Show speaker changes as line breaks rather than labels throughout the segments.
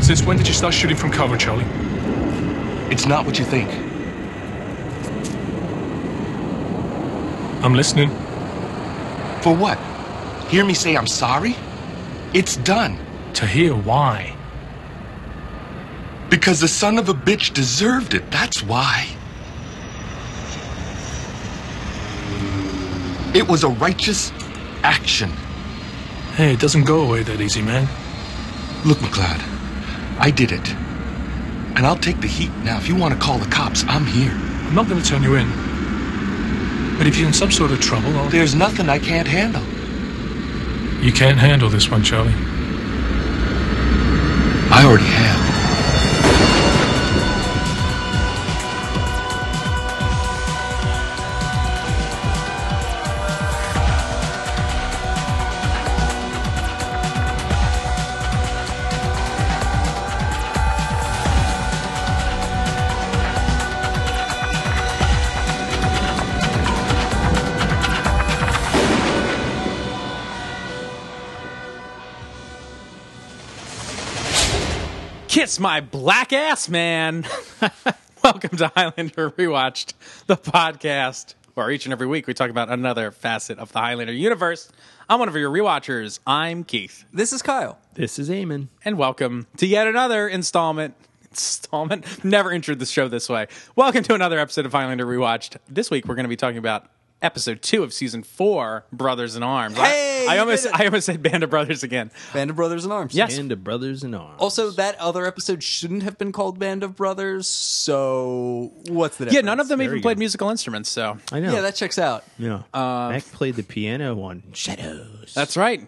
Since when did you start shooting from cover, Charlie?
It's not what you think.
I'm listening.
For what? Hear me say I'm sorry? It's done.
To hear why.
Because the son of a bitch deserved it, that's why. It was a righteous action.
Hey, it doesn't go away that easy, man.
Look, McLeod, I did it. And I'll take the heat. Now, if you want to call the cops, I'm here.
I'm not going to turn you in. But if you're in some sort of trouble, I'll.
There's nothing I can't handle.
You can't handle this one, Charlie.
I already have.
Kiss my black ass, man. Welcome to Highlander Rewatched, the podcast where each and every week we talk about another facet of the Highlander universe. I'm one of your rewatchers. I'm Keith.
This is Kyle.
This is Eamon.
And welcome to yet another installment. Installment? Never entered the show this way. Welcome to another episode of Highlander Rewatched. This week we're going to be talking about episode two of season four, Brothers in Arms. I-
Hey,
I,
you
almost
did it.
I almost said Band of Brothers again.
Band of Brothers in Arms.
Yes.
And a brothers in arms.
Also, that other episode shouldn't have been called Band of Brothers, so what's the difference?
Yeah, none of them even
you
played
go.
musical instruments, so
I know.
Yeah, that checks out.
yeah. Mac played the piano on Shadows.
That's right.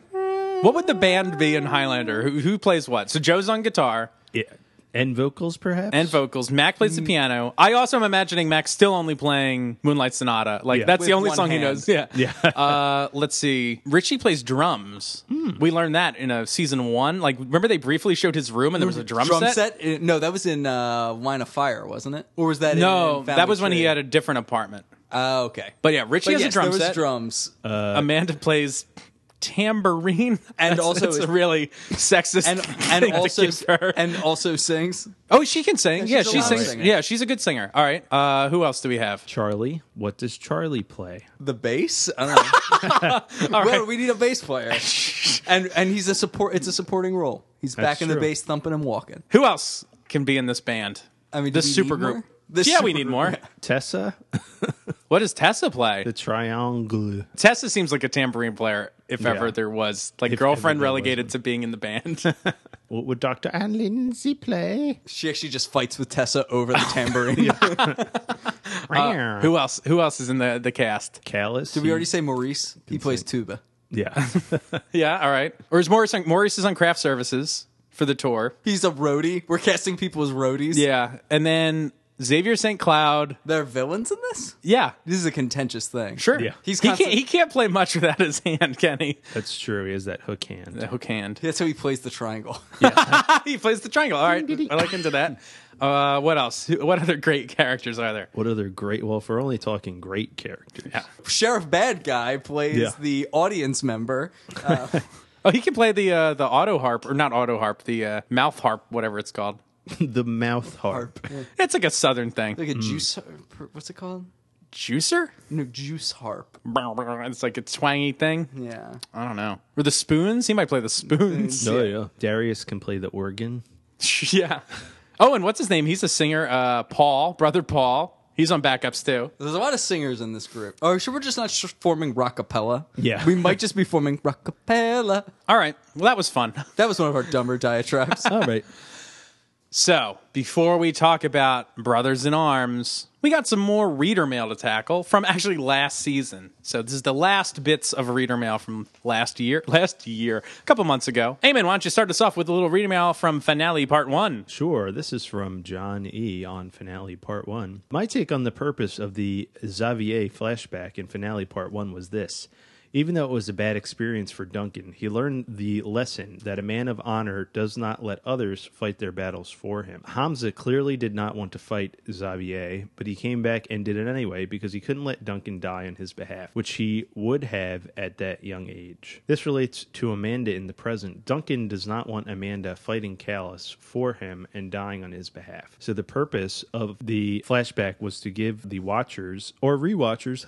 What would the band be in Highlander? Who, who plays what? So Joe's on guitar
Yeah. And vocals, perhaps.
and vocals. Mac plays the
Mm.
piano. I also am imagining Mac still only playing Moonlight Sonata. Like
Yeah.
that's the
With
only
one
song he
hand.
knows. Yeah.
Yeah.
uh, let's see. Richie plays drums.
Hmm.
We learned that in a season one. Like remember they briefly showed his room and there was a drum,
Drum set? Uh, No, that was in uh, Line of Fire, wasn't it? Or was that in-
No,
in Family
that was when he
Tree?
had a different apartment.
Oh, okay.
But yeah, Richie has
But
a
yes,
drum
there was
set. Uh,
drums.
Amanda plays tambourine, That's-
also
that's
is-
a really sexist
and
thing
and
to
also
give her.
and also sings.
Oh, she can sing.
Yeah,
Yeah,
she's a
she
loud
sings.
singer.
Yeah, she's a good singer. All right. Uh, who else do we have?
Charlie. What does Charlie play?
the bass. I don't know. well, we need a bass player, and and he's a support. It's a supporting role. He's back
That's
in the
true.
bass, thumping and walking.
Who else can be in this band?
I mean, do
this
we need
super group.
more? This
yeah, we
supergroup.
need more.
Tessa.
What does Tessa play?
The triangle.
Tessa seems like a tambourine player, if ever there was. Like
If
girlfriend
ever there was
relegated to being in the band.
What would Dr. Ann Lindsay play?
She actually just fights with Tessa over
Oh,
the tambourine.
who else? Who else is in the the cast?
Callus.
Did we already say Maurice? He plays tuba.
Yeah.
Yeah. All right. Or is Maurice on, Maurice is on craft services for the tour?
He's a roadie. We're casting people as roadies.
Yeah. And then Xavier St. Cloud.
they're villains in this.
Yeah.
This is a contentious thing.
Sure.
Yeah.
He's
he can't
constant-
he can't play much without his hand, can he?
That's true. He has that hook hand.
The hook hand.
That's how he plays the triangle.
he plays the triangle. All right, I like into that. Uh, what else? Who- What other great characters are there?
What other great? Well, if we're only talking great characters. Yeah.
Sheriff Bad Guy plays
Yeah.
the audience member.
Oh, he can play the uh, the auto harp or not auto harp, the uh, mouth harp, whatever it's called.
the mouth harp.
It's like a southern thing.
Hmm.
Like a juice. What's it called?
Juicer?
No, juice harp.
It's like a twangy thing.
Yeah.
I don't know. Or the spoons? He might play the spoons.
Oh, yeah. Darius can play the organ.
yeah. Oh, and what's his name? He's a singer. Uh, Paul, brother Paul. He's on backups too.
There's a lot of singers in this group. Or should we're just not sh- forming rockapella?
Yeah.
we might just be forming rockapella.
All right. Well, that was fun.
That was one of our dumber diatribes.
All right.
So, before we talk about Brothers in Arms, we got some more reader mail to tackle from actually last season. So, this is the last bits of reader mail from last year, last year, a couple months ago. Eamon, why don't you start us off with a little reader mail from finale part one?
Sure. This is from John E. on Finale Part 1. My take on the purpose of the Xavier flashback in Finale Part 1 was this Even though it was a bad experience for Duncan, he learned the lesson that a man of honor does not let others fight their battles for him. Hamza clearly did not want to fight Xavier, but he came back and did it anyway because he couldn't let Duncan die on his behalf, which he would have at that young age. This relates to Amanda in the present. Duncan does not want Amanda fighting Callus for him and dying on his behalf. So the purpose of the flashback was to give the watchers or rewatchers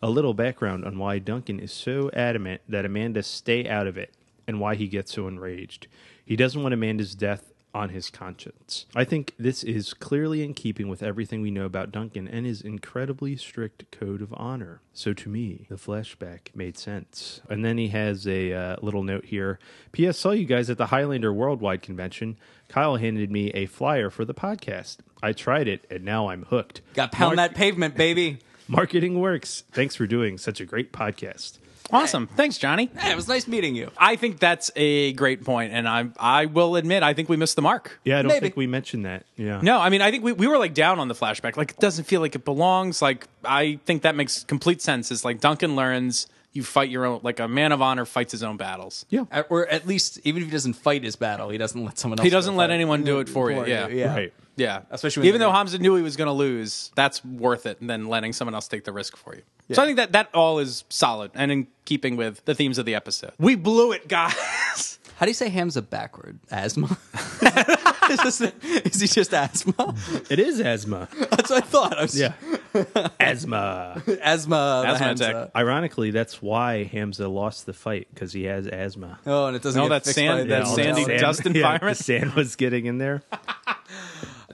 a little background on why Duncan is so adamant that Amanda stay out of it and why he gets so enraged. He doesn't want Amanda's death on his conscience. I think this is clearly in keeping with everything we know about Duncan and his incredibly strict code of honor. So to me, the flashback made sense. And then he has a uh, little note here. P.S. Saw you guys at the Highlander Worldwide Convention. Kyle handed me a flyer for the podcast. I tried it and now I'm hooked.
Got to pound
Mark-
that pavement, baby.
Marketing works. Thanks for doing such a great podcast.
Awesome. Thanks, Johnny.
Hey, it was nice meeting you.
I think that's a great point, and I I will admit I think we missed the mark.
Yeah, I don't
Maybe.
think we mentioned that. Yeah.
No, I mean I think we, we were like down on the flashback. Like it doesn't feel like it belongs. Like I think that makes complete sense. It's like Duncan learns you fight your own like a man of honor fights his own battles.
Yeah.
Uh, Or at least, even if he doesn't fight his battle, he doesn't let someone else.
He doesn't
go
let
fight.
anyone do it for you.
For
Yeah.
yeah.
Right.
Yeah.
Especially when
even
they're-
though Hamza knew he was going to lose, that's worth it than letting someone else take the risk for you. So I think that that all is solid and in keeping with the themes of the episode. We blew it, guys.
How do you say Hamza backward? Asthma. is, this- is he just asthma?
It is asthma.
That's what I thought. I was,
Yeah.
Asthma.
asthma.
Asthma
Asthma
attack.
Ironically, that's why Hamza lost the fight because he has asthma.
Oh, and it doesn't.
No,
get
that
fixed
sand-
by the
that
all
hotel.
sandy
sand-
dust
Yeah, the
environment.
sand was getting in there.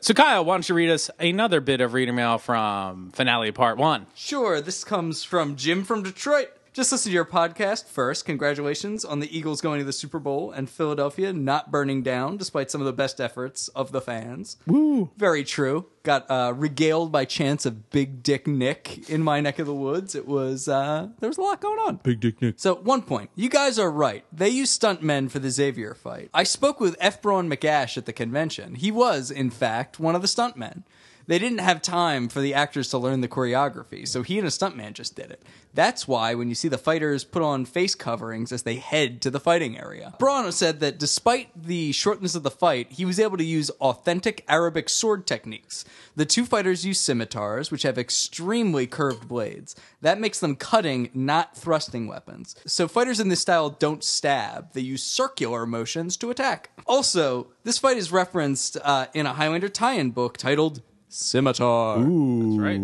so Kyle, why don't you read us another bit of reader mail from finale part one?
Sure, this comes from Jim from Detroit. Just listen to your podcast first. Congratulations on the Eagles going to the Super Bowl and Philadelphia not burning down despite some of the best efforts of the fans. Woo! Very true. Got uh, regaled by chance of Big Dick Nick in my neck of the woods. It was uh, there was a lot going on.
Big Dick Nick.
So at one point, you guys are right. They used stuntmen for the Xavier fight. I spoke with F. Braun McAsh at the convention. He was, in fact, one of the stuntmen. They didn't have time for the actors to learn the choreography, so he and a stuntman just did it. That's why when you see the fighters put on face coverings as they head to the fighting area. Braun said that despite the shortness of the fight, he was able to use authentic Arabic sword techniques. The two fighters use scimitars, which have extremely curved blades. That makes them cutting, not thrusting weapons. So fighters in this style don't stab, they use circular motions to attack. Also, this fight is referenced uh, in a Highlander tie in book titled Scimitar.
Right.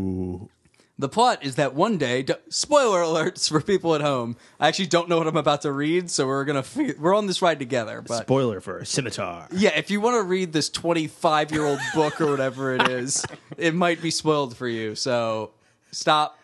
The plot is that one day, d- spoiler alerts for people at home. I actually don't know what I'm about to read, so we're gonna fig- we're on this ride together. But
Spoiler for a scimitar.
yeah, if you want to read this 25 year old book or whatever it is, it might be spoiled for you. So stop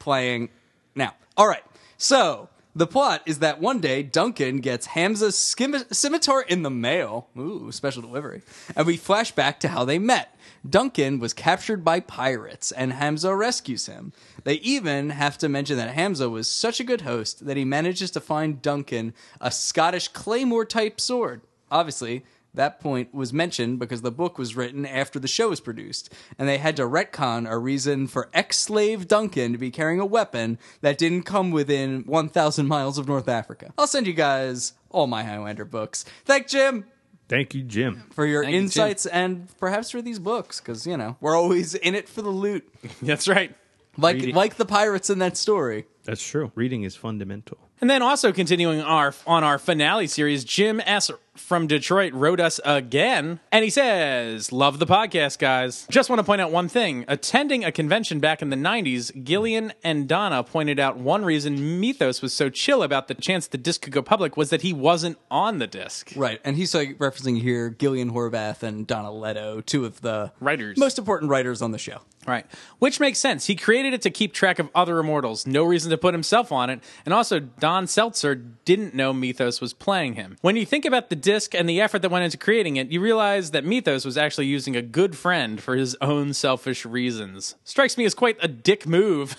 playing now. All right. So the plot is that one day Duncan gets Hamza's skim- scimitar in the mail. Ooh, special delivery. And we flash back to how they met. Duncan was captured by pirates, and Hamza rescues him. They even have to mention that Hamza was such a good host that he manages to find Duncan a Scottish claymore type sword. Obviously, that point was mentioned because the book was written after the show was produced, and they had to retcon a reason for ex slave Duncan to be carrying a weapon that didn't come within 1,000 miles of North Africa. I'll send you guys all my Highlander books. Thank Jim
Thank you, Jim.
for your
you, Jim.
insights and perhaps for these books, because, you know, we're always in it for the loot.
That's right.
Like, like the pirates in that story.
That's true. Reading is fundamental.
And then also continuing our on our finale series, Jim S from Detroit wrote us again, and he says, "Love the podcast, guys. Just want to point out one thing. Attending a convention back in the '90s, Gillian and Donna pointed out one reason Mythos was so chill about the chance the disc could go public was that he wasn't on the disc.
Right, and he's like referencing here Gillian Horvath and Donna Leto, two of the
Writers.
most important writers on the show.
Right. Which makes sense. He created it to keep track of other immortals. No reason to put himself on it. And also, Don Seltzer didn't know Mythos was playing him. When you think about the disc and the effort that went into creating it, you realize that Mythos was actually using a good friend for his own selfish reasons. Strikes me as quite a dick move,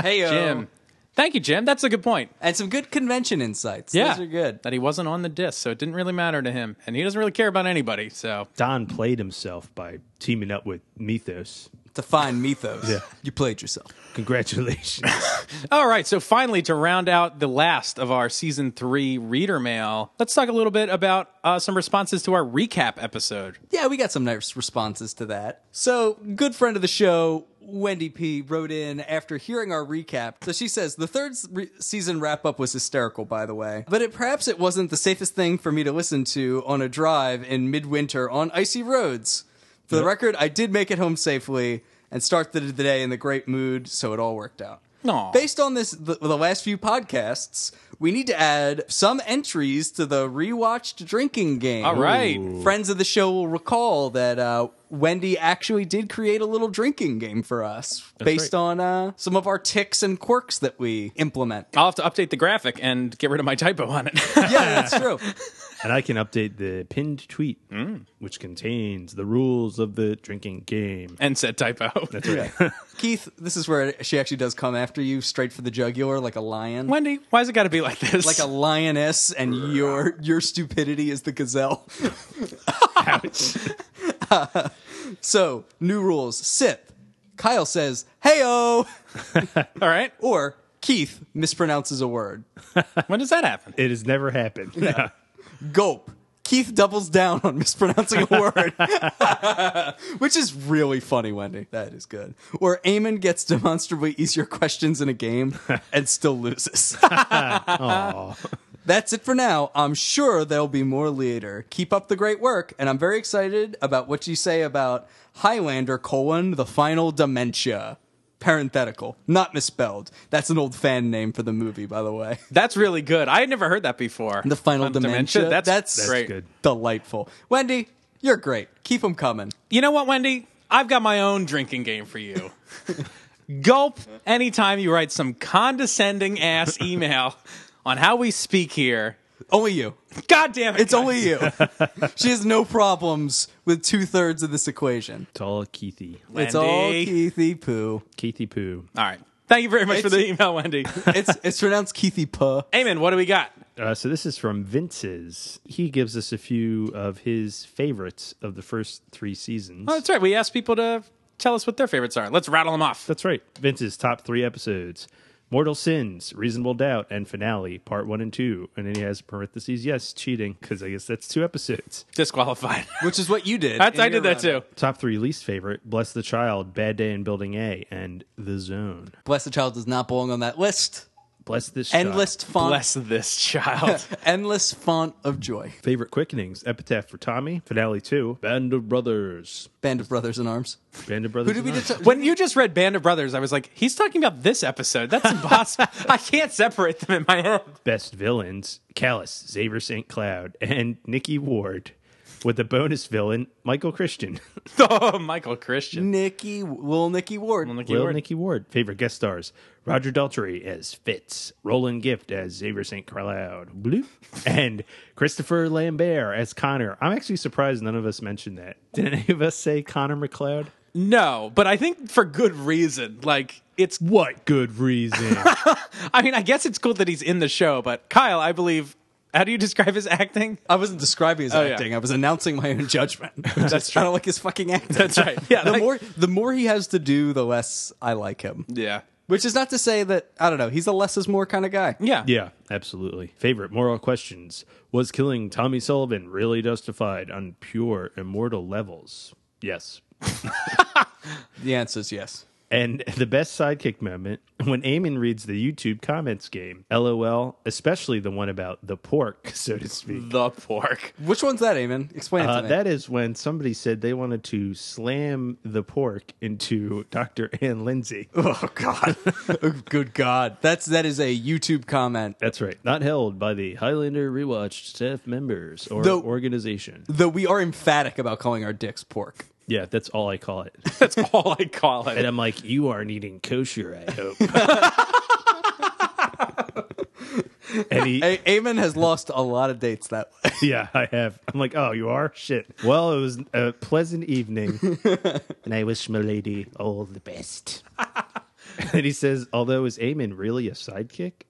Hey,
Jim. Thank you, Jim. That's a good point.
and some good convention insights.
Yeah.
Those are good.
That he wasn't on the disc, so it didn't really matter to him. And he doesn't really care about anybody, so.
Don played himself by teaming up with Mythos.
to find Mythos.
Yeah.
You played yourself.
Congratulations.
All right, so finally, to round out the last of our season three reader mail, let's talk a little bit about uh, some responses to our recap episode.
Yeah, we got some nice responses to that. So, good friend of the show, Wendy P, wrote in after hearing our recap. So she says the third s- re- season wrap up was hysterical, by the way, but it perhaps it wasn't the safest thing for me to listen to on a drive in midwinter on icy roads. For the record, I did make it home safely and start the, the day in the great mood, so it all worked out.
Aw.
Based on this, the, the last few podcasts, we need to add some entries to the rewatched drinking game.
All right.
Friends of the show will recall that uh, Wendy actually did create a little drinking game for us based
right.
on uh, some of our ticks and quirks that we implement.
I'll have to update the graphic and get rid of my typo on it.
Yeah, that's true.
and I can update the pinned tweet,
Mm.
which contains the rules of the drinking game.
and said typo.
Keith, this is where she actually does come after you straight for the jugular like a lion.
Wendy, why's it got to be like this?
Like a lioness, and your your stupidity is the gazelle. so, new rules. Sip. Kyle says, "Heyo,"
all right.
or Keith mispronounces a word.
When does that happen?
It has never happened.
gulp. Keith doubles down on mispronouncing a word, which is really funny, Wendy. That is good. Or Eamon gets demonstrably easier questions in a game and still loses. That's it for now. I'm sure there'll be more later. Keep up the great work, and I'm very excited about what you say about Highlander colon the final dementia. Parenthetical, not misspelled. That's an old fan name for the movie, by the way.
That's really good. I had never heard that before.
The final
Um,
dementia.
That's,
That's-
that's
That's
great.
good.
Delightful. Wendy, you're great. Keep them coming.
You know what, Wendy? I've got my own drinking game for you. Gulp anytime you write some condescending ass email on how we speak here.
Only you.
God damn it.
It's only you. she has no problems with two thirds of this equation.
It's all Keithy.
It's all
Wendy.
Keithy Poo.
Keithy poo.
All right. Thank you very much for
It's-
the email, Wendy.
It's it's pronounced Keithy Puh.
Eamon, what do we got?
Uh, so this is from Vince's. He gives us a few of his favorites of the first three seasons.
Oh, that's right. We asked people to tell us what their favorites are. Let's rattle them off.
That's right. Vince's top three episodes Mortal Sins, Reasonable Doubt, and Finale, Part 1 and 2. And then he has parentheses, yes, cheating, because I guess that's two episodes.
Disqualified.
Which is what you did.
That's,
in
I
your
did that
roundup.
too.
Top three least favorite Bless the Child, Bad Day in Building A, and The Zone.
Bless the Child does not belong on that list.
Bless this
Endless
Child.
font.
Bless this child.
Endless font of joy.
Favorite quickenings Epitaph for Tommy, Finale 2, Band of Brothers.
Band of Brothers in Arms.
Band of Brothers.
Who did we
in
just?
Arms.
when you just read Band of Brothers, I was like, he's talking about this episode. That's impossible. I can't separate them in my head.
Best villains Callus, Xavier St. Cloud, and Nikki Ward, with the bonus villain, Michael Christian.
Oh, Michael Christian.
Nikki, little Nikki Ward.
Nicky
Will
Ward.
Nikki Ward. Favorite guest stars Roger Daltrey as Fitz, Roland Gift as Xavier St. Cloud, bloop, and Christopher Lambert as Connor. I'm actually surprised none of us mentioned that. Did any of us say Connor McLeod?
No, but I think for good reason. Like, it's,
What good reason.
I mean, I guess it's cool that he's in the show, but Kyle, I believe, how do you describe his acting?
I wasn't describing his
Oh, yeah.
acting. I was announcing my own judgment. That's I don't like his fucking acting.
That's right. Yeah,
The
like-
more the more he has to do, the less I like him.
Yeah.
Which is not to say that I don't know. He's a less is more kind of guy.
Yeah.
yeah, absolutely. Favorite moral questions Was killing Tommy Sullivan really justified on pure immortal levels? Yes.
The answer is yes.
And the best sidekick moment when Eamon reads the YouTube comments game, LOL, especially the one about the pork, so to speak.
Mm,
The pork.
Which one's that, Eamon? Explain it
Uh,
to me.
that is when somebody said they wanted to slam the pork into Dr. Ann Lindsay.
oh God, oh, good God, that's that is a YouTube comment.
That's right. Not held by the Highlander Rewatch staff members or
Though-
organization.
Though we are emphatic about calling our dicks pork.
Yeah, that's all I call it.
That's all I call
And
it.
I'm like, you aren't eating kosher, I hope. and he,
A- Eamon has lost a lot of dates that way.
Yeah, I have. I'm like, oh, you are? Shit. Well, it was a pleasant evening, and I wish my lady all the best. and he says, although is Eamon really a sidekick?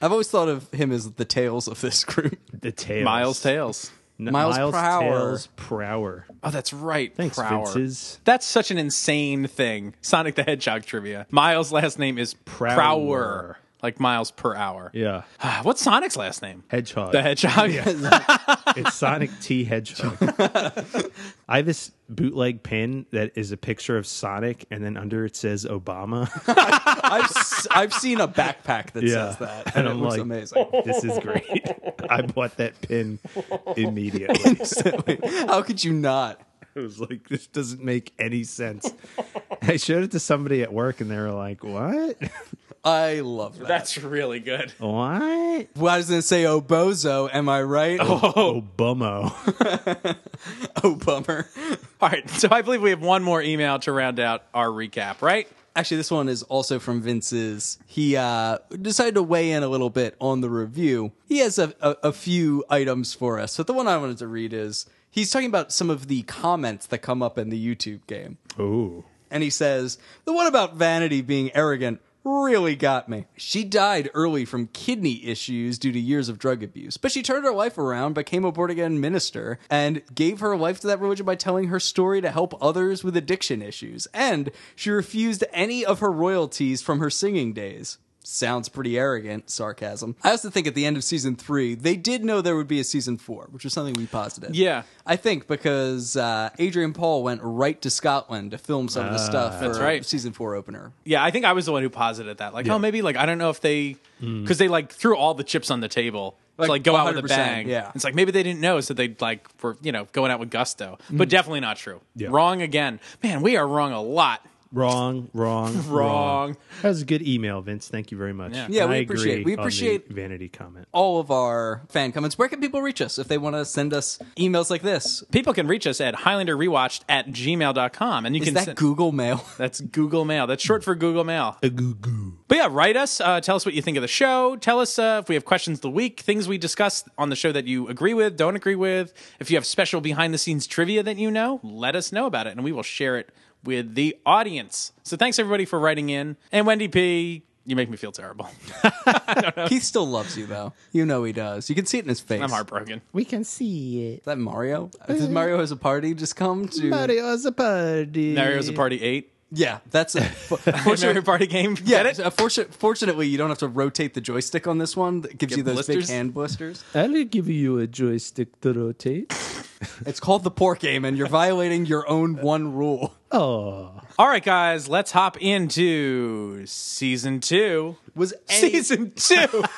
I've always thought of him as the tails of this group.
The tails.
Miles Tails.
N-
Miles Prower.
Tails Prower.
Oh, that's right.
Thanks,
Prower.
Vinces.
That's such an insane thing. Sonic the Hedgehog trivia. Miles' last name is Prower.
Prower.
Like miles per hour.
Yeah.
Ah, What's Sonic's last name?
Hedgehog.
The Hedgehog.
It's Sonic T Hedgehog. I have this bootleg pin that is a picture of Sonic, and then under it says Obama.
I've s- I've seen a backpack that
Yeah.
says that, and,
And
it
I'm
looks
like-
amazing.
this is great. I bought that pin immediately. "Oh."
How could you not?
I was like, this doesn't make any sense. I showed it to somebody at work, and they were like, what?
I love that.
That's really good.
Oh. What?
Well, I was going to say, oh, bozo, am I right? Oh,
Oh, bummo.
bummer.
All right. So I believe we have one more email to round out our recap, right?
Actually, this one is also from Vince's. He uh, decided to weigh in a little bit on the review. He has a, a, a few items for us, but the one I wanted to read is he's talking about some of the comments that come up in the YouTube game.
Ooh.
and he says, The one about vanity being arrogant really got me. She died early from kidney issues due to years of drug abuse, but she turned her life around, became a born again minister, and gave her life to that religion by telling her story to help others with addiction issues. And she refused any of her royalties from her singing days. Sounds pretty arrogant, sarcasm. I also think at the end of season three, they did know there would be a season four, which was something we posited.
Yeah.
I think because uh, Adrian Paul went right to Scotland to film some of the stuff for
Ah. That's right.
season four opener.
Yeah, I think I was the one who posited that. Like, oh, maybe like I don't know if they because they like threw all the chips on the table
Mm. Like,
to like go out with a
100%,
bang.
yeah.
it's like maybe they didn't know, so they like were you know going out with gusto. But
Mm.
definitely not true.
Yeah.
Wrong again, man. We are wrong a lot.
Wrong, wrong, wrong,
Wrong.
That was a good email, Vince. Thank you very much.
Yeah.
Yeah,
And
we
I
appreciate-
agree
we
on the
appreciate-
vanity comment.
All of our fan comments. Where can people reach us if they want to send us emails like this?
People can reach us at Highlander Rewatched at gmail.com. and you
Is
can
that
send-
Google Mail?
that's Google Mail. That's short for Google Mail.
goo.
But yeah, write us. Uh, tell us what you think of the show. Tell us uh, if we have questions of the week, things we discussed on the show that you agree with, don't agree with. If you have special behind the scenes trivia that you know, let us know about it and we will share it with the audience. So thanks everybody for writing in. And Wendy P, you make me feel terrible.
Keith still loves you though. You know he does. You can see it in his face.
I'm heartbroken.
We can see it.
Is that Mario? Does Mario has a party just come to?
Mario's a party.
Mario's a party eight.
Yeah, that's a
Mario
fortunate.
Party game.
Yeah,
Get it?
uh, fortu- fortunately, you don't have to rotate the joystick on this one. It gives
Get
you those
blisters?
big hand blisters.
I'll give you a joystick to rotate.
It's called the pork game, and you're violating your own one rule.
Oh.
All right, guys, let's hop into season two.
Was any-
season two.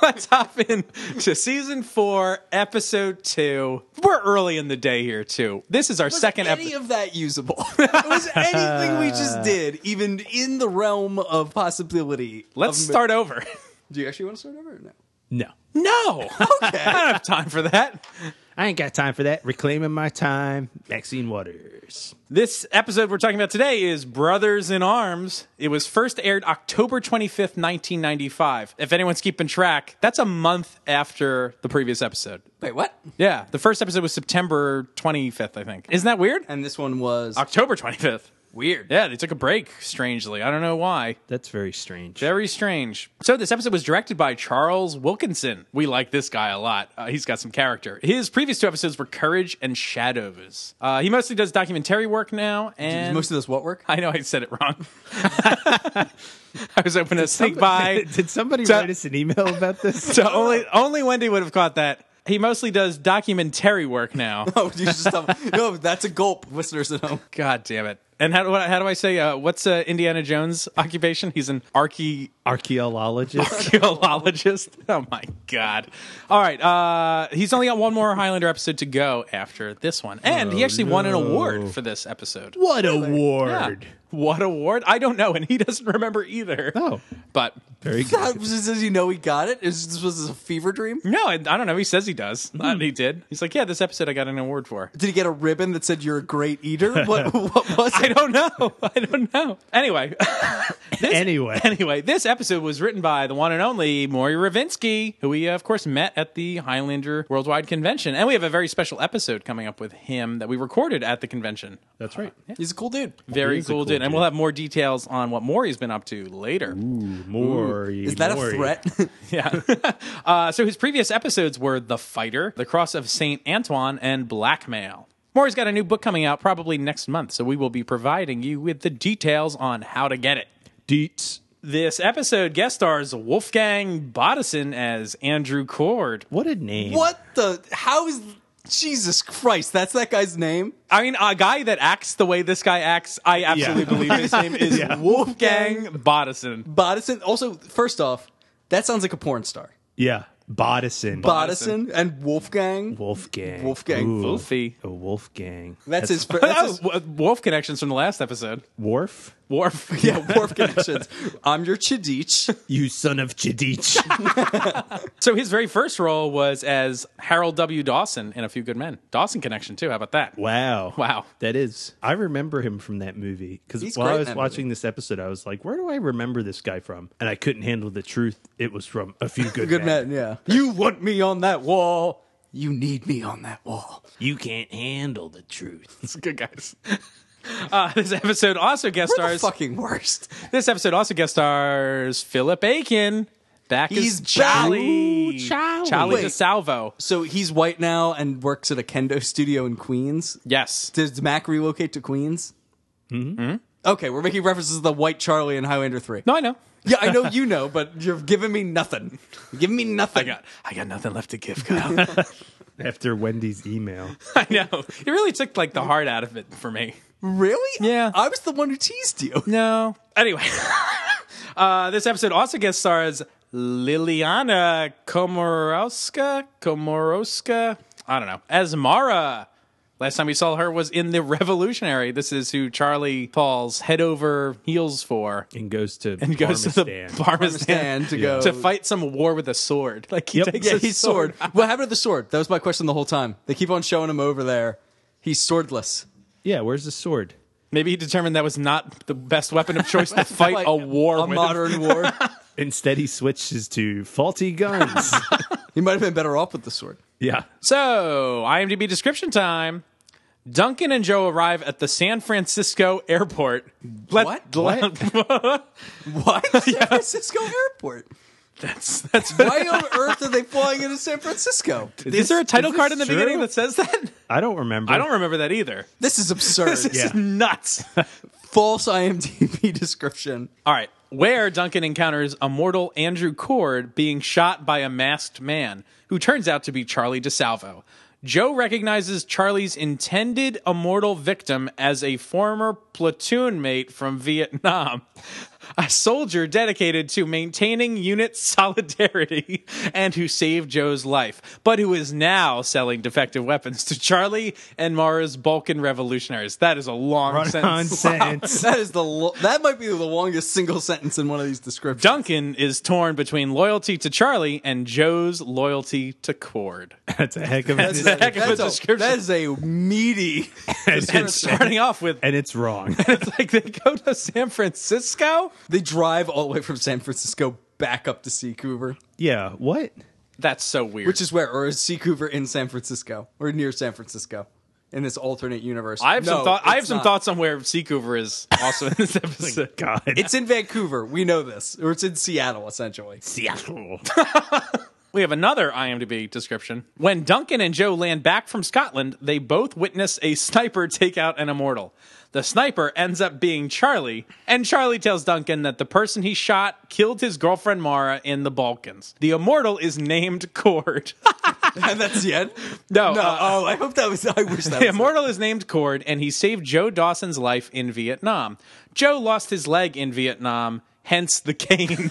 Let's hop in to season four, episode two. We're early in the day here too. This is our second
any
episode.
of that usable? was anything we just did even in the realm of possibility?
Let's
of-
start over.
Do you actually want to start over? Or no.
No.
No, I don't have time for that.
I ain't got time for that. Reclaiming my time. Maxine Waters.
This episode we're talking about today is Brothers in Arms. It was first aired October 25th, 1995. If anyone's keeping track, that's a month after the previous episode.
Wait, what?
Yeah, the first episode was September 25th, I think. Isn't that weird?
And this one was
October 25th.
weird.
Yeah, they took a break, strangely. I don't know why.
That's very strange.
Very strange. So, this episode was directed by Charles Wilkinson. We like this guy a lot. Uh, he's got some character. His previous two episodes were Courage and Shadows. Uh, he mostly does documentary work now. And
Most of this what work?
I know I said it wrong. I was hoping to sneak by.
Did somebody
So-
write us an email about this?
So, only, only Wendy would have caught that. He mostly does documentary work now.
Oh, you just stop. no, that's a gulp, listeners at home.
God damn it. And how do, I- how do I say, uh, what's uh, Indiana Jones' occupation? He's an archae.
Archaeologist.
archaeologist. Oh my god! All right, uh, he's only got one more Highlander episode to go after this one, and he actually won an award for this episode.
what a
Yeah.
ward.
What award? I don't know, and he doesn't remember either.
Oh,
but
very
That
good.
was just as you know he got it. Is this was a fever dream?
no, I, I don't know. He says he does. Uh, he did. He's like, yeah, this episode I got an award for.
Did he get a ribbon that said you're a great eater? What, what was
I
it?
don't know. I don't know. Anyway, this,
Anyway.
anyway, this episode was written by the one and only Maury Ravinsky, who we uh, of course met at the Highlander Worldwide Convention, and we have a very special episode coming up with him that we recorded at the convention.
That's right.
He's a cool dude.
Very
He's a
cool,
cool
dude. and we'll have more details on what Maury's been up to later.
More.
Is that a threat?
Yeah. uh, so his previous episodes were The Fighter, The Cross of St. Antoine, and Blackmail. Maury's got a new book coming out probably next month, so we will be providing you with the details on how to get it.
Deets.
This episode guest stars Wolfgang Bodison as Andrew Cord.
What a name.
what the? How is? Jesus Christ! That's that guy's name.
I mean, a guy that acts the way this guy acts, I absolutely believe his name is Wolfgang Bodison.
Bodison. Also, first off, that sounds like a porn star.
Yeah. Bodison.
Bodison and Wolfgang.
Wolfgang.
Wolfgang.
Ooh,
Wolfie.
A Wolfgang.
That's his. fir- That's
Oh,
his
w- Wolf connections from the last episode.
Worf.
Worf.
yeah, Worf connections. I'm your Chidich.
You son of Chidich.
So his very first role was as Harold W. Dawson in A Few Good Men. Dawson connection too. How about that?
Wow.
Wow.
That is. I remember him from that movie because
He's
while
great
I
in
was
that
watching this episode, I was like, where do I remember this guy from? And I couldn't handle the truth. It was from A Few Good,
Good
men.
man. Yeah. You want me on that wall. You need me on that wall.
You can't handle the truth.
It's good guys. Uh, this episode also guest
We're the
stars.
fucking worst.
This episode also guest stars Philip Aiken. Back as
He's
Charlie.
back. Ooh,
Charlie.
Charlie. Wait.
DeSalvo.
So he's white now and works at a kendo studio in Queens.
Yes.
Does Mac relocate to Queens? Mm-hmm. Okay, we're making references to the white Charlie in Highlander 3.
No, I know.
Yeah, I know you know, but you're giving me nothing. You're giving me nothing.
I got nothing left to give, Kyle.
After Wendy's email.
I know. It really took like the heart out of it for me.
Really?
Yeah.
I was the one who teased you.
No. Anyway, uh, this episode also guest stars Liliana Komorowska. Komorowska. I don't know. As Mara. Last time we saw her was in the Revolutionary. This is who Charlie falls head over heels for.
And goes to
He goes to the Parmesan
Stand to go.
to fight some war with a sword. Like he
Yep.
takes
Yeah,
his
he's sword. what happened to the sword? That was my question the whole time. They keep on showing him over there. He's swordless.
Yeah, where's the sword?
Maybe he determined that was not the best weapon of choice to fight
Like
a war
a
with.
modern war.
Instead, he switches to faulty guns.
He might have been better off with the sword.
yeah.
So, IMDb description time. Duncan and Joe arrive at the San Francisco airport. Let-
What?
let-
What? San Francisco airport.
that's, that's,
Why on earth are they flying into San Francisco?
is there a title
this
card in the
true?
beginning that says that?
I don't remember.
I don't remember that either.
This is absurd.
This is
Yeah.
nuts.
false IMDb description.
All right. Where Duncan encounters a mortal Andrew Cord being shot by a masked man who turns out to be Charlie DeSalvo. Joe recognizes Charlie's intended immortal victim as a former platoon mate from Vietnam, a soldier dedicated to maintaining unit solidarity and who saved Joe's life, but who is now selling defective weapons to Charlie and Mara's Balkan revolutionaries. That is a long
Run
sentence.
on sentence.
That is the lo- that might be the longest single sentence in one of these descriptions.
Duncan is torn between loyalty to Charlie and Joe's loyalty to Cord.
That's a heck of a
That's
decision.
heck of a description.
That is a meaty.
and,
And
it's,
starting off with,
and it's wrong.
it's like they go to San Francisco.
they drive all the way from San Francisco back up to Seacouver,
yeah. What?
That's so weird.
which is where, or is Seacouver in San Francisco or near San Francisco in this alternate universe?
I have some
No,
thought. I
it's
have some
not.
thoughts on where Seacouver is also in this episode.
God.
It's in Vancouver. We know this, or it's in Seattle, essentially.
Seattle.
We have another IMDb description. When Duncan and Joe land back from Scotland, they both witness a sniper take out an immortal. The sniper ends up being Charlie, and Charlie tells Duncan that the person he shot killed his girlfriend Mara in the Balkans. The immortal is named Cord.
and that's the end.
No,
no.
uh,
oh, I hope that was. I wish that
The
was.
immortal is named Cord, and he saved Joe Dawson's life in Vietnam. Joe lost his leg in Vietnam, hence the cane.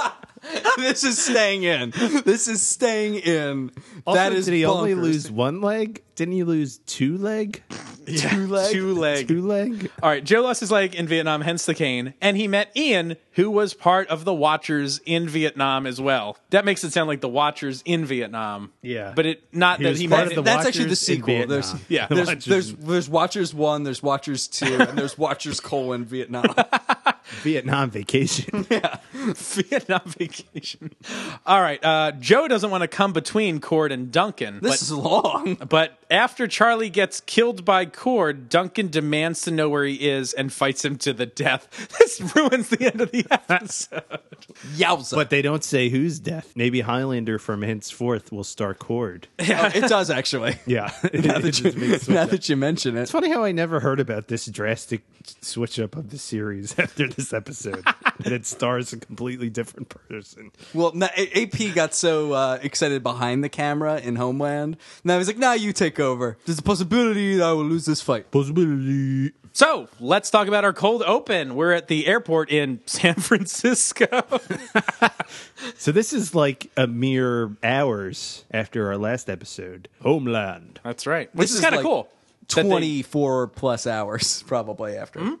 this is staying in. This is staying in. that is
did he only
bonkers.
lose one leg? Didn't he lose two leg?
two legs.
Two leg.
Two leg?
All right, Joe lost his leg in Vietnam, hence the cane, and he met Ian, who was part of the Watchers in Vietnam as well. That makes it sound like the Watchers in Vietnam.
Yeah.
but it not
He
that
was
he
part
met.
of the
that's actually the
Watchers in
sequel. There's,
Vietnam.
Yeah.
there's,
Watchers.
there's there's Watchers one, there's Watchers two, and there's Watchers colon Vietnam.
Vietnam vacation.
Vietnam vacation. All right. Uh, Joe doesn't want to come between Cord and Duncan.
This
but,
is long.
but after Charlie gets killed by Cord, Duncan demands to know where he is and fights him to the death. This ruins the end of the episode.
Yowza.
But they don't say whose death. Maybe Highlander from henceforth will star Cord.
Oh, it does actually.
Yeah.
Now that you, now that you mention it.
It's funny how I never heard about this drastic switch up of the series after this episode. that it stars a completely different person.
Well, no, A- AP got so uh, excited behind the camera in Homeland. Now he's like, now you take over. There's a possibility that I will lose this fight.
Possibility.
So let's talk about our cold open. We're at the airport in San Francisco.
So this is like a mere hours after our last episode. Homeland.
That's right. Which
This
is
is
kind of
like
cool. that they- Hmm?
24 plus hours probably after.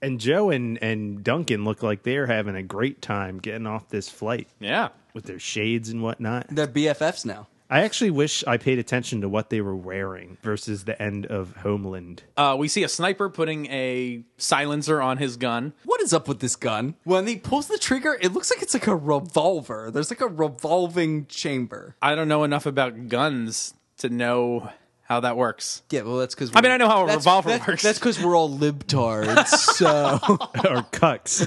And Joe and, and Duncan look like they're having a great time getting off this flight
Yeah.
with their shades and whatnot.
They're BFFs now.
I actually wish I paid attention to what they were wearing versus the end of Homeland.
Uh, we see a sniper putting a silencer on his gun.
What is up with this gun? When he pulls the trigger, it looks like it's like a revolver. There's like a revolving chamber.
I don't know enough about guns to know how that works.
Yeah, well, that's because
I mean, I know how a revolver works.
That's because we're all libtards. so
or cucks.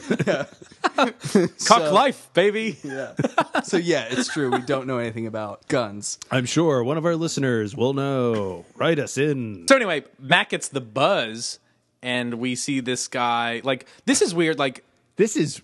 Cock life, baby.
so yeah, it's true. We don't know anything about guns.
I'm sure one of our listeners will know. Write us in.
So anyway, Mac gets the buzz, and we see this guy. Like this is weird. Like
This is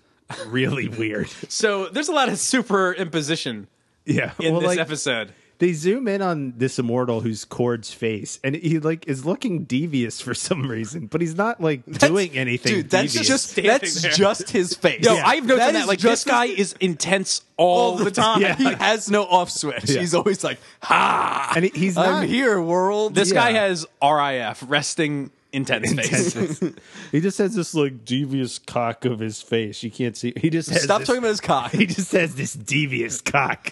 really weird.
so, there's a lot of superimposition
Yeah.
in
well,
this
like,
episode.
They zoom in on this immortal who's Cord's face, and he like is looking devious for some reason, but he's not like doing anything.
Dude, that's
devious.
just
Standing
that's
there.
just his face.
Yo, I've noticed that.
is
Like this
just
guy is intense all, the time.
Yeah.
He has no off switch.
Yeah.
He's always like, "Ha!
and he- he's
I'm
not
here, world."
This guy
Yeah.
has RIF, resting intense face.
He just has this like devious cock of his face. You can't see. He just has
Stop
this-
talking about his cock.
He just has this devious cock.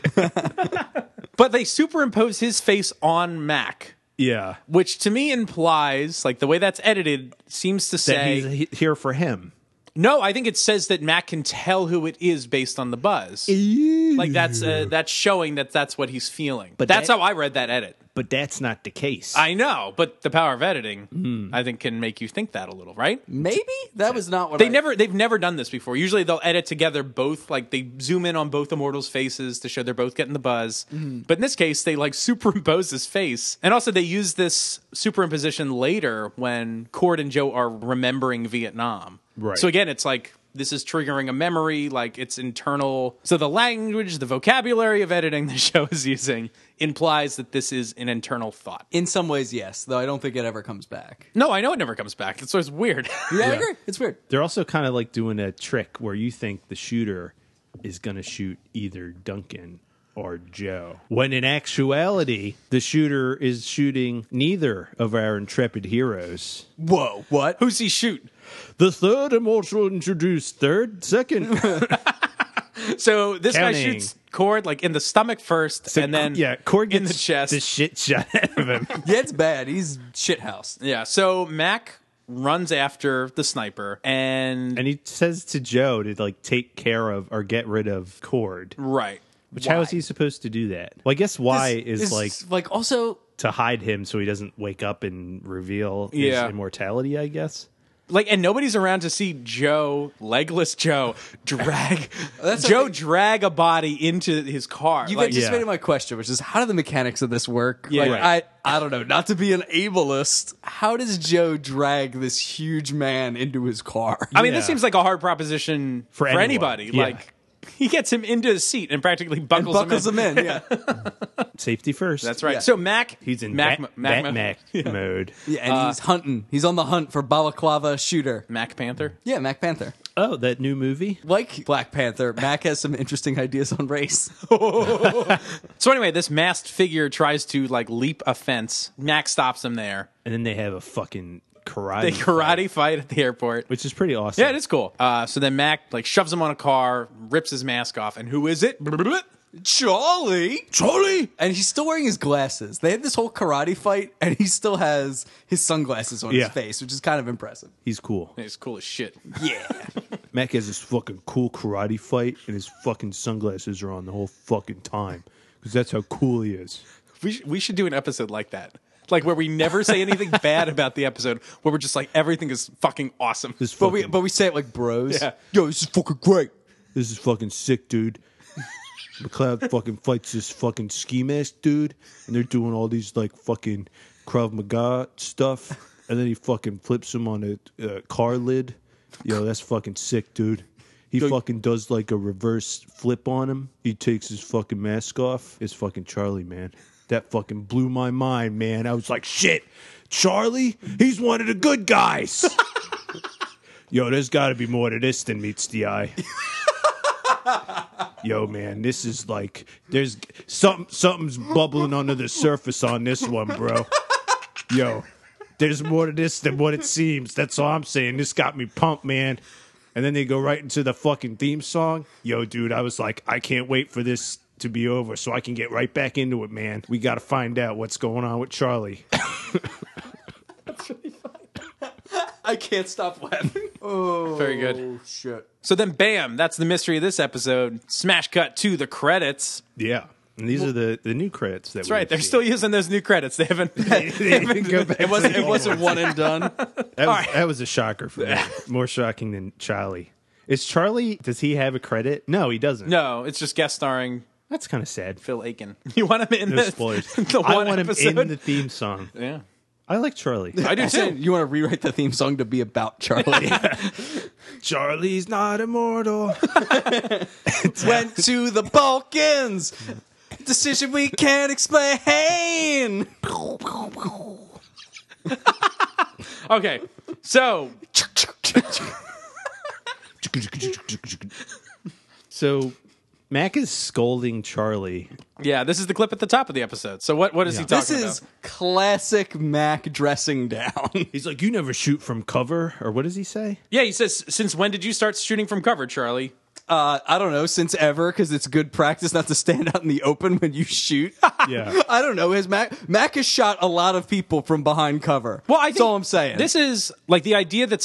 but they superimpose his face on Mac,
yeah,
which to me implies, like the way that's edited, seems to
that
say
he's he- here for him.
no. I think it says that Mac can tell who it is based on the buzz. Like that's uh, that's showing that that's what he's feeling. But that's
that-
how I read that edit.
but that's not the case.
I know, but the power of editing,
Hmm.
I think, can make you think that a little, right?
Maybe that was not what
They
I-
never they've never done this before. Usually they'll edit together both like they zoom in on both immortals' faces to show they're both getting the buzz.
Mm-hmm.
But in this case, they like superimpose his face. And also they use this superimposition later when Cord and Joe are remembering Vietnam.
Right.
So again, it's like this is triggering a memory, like it's internal. So the language, the vocabulary of editing the show is using implies that this is an internal thought.
In some ways, yes, though I don't think it ever comes back.
No, I know it never comes back. That's what's weird.
Yeah, I agree. It's weird.
They're also kind of like doing a trick where you think the shooter is going to shoot either Duncan or Joe, when in actuality the shooter is shooting neither of our intrepid heroes.
Whoa, what?
Who's he shoot?
The third immortal introduced, third, second,
So this guy
Counting.
shoots Cord like in the stomach first,
So,
and then
yeah, Korg
in
gets
the chest.
the shit shot out of him.
Yeah, it's bad. He's shithoused.
yeah. So Mac runs after the sniper, and,
and he says to Joe to like take care of or get rid of Cord.
right,
Which how is he supposed to do that? Well, I guess why
This
is like
like also
to hide him so he doesn't wake up and reveal
Yeah.
his immortality. I guess.
like, and nobody's around to see Joe, legless Joe, drag
That's
Joe
okay.
drag a body into his car.
You've
like,
anticipated
Yeah.
my question, which is how do the mechanics of this work?
Yeah.
like,
Right.
I, I don't know. Not to be an ableist, how does Joe drag this huge man into his car?
I mean, this
Yeah.
seems like a hard proposition for,
anyone,
anybody.
yeah.
Like, he gets him into his seat and practically
and
buckles,
buckles
him in.
him in. Yeah,
Safety first.
That's right.
Yeah.
So Mac,
He's in
Mac,
Bat-
Mac,
Bat Mac mode.
yeah and he's hunting. He's on the hunt for balaclava shooter.
Mac Panther.
Yeah, Mac Panther.
Oh, that new movie.
Like Black Panther, Mac has some interesting ideas on race.
So anyway, this masked figure tries to like leap a fence. Mac stops him there.
And then they have a fucking karate.
They
fight,
karate fight at the airport.
which is pretty awesome.
Yeah, it is cool. Uh, so then Mac like shoves him on a car, rips his mask off, and who is it? Blah, blah, blah.
Charlie.
Charlie?
And he's still wearing his glasses. They had this whole karate fight, and he still has his sunglasses on
Yeah.
his face, which is kind of impressive.
He's cool.
It's cool as shit.
Yeah.
Mac has this fucking cool karate fight, and his fucking sunglasses are on the whole fucking time because that's how cool he is.
We should, we should do an episode like that. Like where we never say anything bad about the episode, where we're just like everything is fucking awesome.
This
but
fucking,
we but we say it like bros.
Yeah.
Yo, this is fucking great.
this is fucking sick, dude. McLeod fucking fights this fucking ski mask dude, and they're doing all these like fucking Krav Maga stuff, and then he fucking flips him on a uh, car lid. Yo, that's fucking sick, dude. He fucking does like a reverse flip on him. He takes his fucking mask off. It's fucking Charlie, man. That fucking blew my mind, man. I was like, shit, Charlie, he's one of the good guys. Yo, there's got to be more to this than meets the eye yo man this is like there's something something's bubbling under the surface on this one bro yo there's more to this than what it seems that's all i'm saying this got me pumped man and then they go right into the fucking theme song yo dude i was like i can't wait for this to be over so i can get right back into it man we gotta find out what's going on with charlie
I can't stop laughing.
Very good.
Shit.
So then, bam! That's the mystery of this episode. Smash cut to the credits.
yeah and these are the, the new credits that
That's right. They're still using those new credits. They haven't.
it wasn't
It wasn't one and done.
That was, that was a shocker for me. More shocking than Charlie. Is Charlie? Does he have a credit? No, he doesn't.
no, it's just guest starring
that's kind of sad.
Phil Aiken. You want him in
No
the,
spoilers.
the
I
one
want
episode?
him in the theme song.
yeah,
I like Charlie.
I do
Saying,
too.
you want to rewrite the theme song to be about Charlie.
Charlie's not immortal.
Went to the Balkans. Decision we can't explain.
Okay, so
so Mac is scolding Charlie.
yeah, this is the clip at the top of the episode. So what? What is he
Yeah.
This
talking
is
about?
classic Mac dressing down.
He's like, "You never shoot from cover," or what does he say?
Yeah, he says, "Since when did you start shooting from cover, Charlie?"
Uh, I don't know, since ever, because it's good practice not to stand out in the open when you shoot.
Yeah.
I don't know. His Mac Mac has shot a lot of people from behind cover.
Well, I
That's
think
all I'm saying.
This is like the idea that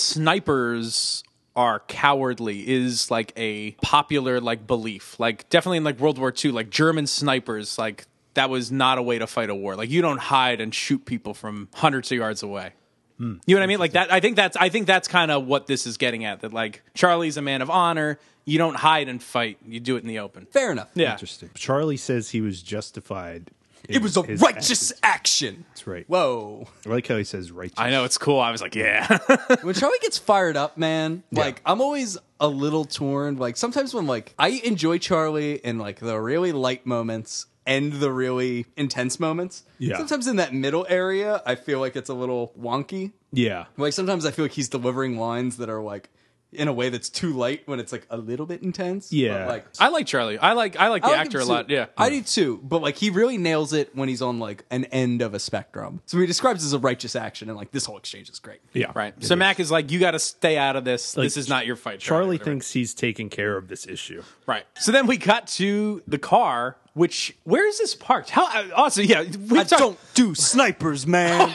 snipers are cowardly is like a popular like belief. Like definitely in like World War II, like German snipers, like that was not a way to fight a war. Like you don't hide and shoot people from hundreds of yards away. You know what I mean? Like that. I think that's. I think that's kind of what this is getting at. That like Charlie's a man of honor. You don't hide and fight. You do it in the open.
fair enough.
Yeah.
Interesting. Charlie says he was justified. in
It was a
his
righteous action.
That's right.
Whoa.
I like how he says righteous.
I know it's cool. I was like, yeah.
when Charlie gets fired up, man, like I'm always a little torn. Like sometimes when like I enjoy Charlie in like the really light moments and the really intense moments.
Yeah.
Sometimes in that middle area, I feel like it's a little wonky.
Yeah.
Like sometimes I feel like he's delivering lines that are like in a way that's too light when it's like a little bit intense. but,
Yeah.
like
I like Charlie. I like. I like the
I like
actor a
him
lot.
too.
Yeah.
I do too. But like he really nails it when he's on like an end of a spectrum. So he describes it as a righteous action, and like this whole exchange is great.
Yeah.
Right. So Mac is like, you got to stay out of this. this is not your fight.
Charlie
Whatever.
thinks he's taking care of this issue.
Right. So then we got to the car, which where is this parked? How? uh, Also, yeah. We
I don't do snipers, man.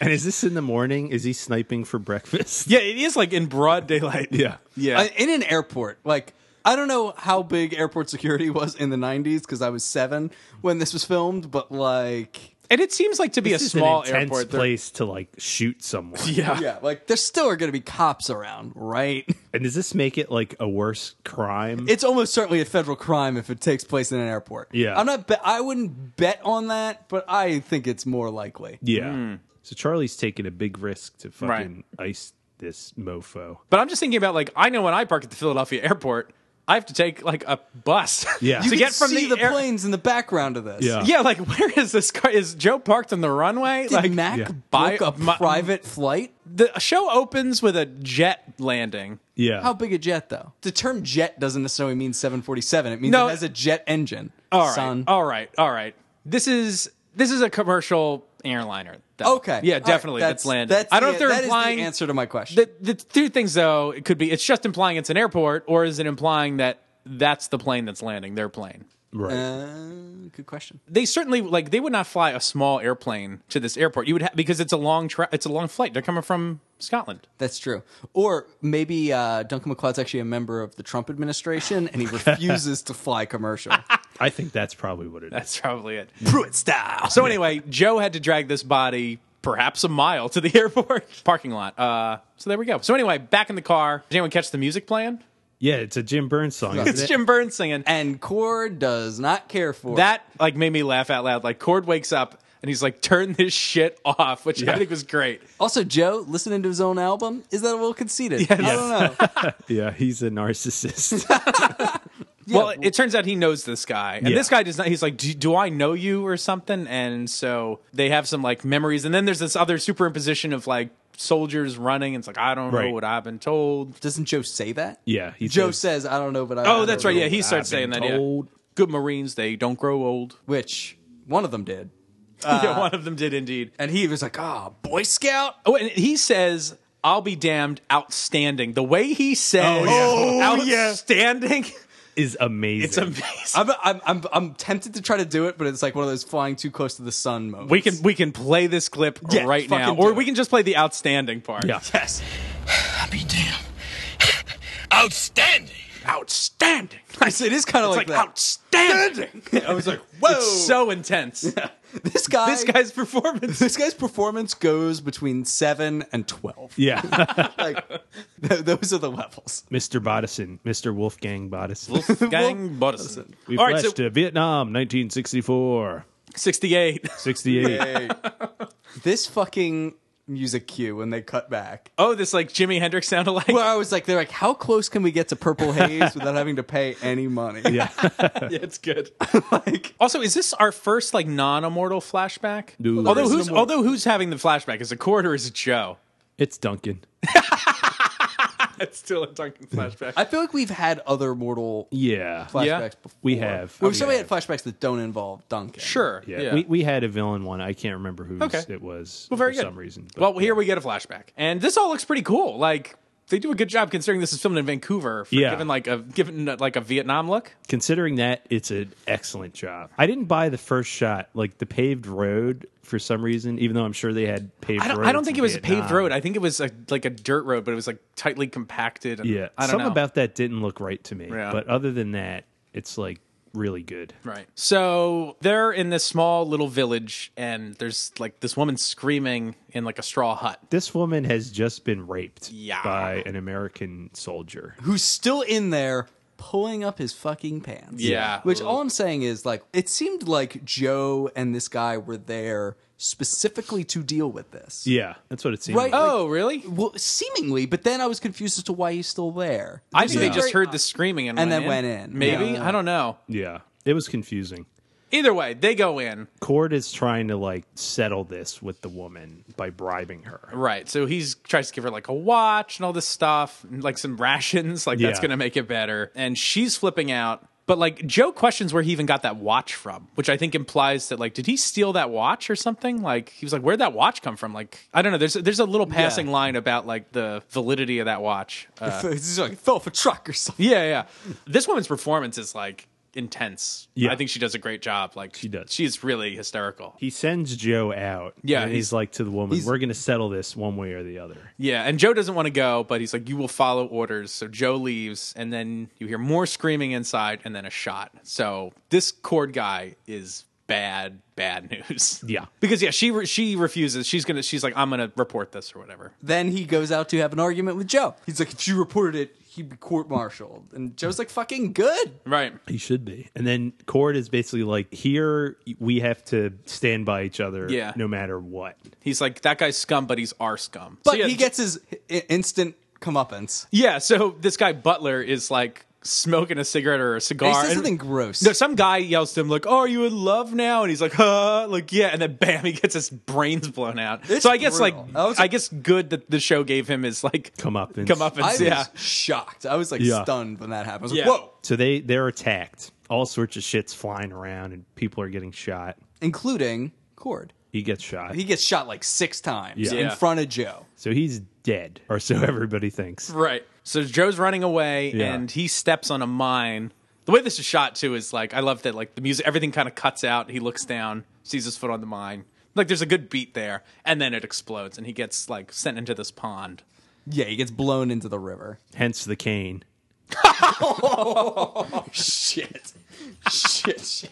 And is this in the morning? Is he sniping for breakfast?
Yeah, it is like in broad daylight.
Yeah.
Yeah.
Uh, in an airport. Like I don't know how big airport security was in the '90s because I was seven when this was filmed, but like,
and it seems like to be
This
a
is
small
an intense
airport. They're-
place to like shoot someone.
Yeah.
yeah, like there still are going to be cops around, right?
And does this make it like a worse crime?
It's almost certainly a federal crime if it takes place in an airport.
Yeah.
I'm not. Be- I wouldn't bet on that, but I think it's more likely.
yeah. So Charlie's taking a big risk to fucking
Hmm. Right.
ice this mofo.
But I'm just thinking about like I know when I park at the Philadelphia airport, I have to take like a bus.
Yeah.
to
You
You
get
can
from
see
the,
the,
air-
planes in the background of this.
Yeah.
Yeah. Like where is this car? Is Joe parked on the runway?
Did
like
Mac
Yeah.
book
Buy-
a
my-
private flight?
the show opens with a jet landing.
Yeah.
How big a jet, though? The term jet doesn't necessarily mean 747. It means
No.
it has a jet engine.
All right. Oh,
son.
All right. All right. This is this is a commercial airliner. though.
Oh, Okay.
Yeah,
All right.
definitely. That's, landing.
That's
I don't
the-
know if
that
they're
is
implying
the answer to my question.
The, the two things though, it could be it's just implying it's an airport, or is it implying that that's the plane that's landing, their plane.
Right.
Uh, good question.
They certainly like they would not fly a small airplane to this airport. You would ha- because it's a long tra- it's a long flight. They're coming from Scotland.
That's true. Or maybe uh, Duncan McLeod's actually a member of the Trump administration and he refuses to fly commercial.
I think that's probably what it is.
That's probably it.
Pruitt style.
So anyway, Joe had to drag this body perhaps a mile to the airport parking lot. Uh, so there we go. So anyway, back in the car. Did anyone catch the music playing?
yeah, it's a Jim Burns song. isn't
It's
it?
Jim Burns singing.
And Cord does not care for
that like made me laugh out loud. Like Cord wakes up and he's like, "Turn this shit off," which I
Yeah.
think was great.
it. Also, Joe listening to his own album is that a little conceited? I don't know.
Yeah, he's a narcissist.
well, it- it turns out he knows this guy, and
Yeah.
this guy does not. He's like, do, "Do I know you or something?" And so they have some like memories, and then there's this other superimposition of like soldiers running. And it's like I don't know
Right.
what I've been told.
Doesn't Joe say that?
yeah, he
Joe
says,
says, "I don't know," but I
Oh,
don't
that's
know."
right. Yeah, he
I've
starts saying
been
that. Yeah.
told.
Good Marines, they don't grow old.
Which one of them did,
yeah, one of them did indeed.
and he was like, "Ah, Boy Scout."
Oh, and he says, "I'll be damned, outstanding." The way he says,
Oh,
outstanding.
is amazing.
It's amazing.
I'm, I'm I'm I'm tempted to try to do it, but it's like one of those flying too close to the sun moments.
We can we can play this clip
Yeah,
right now,
fucking
or
do
we
it.
can just play the outstanding part.
Yeah.
yes.
I'll be damned. Outstanding.
outstanding.
I said, It is kind of
It's
like,
like,
that.
outstanding. I was like, whoa, it's so intense.
this guy.
This guy's performance.
This guy's performance goes between seven and twelve.
yeah,
Like, th- those are the levels.
Mr. Bodison, Mr. Wolfgang Bodison.
Gang Bodison.
we
All right,
flashed
so
to Vietnam, 1964,
68.
68.
this fucking music cue when they cut back.
Oh, this like Jimi Hendrix sound alike.
Where I was like, they're like, how close can we get to Purple Haze without having to pay any money? Yeah.
yeah, it's good.
like,
Also, is this our first like non-immortal flashback?
Dude.
Although
There is
who's although who's having the flashback? Is it Cord or is it Joe?
It's Duncan.
It's still a Duncan
Hmm.
flashback.
I feel like we've had other mortal
Yeah,
flashbacks
Yeah.
before.
we have.
We've certainly had flashbacks that don't involve Duncan.
Oh, sure.
yeah. We, we had a villain one. I can't remember who
Okay.
it was
Well, very
for
good.
some reason. but-
well, here we get a flashback, and this all looks pretty cool. Like they do a good job considering this is filmed in Vancouver. For
Yeah.
Given like a given uh, like a Vietnam look.
considering that it's an excellent job. I didn't buy the first shot, like the paved road, for some reason. Even though I'm sure they had paved.
I don't,
roads
I don't
in
think it was a paved
Vietnam.
road. I think it was a, like a dirt road, but it was like tightly compacted. And
Yeah,
I don't
something
know.
about that didn't look right to me.
Yeah.
But other than that, it's like really good.
Right. So they're in this small little village, and there's like this woman screaming in like a straw hut.
This woman has just been raped
Yeah.
by an American soldier.
Who's still in there pulling up his fucking pants.
Yeah.
Which all I'm saying is, like, it seemed like Joe and this guy were there specifically to deal with this.
Yeah, that's what it seemed.
Right.
Like.
Oh, really?
Well, seemingly, but then I was confused as to why he's still there.
I think
Yeah.
they just heard the screaming and,
And
went
then
in.
went in.
Maybe
Yeah.
I don't know.
Yeah, it was confusing.
Either way, they go in.
Cord is trying to like settle this with the woman by bribing her.
Right. So he's tries to give her like a watch and all this stuff, and, like some rations. Like that's
Yeah.
gonna make it better. And she's flipping out. But like Joe questions where he even got that watch from, which I think implies that like did he steal that watch or something? Like he was like, where'd that watch come from? Like I don't know. There's there's a little passing line about like the validity of that watch. Uh,
He's like, fell off a truck or something.
yeah, yeah. This woman's performance is like intense.
Yeah.
I think she does a great job. Like she
does.
She's really hysterical.
He sends Joe out.
Yeah,
and
he's-
he's like to the woman,
he's-
"We're going to settle this one way or the other."
Yeah, and Joe doesn't want to go, but he's like, "You will follow orders." So Joe leaves, and then you hear more screaming inside, and then a shot. So this cord guy is bad, bad news.
Yeah.
because yeah, she re- she refuses. She's gonna she's like, "I'm gonna report this or whatever."
Then he goes out to have an argument with Joe. He's like, if you reported it, he'd be court martialed. And Joe's like, fucking good.
Right.
He should be. And then Cord is basically like, here we have to stand by each other
Yeah.
no matter what.
He's like, "That guy's scum, but he's our scum." So,
But
yeah,
he gets his i- instant comeuppance.
yeah. So this guy Butler is like smoking a cigarette or a cigar.
He says
and-
something gross.
No, some guy yells to him like, "Oh, are you in love now?" And he's like, "Huh?" Like, yeah. And then bam, he gets his brains blown out.
It's
so I guess
brutal.
like,
That was-
I guess good that the show gave him his like
Come up and
come up
I
and
was
yeah.
shocked. I was like
Yeah.
stunned when that happened. I was
Yeah.
like, whoa.
So they they're attacked. All sorts of shit's flying around and people are getting shot.
Including Cord.
He gets shot.
He gets shot like six times
Yeah.
in
Yeah.
front of Joe.
so he's dead, or so everybody thinks.
Right. So Joe's running away
Yeah.
and he steps on a mine. The way this is shot too is like I love that like the music everything kind of cuts out. He looks down, sees his foot on the mine. Like there's a good beat there, and then it explodes and he gets like sent into this pond.
Yeah, he gets blown into the river.
Hence the cane.
shit. shit, shit.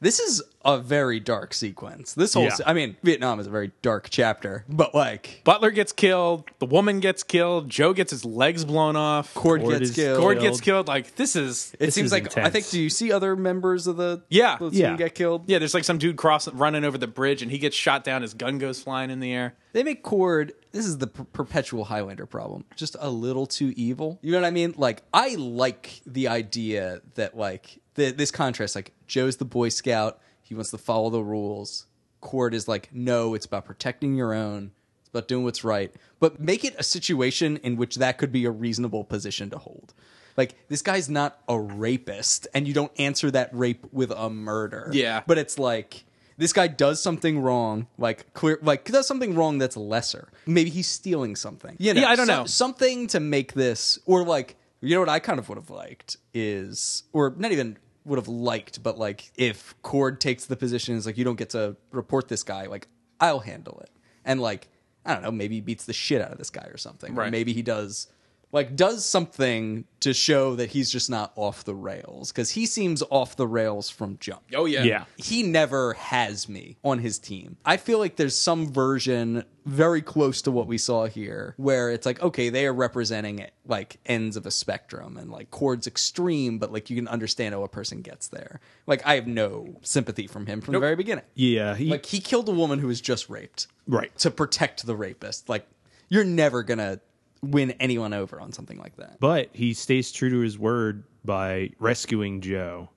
This is a very dark sequence. This whole,
Yeah.
se- I mean, Vietnam is a very dark chapter, but like,
Butler gets killed, the woman gets killed, Joe gets his legs blown off, Cord,
Cord,
Cord
gets
is
killed.
Cord-
gets killed. Like this is
it
This
seems
is
like I think.
intense.
Do you see other members of the
Yeah.
the
Yeah.
team get killed?
yeah, there's like some dude crossing running over the bridge and he gets shot down, his gun goes flying in the air.
They make Cord. This is the per- perpetual Highlander problem. Just a little too evil. You know what I mean? Like I like the idea that like th- this contrast. Like Joe's the Boy Scout. He wants to follow the rules. Cord is like, no, it's about protecting your own. It's about doing what's right. But make it a situation in which that could be a reasonable position to hold. Like this guy's not a rapist, and you don't answer that rape with a murder.
Yeah.
but it's like this guy does something wrong, like clear, like does something wrong that's lesser. Maybe he's stealing something. You know,
Yeah, I don't
so-
know.
something to make this or like you know what I kind of would have liked is or not even would have liked, but like if Cord takes the position is like you don't get to report this guy, like I'll handle it, and like I don't know, maybe he beats the shit out of this guy or something, or
Right.
maybe he does. Like does something to show that he's just not off the rails because he seems off the rails from jump
Oh
Yeah.
he never has me on his team. I feel like there's some version very close to what we saw here where it's like, okay, they are representing like ends of a spectrum and like chords extreme, but like you can understand how a person gets there. Like I have no sympathy from him from the very beginning.
Yeah. He,
Like he killed a woman who was just raped.
Right.
To protect the rapist. Like you're never gonna win anyone over on something like that.
but he stays true to his word by rescuing Joe.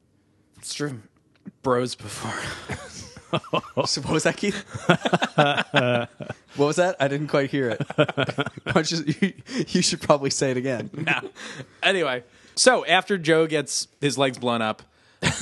It's true. Bros before.
So what was that, Keith? what was that? I didn't quite hear it. Why don't you, you, you should probably say it again.
anyway, so after Joe gets his legs blown up,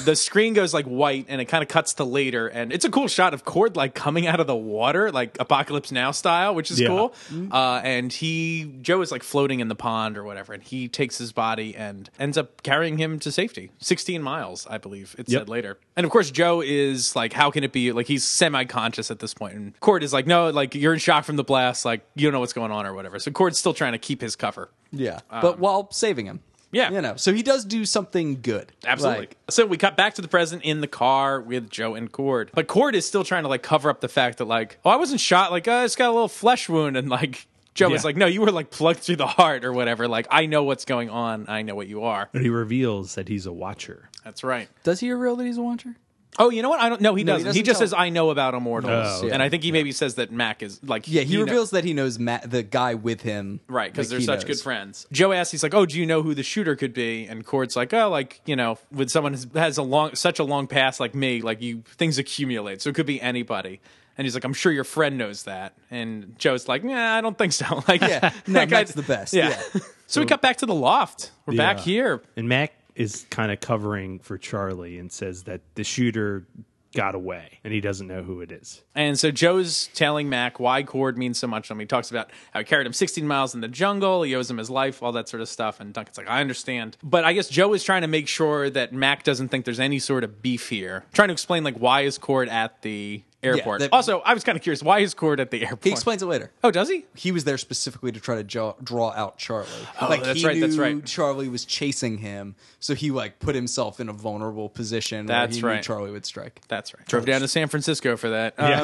the screen goes like white and it kind of cuts to later. And it's a cool shot of Cord like coming out of the water, like Apocalypse Now style, which is
Yeah. Mm-hmm.
cool. Uh, and he, Joe is like floating in the pond or whatever. And he takes his body and ends up carrying him to safety 16 miles, I believe it
Yep.
said later. And of course, Joe is like, how can it be? Like, he's semi conscious at this point. And Cord is like, no, like, you're in shock from the blast. Like, you don't know what's going on or whatever. So Cord's still trying to keep his cover.
Yeah, but while saving him.
Um, Yeah.
you know, so he does do something good.
Absolutely.
Like,
so we cut back to the present in the car with Joe and Cord. But Cord is still trying to like cover up the fact that like, oh, I wasn't shot. Like, uh, I just got a little flesh wound, and like Joe is
Yeah.
like, no, you were like plugged through the heart or whatever. Like, I know what's going on. I know what you are.
But he reveals that he's a watcher.
That's right.
does he reveal that he's a watcher?
Oh, you know what? I don't. No, he
No, he
doesn't. He,
doesn't
just
tell-
says, I know about immortals,
Oh,
and I think he maybe says that Mac is like,
Yeah, he,
kno-
reveals that he knows Matt, the guy with him.
Right, because
Like,
they're
he
such
knows.
good friends. Joe asks, he's like, "Oh, do you know who the shooter could be?" And Cord's like, "Oh, like you know, with someone who has a long, such a long past like me, like you, things accumulate, so it could be anybody." And he's like, "I'm sure your friend knows that." And Joe's like, "Nah, I don't think so." Like,
Yeah, no,
like, I-
Matt's the best. Yeah.
so we cut back to the loft. We're back
Yeah.
here.
And Mac is kind of covering for Charlie and says that the shooter got away and he doesn't know who it is.
And so Joe's telling Mac why Cord means so much to him. He talks about how he carried him 16 miles in the jungle, he owes him his life, all that sort of stuff. And Duncan's like, I understand. But I guess Joe is trying to make sure that Mac doesn't think there's any sort of beef here. Trying to explain, like, why is Cord at the airport?
that-
also, I was kind of curious, why is Cord at the airport?
He explains it later.
Oh, does he?
He was there specifically to try to jo- draw out Charlie. Oh, like
that's
he
right, that's
knew
right.
Charlie was chasing him, so he like put himself in a vulnerable position.
That's
where he knew
right.
Charlie would strike.
That's right. Drove down to San Francisco for that. Uh,
Yeah.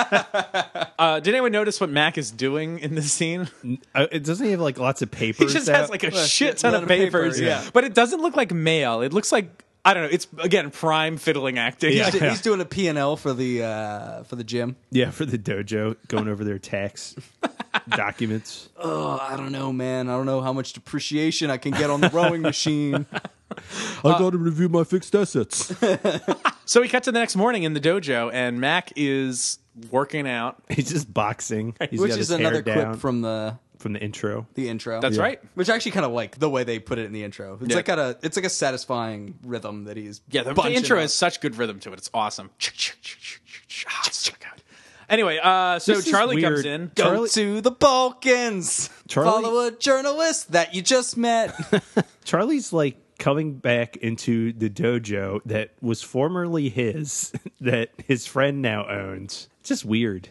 uh, did anyone notice what Mac is doing in this scene?
Uh, it doesn't he have like lots of papers.
He just
out?
has like a
Well,
shit
shit
ton
ton
of
of
papers.
papers, yeah.
But it doesn't look like mail. It looks like I don't know. It's again prime fiddling acting.
Yeah.
He's, he's doing a P&L for the uh, for the gym.
yeah for the dojo going over their tax documents.
Oh, I don't know, man. I don't know how much depreciation I can get on the rowing machine.
I got to review my fixed assets.
So we cut to the next morning in the dojo, and Mac is working out.
He's just boxing. He's
Which
got
is
his hair
another
down
clip from the
from the intro.
the intro.
That's right.
Which I actually kind of like the way they put it in the intro. It's
Yeah.
like got a it's like a satisfying rhythm that he's
Yeah, the, the
bunching
intro
up.
has such good rhythm to it. It's awesome. Ah, it's so good. Anyway, uh, so
This is
Charlie
weird.
comes in.
Go
Charlie-
to the Balkans.
Charlie-
Follow a journalist that you just met.
Charlie's like coming back into the dojo that was formerly his, that his friend now owns. It's just weird.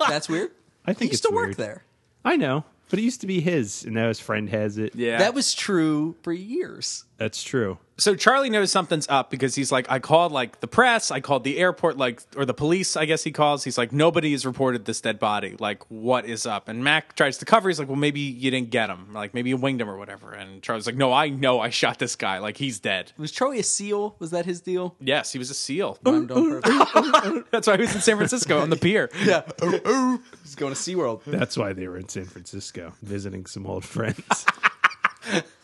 That's weird.
I think
He used
it's
to work
weird.
there.
I know, but it used to be his, and now his friend has it.
Yeah.
That was true for years.
that's true.
so Charlie knows something's up because he's like, I called like the press, I called the airport, like or the police, I guess he calls. He's like, nobody has reported this dead body. Like, what is up? And Mac tries to cover. He's like, well, maybe you didn't get him. Like, maybe you winged him or whatever. And Charlie's like, no, I know I shot this guy. Like, he's dead.
Was Charlie a seal? Was that his deal?
Yes, he was a seal.
Rhymed on purpose.
That's why he was in San Francisco on the pier.
yeah. Oh, oh. He's going to SeaWorld.
That's why they were in San Francisco visiting some old friends.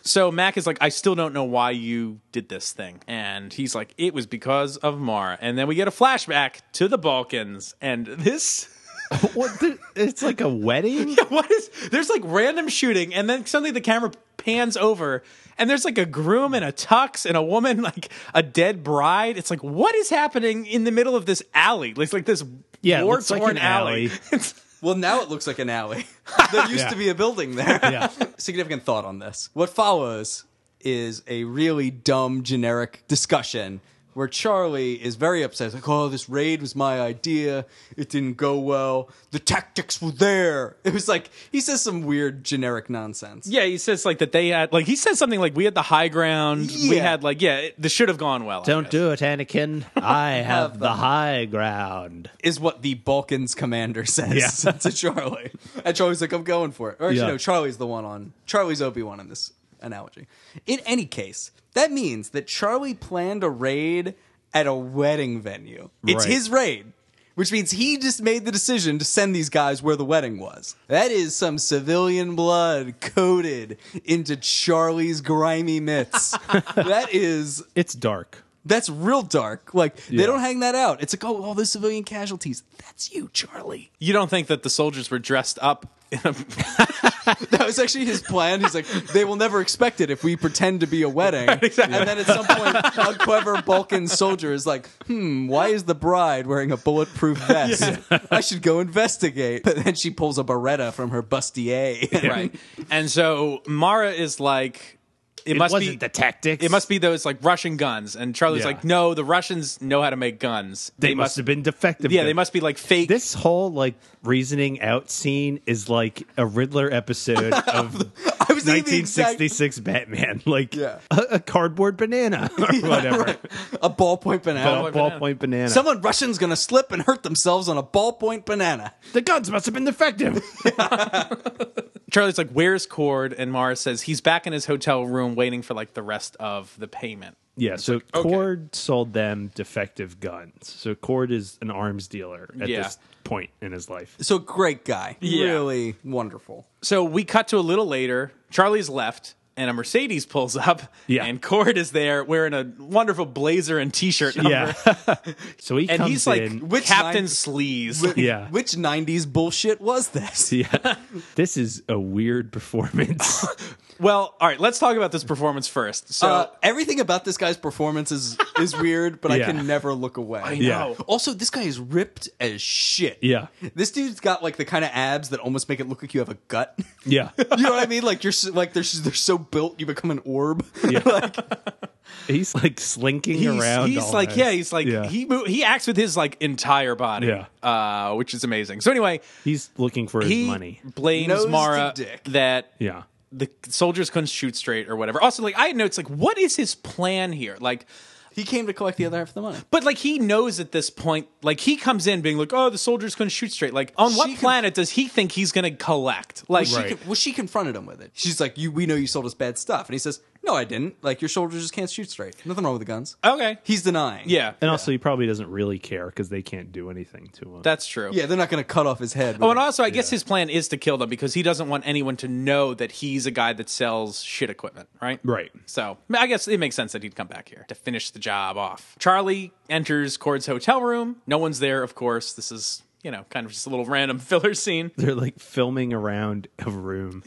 So Mac is like, I still don't know why you did this thing. And he's like, it was because of Mara. And then we get a flashback to the Balkans. And this,
what? The, it's like a wedding.
what is, there's like random shooting. And then suddenly the camera pans over and there's like a groom and a tux and a woman, like a dead bride. It's like, what is happening in the middle of this alley? It's like this
Yeah, it
war
looks like
torn
an
alley.
alley.
It's-
Well, now it looks like an alley. There used
Yeah.
to be a building there.
Yeah.
Significant thought on this. What follows is a really dumb, generic discussion where Charlie is very upset. He's like, oh, this raid was my idea. It didn't go well. The tactics were there. It was like, he says some weird, generic nonsense.
Yeah, he says like that they had like he says something like we had the high ground. We
Yeah.
had like yeah, it, this should have gone well. I
Don't
guess.
do it, Anakin. I have the high ground.
is what the Balkans commander says
Yeah.
to Charlie. And Charlie's like, I'm going for it. Or actually,
Yeah.
no, Charlie's the one on. Charlie's Obi Wan in this analogy. In any case, that means that Charlie planned a raid at a wedding venue. It's
Right.
his raid, which means he just made the decision to send these guys where the wedding was. That is some civilian blood coated into Charlie's grimy mitts. that is
It's dark.
that's real dark. Like
Yeah.
they don't hang that out. It's like oh, all those civilian casualties. That's you, Charlie.
You don't think that the soldiers were dressed up in a
That was actually his plan. He's like, they will never expect it if we pretend to be a wedding. And then at some point, a clever Balkan soldier is like, hmm, why is the bride wearing a bulletproof vest? I should go investigate. But then she pulls a Beretta from her bustier.
right? And so Mara is like it,
It
must
wasn't
be
the tactics.
it must be those like Russian guns. And Charlie's
Yeah.
like, no, the Russians know how to make guns.
They must have been defective.
yeah, they must be like fake.
This whole like reasoning out scene is like a Riddler episode of
I was thinking the exact-
1966 Batman, like
Yeah.
a, a cardboard banana or whatever,
a ballpoint banana.
Ball- ballpoint banana.
Someone Russian's gonna slip and hurt themselves on a ballpoint banana.
the guns must have been defective.
Charlie's like, where's Cord? And Mara says he's back in his hotel room waiting for like the rest of the payment.
yeah, so Cord sold them defective guns. So Cord is an arms dealer at
Yeah.
this point in his life.
So great guy.
Yeah.
Really wonderful.
So we cut to a little later. Charlie's left, and a Mercedes pulls up.
Yeah.
And Cord is there wearing a wonderful blazer and t-shirt. Number.
Yeah. so he
And
comes
he's like
in.
Which
Captain
line-
Sleaze.
Wh-
Yeah.
Which 90s bullshit was this?
yeah, this is a weird performance.
well, all right, let's talk about this performance first. So
Uh, everything about this guy's performance is, is weird, but I
Yeah.
can never look away. I
know.
Yeah.
Also, this guy is ripped as shit.
Yeah.
This dude's got like the kind of abs that almost make it look like you have a gut.
yeah,
you know what I mean? Like you're s- like they're s- they're so built you become an orb.
he's like slinking
he's,
around.
he's like, yeah, he's like
Yeah.
he mo- he acts with his like entire body.
Yeah.
Uh, which is amazing. So anyway,
he's looking for his
he
money.
blames
Nose to
Mara
dick.
that
Yeah.
the soldiers couldn't shoot straight or whatever. Also, like I had notes like what is his plan here? Like
he came to collect the other half of the money.
But like he knows at this point, like he comes in being like, "Oh, the soldiers couldn't shoot straight." Like, on what
She can-
planet does he think he's going to collect? Like,
She con- well, she confronted him with it. She's like, "You, we know you sold us bad stuff," and he says, "No, I didn't. Like your shoulders just can't shoot straight. Nothing wrong with the guns."
okay,
He's denying.
Uh, yeah,
And also, he probably doesn't really care because they can't do anything to him.
that's true.
yeah. They're not going to cut off his head.
Oh, and also, I guess his plan is to kill them because he doesn't want anyone to know that he's a guy that sells shit equipment, right?
Right.
So I mean, I guess it makes sense that he'd come back here to finish the job off. Charlie enters Cord's hotel room. No one's there, of course. This is you know, kind of just a little random filler scene.
They're like filming around a room.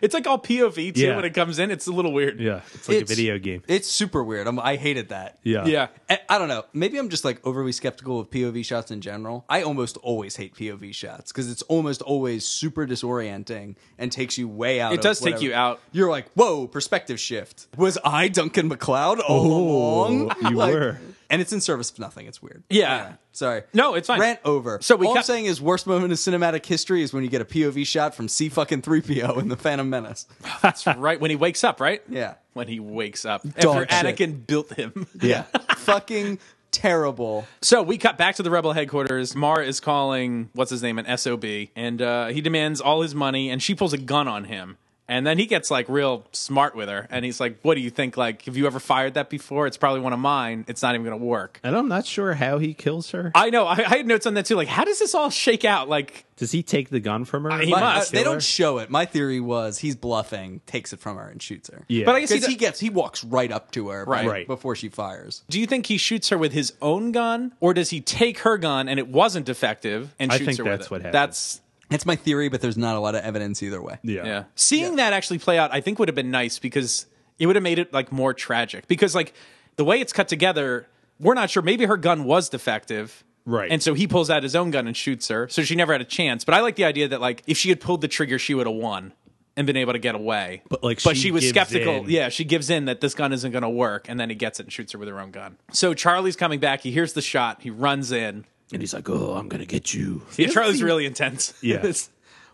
It's like all POV too
Yeah.
when it comes in. It's a little weird.
Yeah, it's like
It's-
a video game.
It's super weird. I'm, I hated that.
Yeah,
Yeah.
I, I don't know. Maybe I'm just like overly skeptical of POV shots in general. I almost always hate POV shots because it's almost always super disorienting and takes you way out.
It
of
does take
whatever-
you out.
You're like, whoa, perspective shift. Was I Duncan McLeod all along?
Oh, you
Like-
were.
And it's in service of nothing. It's weird.
Yeah.
Sorry.
No, it's fine.
Rant over.
So we
all I'm
ca-
saying is worst moment in cinematic history is when you get a POV shot from C fucking three PO in the Phantom Menace.
That's right. When he wakes up, right?
Yeah.
When he wakes up.
Dog
after
shit.
Anakin built him.
Yeah. fucking terrible.
So we cut back to the rebel headquarters. Mar is calling what's his name an SOB, and uh, he demands all his money, and she pulls a gun on him. And then he gets like real smart with her, and he's like, "What do you think? Like, have you ever fired that before? It's probably one of mine. It's not even gonna work."
and I'm not sure how he kills her.
I know. I, I had notes on that too. Like, how does this all shake out? Like,
Does he take the gun from her?
Uh, he
and
My-
must.
kill
They
her?
don't show it. My theory was he's bluffing, takes it from her, and shoots her.
Yeah.
but I guess he,
Because he
do-
gets, he walks right up to her
Right.
Right.
before she fires.
do you think he shoots her with his own gun, or does he take her gun and it wasn't effective and
I
shoots
think
her
that's
with
what
it?
happened.
That's
That's my theory, but there's not a lot of evidence either way.
Yeah.
Yeah. Seeing that actually play out, I think would have been nice because it would have made it like more tragic. Because like the way it's cut together, we're not sure. Maybe her gun was defective.
Right.
And so he pulls out his own gun and shoots her. So she never had a chance. But I like the idea that like if she had pulled the trigger, she would have won and been able to get away.
But, like,
But
she
she, was
gives
skeptical.
in.
Yeah, she gives in that this gun isn't gonna work, and then he gets it and shoots her with her own gun. So Charlie's coming back, he hears the shot, he runs in.
And he's like, "Oh, I'm gonna get you."
Yeah, Charlie's really intense.
Yeah.
It's,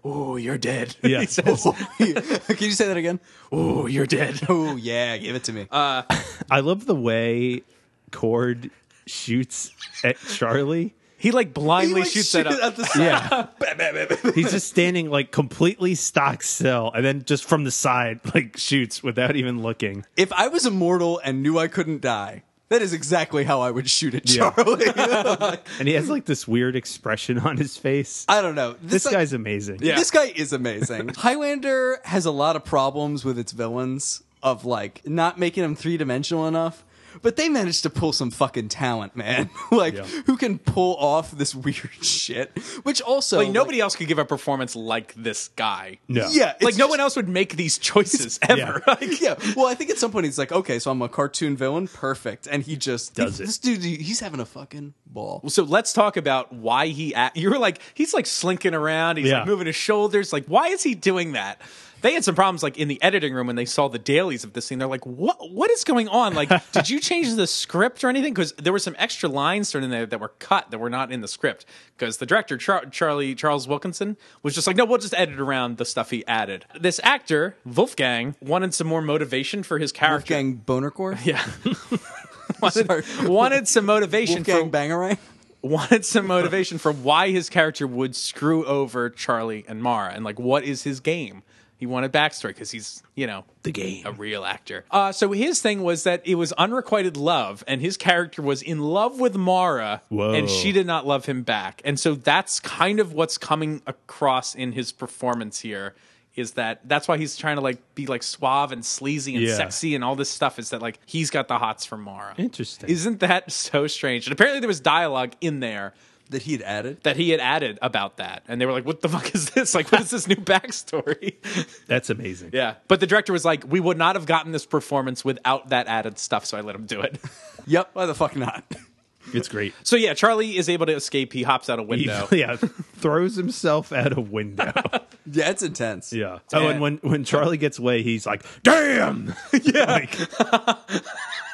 Oh, you're dead.
Yeah.
he says,
Can you say that again?
Oh, you're dead.
Oh, yeah, give it to me.
I love the way Cord shoots at Charlie.
He like blindly
like,
shoots
shoot
that up.
at the side.
He's just standing like completely stock still, and then just from the side, like shoots without even looking.
If I was immortal and knew I couldn't die, that is exactly how I would shoot at
Yeah.
Charlie.
And he has like this weird expression on his face.
I don't know.
this
like-
guy's amazing.
Uh, Yeah.
This guy is amazing. Highlander has a lot of problems with its villains of like not making them three dimensional enough. But they managed to pull some fucking talent, man. like
Yeah.
who can pull off this weird shit? Which also
Like nobody else could give a performance like this guy.
No.
Yeah,
Like no one else would make these choices ever. Like,
yeah. Well, I think at some point he's like, okay, so I'm a cartoon villain, perfect, and he just
Does it.
This dude, he- he's having a fucking ball.
So let's talk about why he. Act- you were like he's like slinking around. He's
Yeah.
like moving his shoulders. Like why is he doing that? They had some problems like in the editing room when they saw the dailies of this scene. They're like, what What is going on? Like, did you change the script or anything? Because there were some extra lines thrown in there that were cut that were not in the script. Because the director Char- Charlie Charles Wilkinson was just like, no, we'll just edit around the stuff he added. This actor Wolfgang wanted some more motivation for his character.
Wolfgang Bonercore,
Yeah. wanted,
Sorry.
wanted some motivation
Wolfgang
for
Bangarang.
wanted some motivation for why his character would screw over Charlie and Mara and like what is his game. He wanted backstory because he's, you know,
The game.
a real actor. Uh, so his thing was that it was unrequited love, and his character was in love with Mara,
Whoa.
and she did not love him back. And so that's kind of what's coming across in his performance here. Is that that's why he's trying to like be like suave and sleazy and
Yeah.
sexy and all this stuff is that like he's got the hots for Mara.
Interesting.
Isn't that so strange? And apparently there was dialogue in there
That he had added.
that he had added about that. And they were like, what the fuck is this? Like, what is this new backstory?
That's amazing.
yeah. But the director was like, we would not have gotten this performance without that added stuff. So I let him do it.
Yep. Why the fuck not?
It's great.
So yeah, Charlie is able to escape. He hops out a
He,
window.
yeah, throws himself out a window.
Yeah, it's intense.
Yeah. Oh, and when when Charlie gets away, he's like, "Damn!" yeah. Like,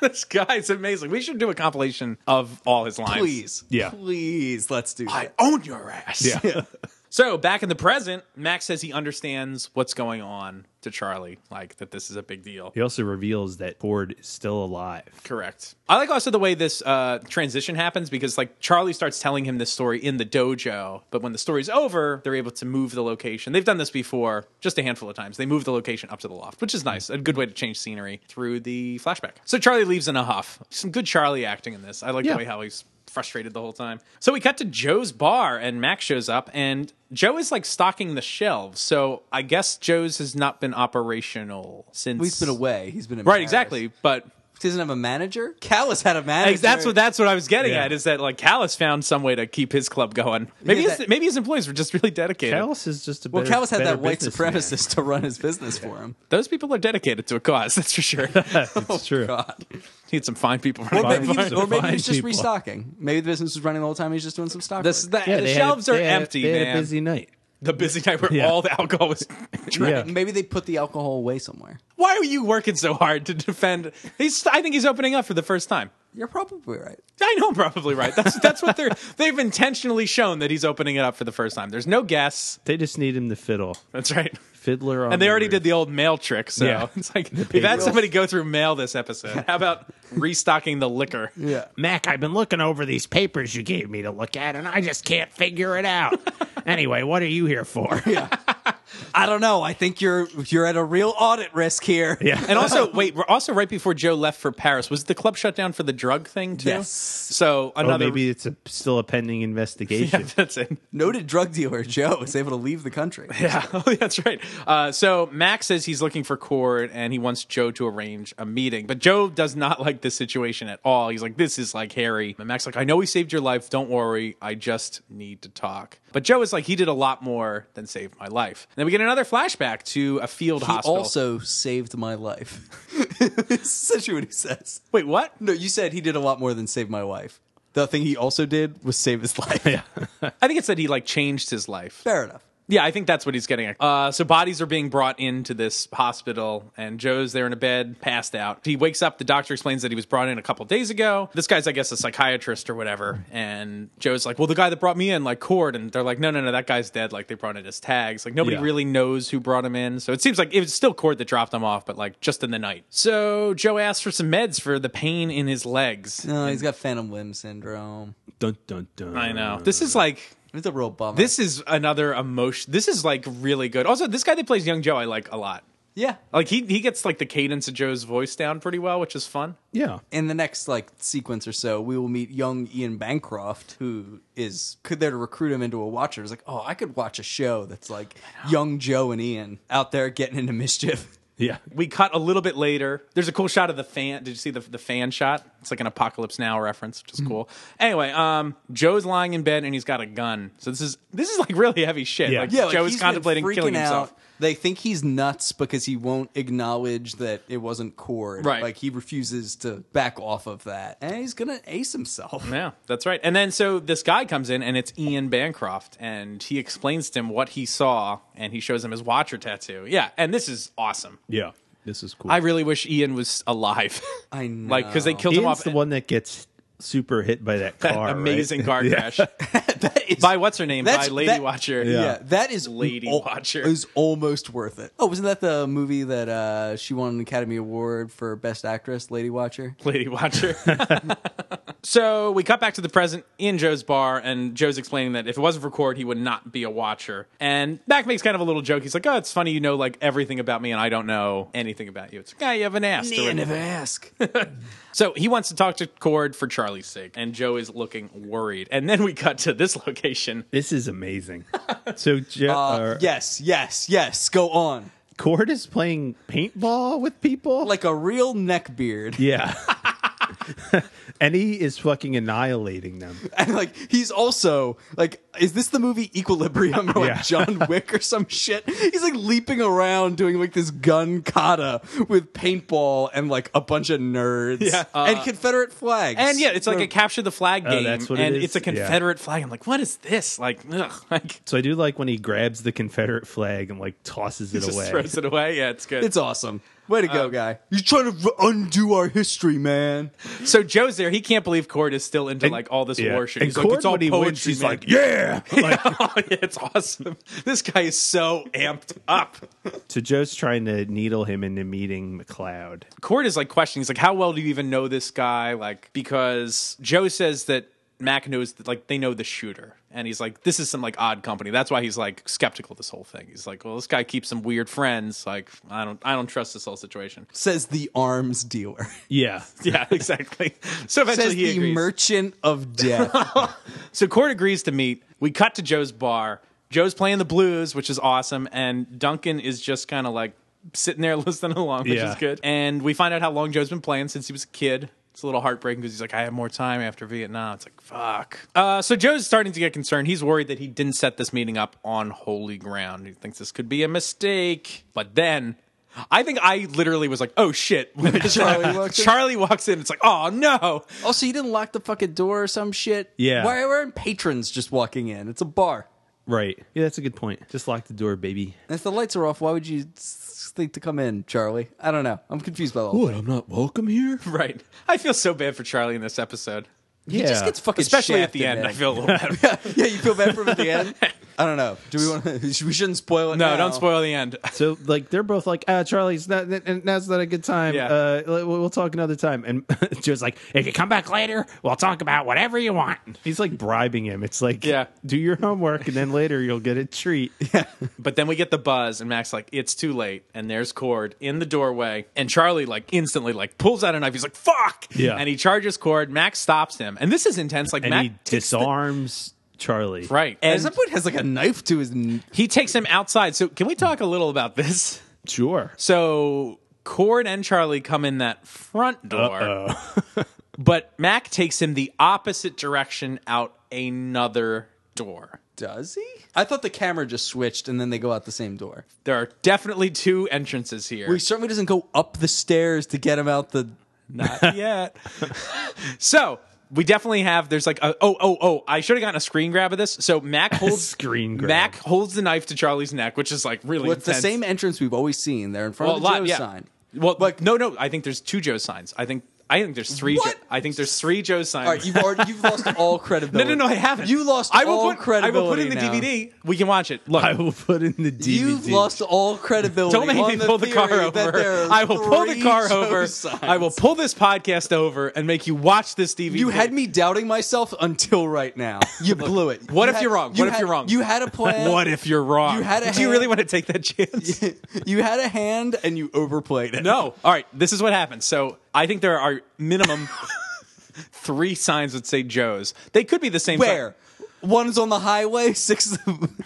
this guy's amazing. We should do a compilation of all his lines.
Please,
Yeah.
please, let's do that.
own your ass.
Yeah.
So back in the present, Max says he understands what's going on to Charlie, like that this is a big deal.
he also reveals that Ford is still alive.
Correct. I like also the way this uh, transition happens because like Charlie starts telling him this story in the dojo, but when the story's over, they're able to move the location. They've done this before, just a handful of times. They move the location up to the loft, which is nice, a good way to change scenery through the flashback. So Charlie leaves in a huff. Some good Charlie acting in this. I like
Yeah.
the way how he's frustrated the whole time. So we cut to Joe's bar and Max shows up and Joe is like stocking the shelves. So I guess Joe's has not been operational since
He's been away. He's been in
Right,
Paris.
exactly. But
He doesn't have a manager. Callus had a manager.
Like, that's what that's what I was getting
Yeah.
at is that like Callis found some way to keep his club going. Maybe
Yeah,
his,
that-
maybe his employees were just really dedicated.
Callus is just a
Well,
better,
Callus had
better
that white
businessman.
supremacist to run his business for him.
Those people are dedicated to a cause. That's for sure.
It's true.
God.
Need some fine people.
Or
running
maybe, he
around.
was, or maybe he
Fine
was just
people.
restocking. Maybe the business was running the whole time. He's just doing some stock.
This-
work.
the
Yeah,
the
they had a-
shelves are
they had a-
empty,
they
man.
Had a busy night.
The busy night where
Yeah.
all the alcohol was. drank.
Yeah.
Maybe they put the alcohol away somewhere.
Why are you working so hard to defend? He's. I think he's opening up for the first time.
You're probably right.
I know I'm probably right. That's that's what they're they've intentionally shown that he's opening it up for the first time. There's no guess.
They just need him to fiddle.
That's right.
Fiddler on
And they already
roof.
did the old mail trick, so
Yeah.
it's like we've had somebody go through mail this episode. How about restocking the liquor?
Yeah.
Mac, I've been looking over these papers you gave me to look at, and I just can't figure it out. anyway, what are you here for?
I don't know. I think you're you're at a real audit risk here. Yeah.
And also, wait, we're also right before Joe left for Paris, was the club shut down for the drug thing too?
Yes.
So
Oh,
another
maybe it's a, still a pending
yeah,
investigation.
that's it.
Noted drug dealer Joe is able to leave the country.
Yeah, oh, that's right. Uh, so Max says he's looking for Cord and he wants Joe to arrange a meeting, but Joe does not like this situation at all. He's like, "This is like Harry." And Max like, "I know he saved your life. Don't worry. I just need to talk." But Joe is like, "He did a lot more than save my life." And then we get another flashback to a field
He
hospital.
also saved my life. Essentially what he says.
wait, what?
No, you said he did a lot more than save my wife. The thing he also did was save his life. Yeah.
I think it said he like changed his life.
Fair enough.
Yeah, I think that's what he's getting at. Uh, so bodies are being brought into this hospital, and Joe's there in a bed, passed out. He wakes up. The doctor explains that he was brought in a couple days ago. This guy's, I guess, a psychiatrist or whatever. And Joe's like, "Well, the guy that brought me in, like Cord," and they're like, "No, no, no, that guy's dead. Like they brought in his tags. Like nobody
Yeah.
really knows who brought him in. So it seems like it was still Cord that dropped him off, but like just in the night. So Joe asks for some meds for the pain in his legs.
No, he's got phantom limb syndrome.
dun dun dun.
I know this is like
It's a real bummer.
This is another emotion. This is like really good. Also, this guy that plays Young Joe, I like a lot.
yeah.
Like he he gets like the cadence of Joe's voice down pretty well, which is fun.
Yeah.
in the next like sequence or so, we will meet young Ian Bancroft, who is could there to recruit him into a watcher. It's like, oh, I could watch a show that's like young Joe and Ian out there getting into mischief.
Yeah.
We cut a little bit later. There's a cool shot of the fan. Did you see the the fan shot? It's like an Apocalypse Now reference, which is cool. Anyway, um, Joe's lying in bed and he's got a gun. So this is this is like really heavy shit.
Yeah.
Like
Yeah,
like,
Joe is
he's been
contemplating killing
freaking
himself.
out. They think he's nuts because he won't acknowledge that it wasn't Cord.
Right.
Like he refuses to back off of that, and he's gonna ace himself.
Yeah, that's right. And then so this guy comes in and it's Ian Bancroft and he explains to him what he saw and he shows him his watcher tattoo. Yeah, and this is awesome.
Yeah. This is cool.
I really wish Ian was alive.
I know.
like because they killed him
Ian's
off.
the one that gets super hit by that
that
car. right?
amazing car
Yeah.
crash by what's her name? By
That's-
Lady
that-
Watcher.
Yeah, that is
Lady
al-
Watcher.
is almost worth it. Oh, wasn't that the movie that uh, she won an Academy Award for Best Actress, Lady Watcher?
Lady Watcher. so we cut back to the present in Joe's bar, and Joe's explaining that if it wasn't for Cord, he would not be a Watcher. And Mac makes kind of a little joke. He's like, "Oh, it's funny, you know, like everything about me, and I don't know anything about you." It's like, "Yeah, you have an ass." or whatever.
ask. Uh,
So he wants to talk to Cord for Charlie's sake, and Joe is looking worried. And then we cut to this location.
This is amazing. So Je- uh,
yes, yes, yes. Go on.
Cord is playing paintball with people.
Like a real neck beard.
yeah. and he is fucking annihilating them.
And like he's also like is this the movie Equilibrium or like
Yeah.
John Wick or some shit? He's like leaping around doing like this gun kata with paintball and like a bunch of nerds.
Yeah.
and Confederate flags.
And yeah, it's like
They're-
a capture the flag game,
Oh, that's what it
and
is?
it's a
Yeah.
Confederate flag. I'm like, what is this? Like, ugh, like
So I do like when he grabs the Confederate flag and like tosses it
just
away.
throws it away. Yeah, it's good.
It's awesome. Way to
Um,
go, guy. You're trying to r- undo our history, man.
so Joe's there. He can't believe Cord is still into like all this
yeah.
war shit.
And
He's like,
Cord,
it's all
when he
poetry,
wins, he's
man."
like, yeah.
Oh, yeah, it's awesome. This guy is so amped up.
So Joe's trying to needle him into meeting McLeod.
Cord is like questioning. He's like, how well do you even know this guy? Like, because Joe says that Mac knows that like they know the shooter. And he's like, this is some like odd company. That's why he's like skeptical of this whole thing. He's like, well, this guy keeps some weird friends. Like, I don't, I don't trust this whole situation.
Says the arms dealer.
Yeah.
Yeah, exactly. So eventually
Says
he
the
agrees.
merchant of death.
So Court agrees to meet. We cut to Joe's bar. Joe's playing the blues, which is awesome, and Duncan is just kind of like sitting there listening along, which
Yeah.
is good. And we find out how long Joe's been playing since he was a kid. It's a little heartbreaking because he's like, I have more time after Vietnam. It's like, fuck. Uh, so Joe's starting to get concerned. He's worried that he didn't set this meeting up on holy ground. He thinks this could be a mistake. But then I think I literally was like, oh shit. When
Charlie walks in?
Charlie walks in. It's like, oh no.
Also, you didn't lock the fucking door or some shit.
Yeah.
Why aren't patrons just walking in? It's a bar.
Right. Yeah, that's a good point. Just lock the door, baby.
And if the lights are off, why would you s- think to come in, Charlie? I don't know. I'm confused by the whole thing.
I'm not welcome here?
Right. I feel so bad for Charlie in this episode.
Yeah.
He just gets fucking
Especially at the end.
shafted,
I feel a little bad.
man. yeah, you feel bad for him at the end. I don't know. Do we want? to? We shouldn't spoil it.
No,
now.
don't spoil the end.
so like they're both like, uh, Charlie's not, and now's not a good time.
Yeah.
Uh, we'll we'll talk another time. And
She was like, if you come back later, we'll talk about whatever you want.
he's like bribing him. It's like,
Yeah.
do your homework, and then later you'll get a treat.
But then we get the buzz, and Max like, it's too late. And there's Cord in the doorway, and Charlie like instantly like pulls out a knife. He's like, "Fuck!"
Yeah.
And he charges Cord. Max stops him, and this is intense. Like
and
Max
he disarms Charlie.
right,
At
and
some point, has like a knife to his. N-
he takes him outside. So can we talk a little about this?
Sure.
So Cord and Charlie come in that front door, but Mac takes him the opposite direction out another door.
Does he? I thought the camera just switched and then they go out the same door.
There are definitely two entrances here.
He certainly doesn't go up the stairs to get him out the.
not yet. so we definitely have. There's like a, oh oh oh. I should have gotten a screen grab of this. So Mac holds
Screen grab.
Mac holds the knife to Charlie's neck, which is like really
Well, it's the
intense.
same entrance we've always seen. They're in front
Well,
of
a
the
lot,
Joe
yeah.
sign.
Well, like no no. I think there's two Joe signs. I think I think there's three.
What?
Joe, I think there's three Joe signs.
All right, you've already, you've lost all
no
credibility.
no no. I haven't.
You lost
I will
all
put,
credibility.
I will put in the
now.
DVD. We can watch it. Look.
I will put in the DVD.
You've lost all credibility.
don't make
on
me pull the car
theory that there
over.
are
I will pull the
three
car
Joe
over.
signs.
I will pull this podcast over and make you watch this DVD.
You had me doubting myself until right now. You blew it.
what
You
if
had-
you're wrong?
you
What if
had-
you're wrong?
You had a plan.
What if you're wrong?
You had a
Do you really
hand-
want to take that chance?
you had a hand and you overplayed it?
no. All right. This is what happens. So I think there are minimum three signs that say Joe's. They could be the same.
Where? One's on the highway, six
sign.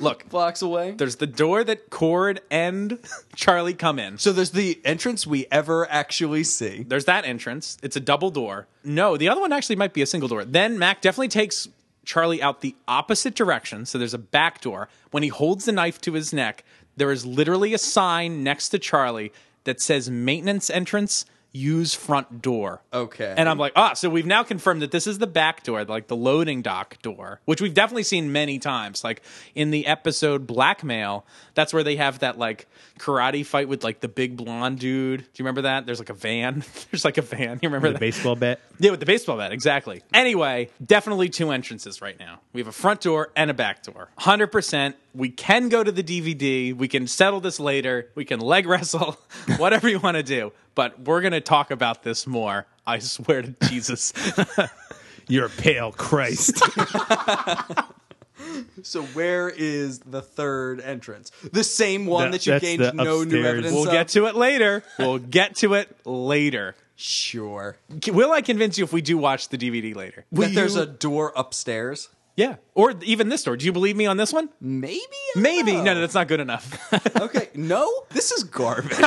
Look.
blocks away.
There's the door that Cord and Charlie come in. So
So there's the entrance we ever actually see.
there's that entrance. It's a double door. No, the other one actually might be a single door. Then Mac definitely takes Charlie out the opposite direction. So there's a back door. When he holds the knife to his neck, there is literally a sign next to Charlie that says maintenance entrance, use front door.
Okay.
And I'm like, ah, so we've now confirmed that this is the back door, like the loading dock door, which we've definitely seen many times. Like in the episode Blackmail, that's where they have that like karate fight with like the big blonde dude. Do you remember that? There's like a van. There's like a van. You remember
the
that?
baseball bat.
yeah, with the baseball bat, exactly. Anyway, definitely two entrances right now. We have a front door and a back door. 100%. We can go to the DVD. We can settle this later. We can leg wrestle, whatever you want to do. But we're going to talk about this more. I swear to Jesus.
You're a pale Christ.
So where is the third entrance? The same one
That-
that, you
that's
gained
the
no new
upstairs.
evidence
We'll
of?
get to it later. We'll get to it later.
sure.
Will I convince you if we do watch the DVD later?
that there's a door upstairs?
Yeah. Or even this door. Do you believe me on this one?
Maybe? I don't
Maybe. No,
know.
no, that's not good enough.
Okay, no? This is garbage.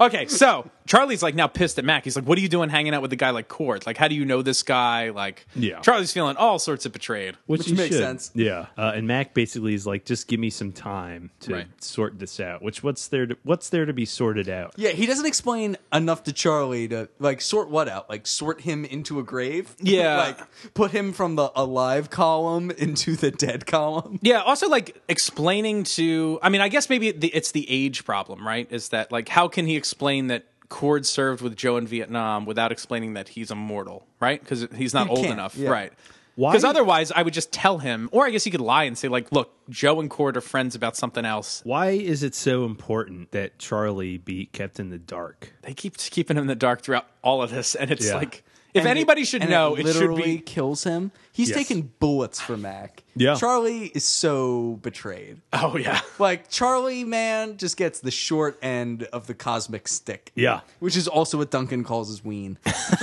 Okay, so Charlie's like now pissed at Mac. He's like, "What are you doing hanging out with a guy like Cord? Like, how do you know this guy?" Like,
Yeah.
Charlie's feeling all sorts of betrayed.
Which
you
makes sense.
Yeah, uh, and Mac basically is like, just give me some time to
Right.
sort this out. Which what's there? To, what's there to be sorted out?
yeah, he doesn't explain enough to Charlie to like sort what out? Like sort him into a grave?
Yeah.
like put him from the alive column into the dead column?
Yeah. Also, like explaining to, I mean, I guess maybe the, it's the age problem, right? Is that like how can he explain that Cord served with Joe in Vietnam without explaining that he's immortal, right? Because he's not
You
old
can't,
enough,
yeah.
right?
Why-
Because otherwise, I would just tell him, or I guess he could lie and say like, "Look, Joe and Cord are friends about something else."
Why is it so important that Charlie be kept in the dark?
They keep keeping him in the dark throughout all of this, and it's
Yeah.
like. If
And
anybody
it-
should
and
know,
it
it should
literally
be
kills him. He's
Yes.
taken bullets for Mac.
Yeah.
Charlie is so betrayed.
Oh yeah.
Like Charlie, man, just gets the short end of the cosmic stick.
Yeah.
Which is also what Duncan calls his ween.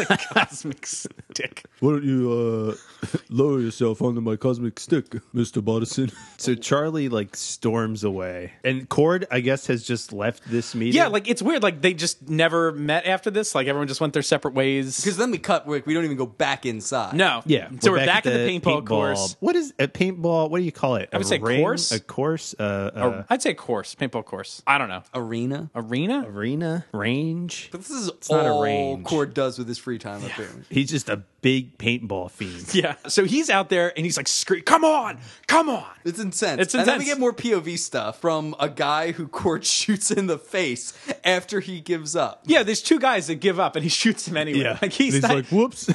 Cosmic stick.
Why don't you uh, lower yourself onto my cosmic stick, Mr. Bodison? So Charlie like storms away. And Cord, I guess, has just left this meeting.
Yeah, like it's weird. Like they just never met after this. Like everyone just went their separate ways.
Because then we cut Rick. We don't even go back inside.
No.
Yeah.
So
we're
we're, back, at the, paintball, course.
What is a paintball? What do you call it? I
would say course?
A course? Uh, uh,
Or- I'd say course, paintball course. I don't know.
Arena.
Arena?
arena? Range?
But this is
not a
all
range.
Cord does with his free time, apparently.
He's just a big paintball fiend.
Yeah. So he's out there and he's like, scream, come on, come on.
It's intense.
It's
And then we
intense.
get more POV stuff from a guy who Cord shoots in the face after he gives up.
Yeah, there's two guys that give up and he shoots them anyway. Like he's,
And
not-
like, whoops.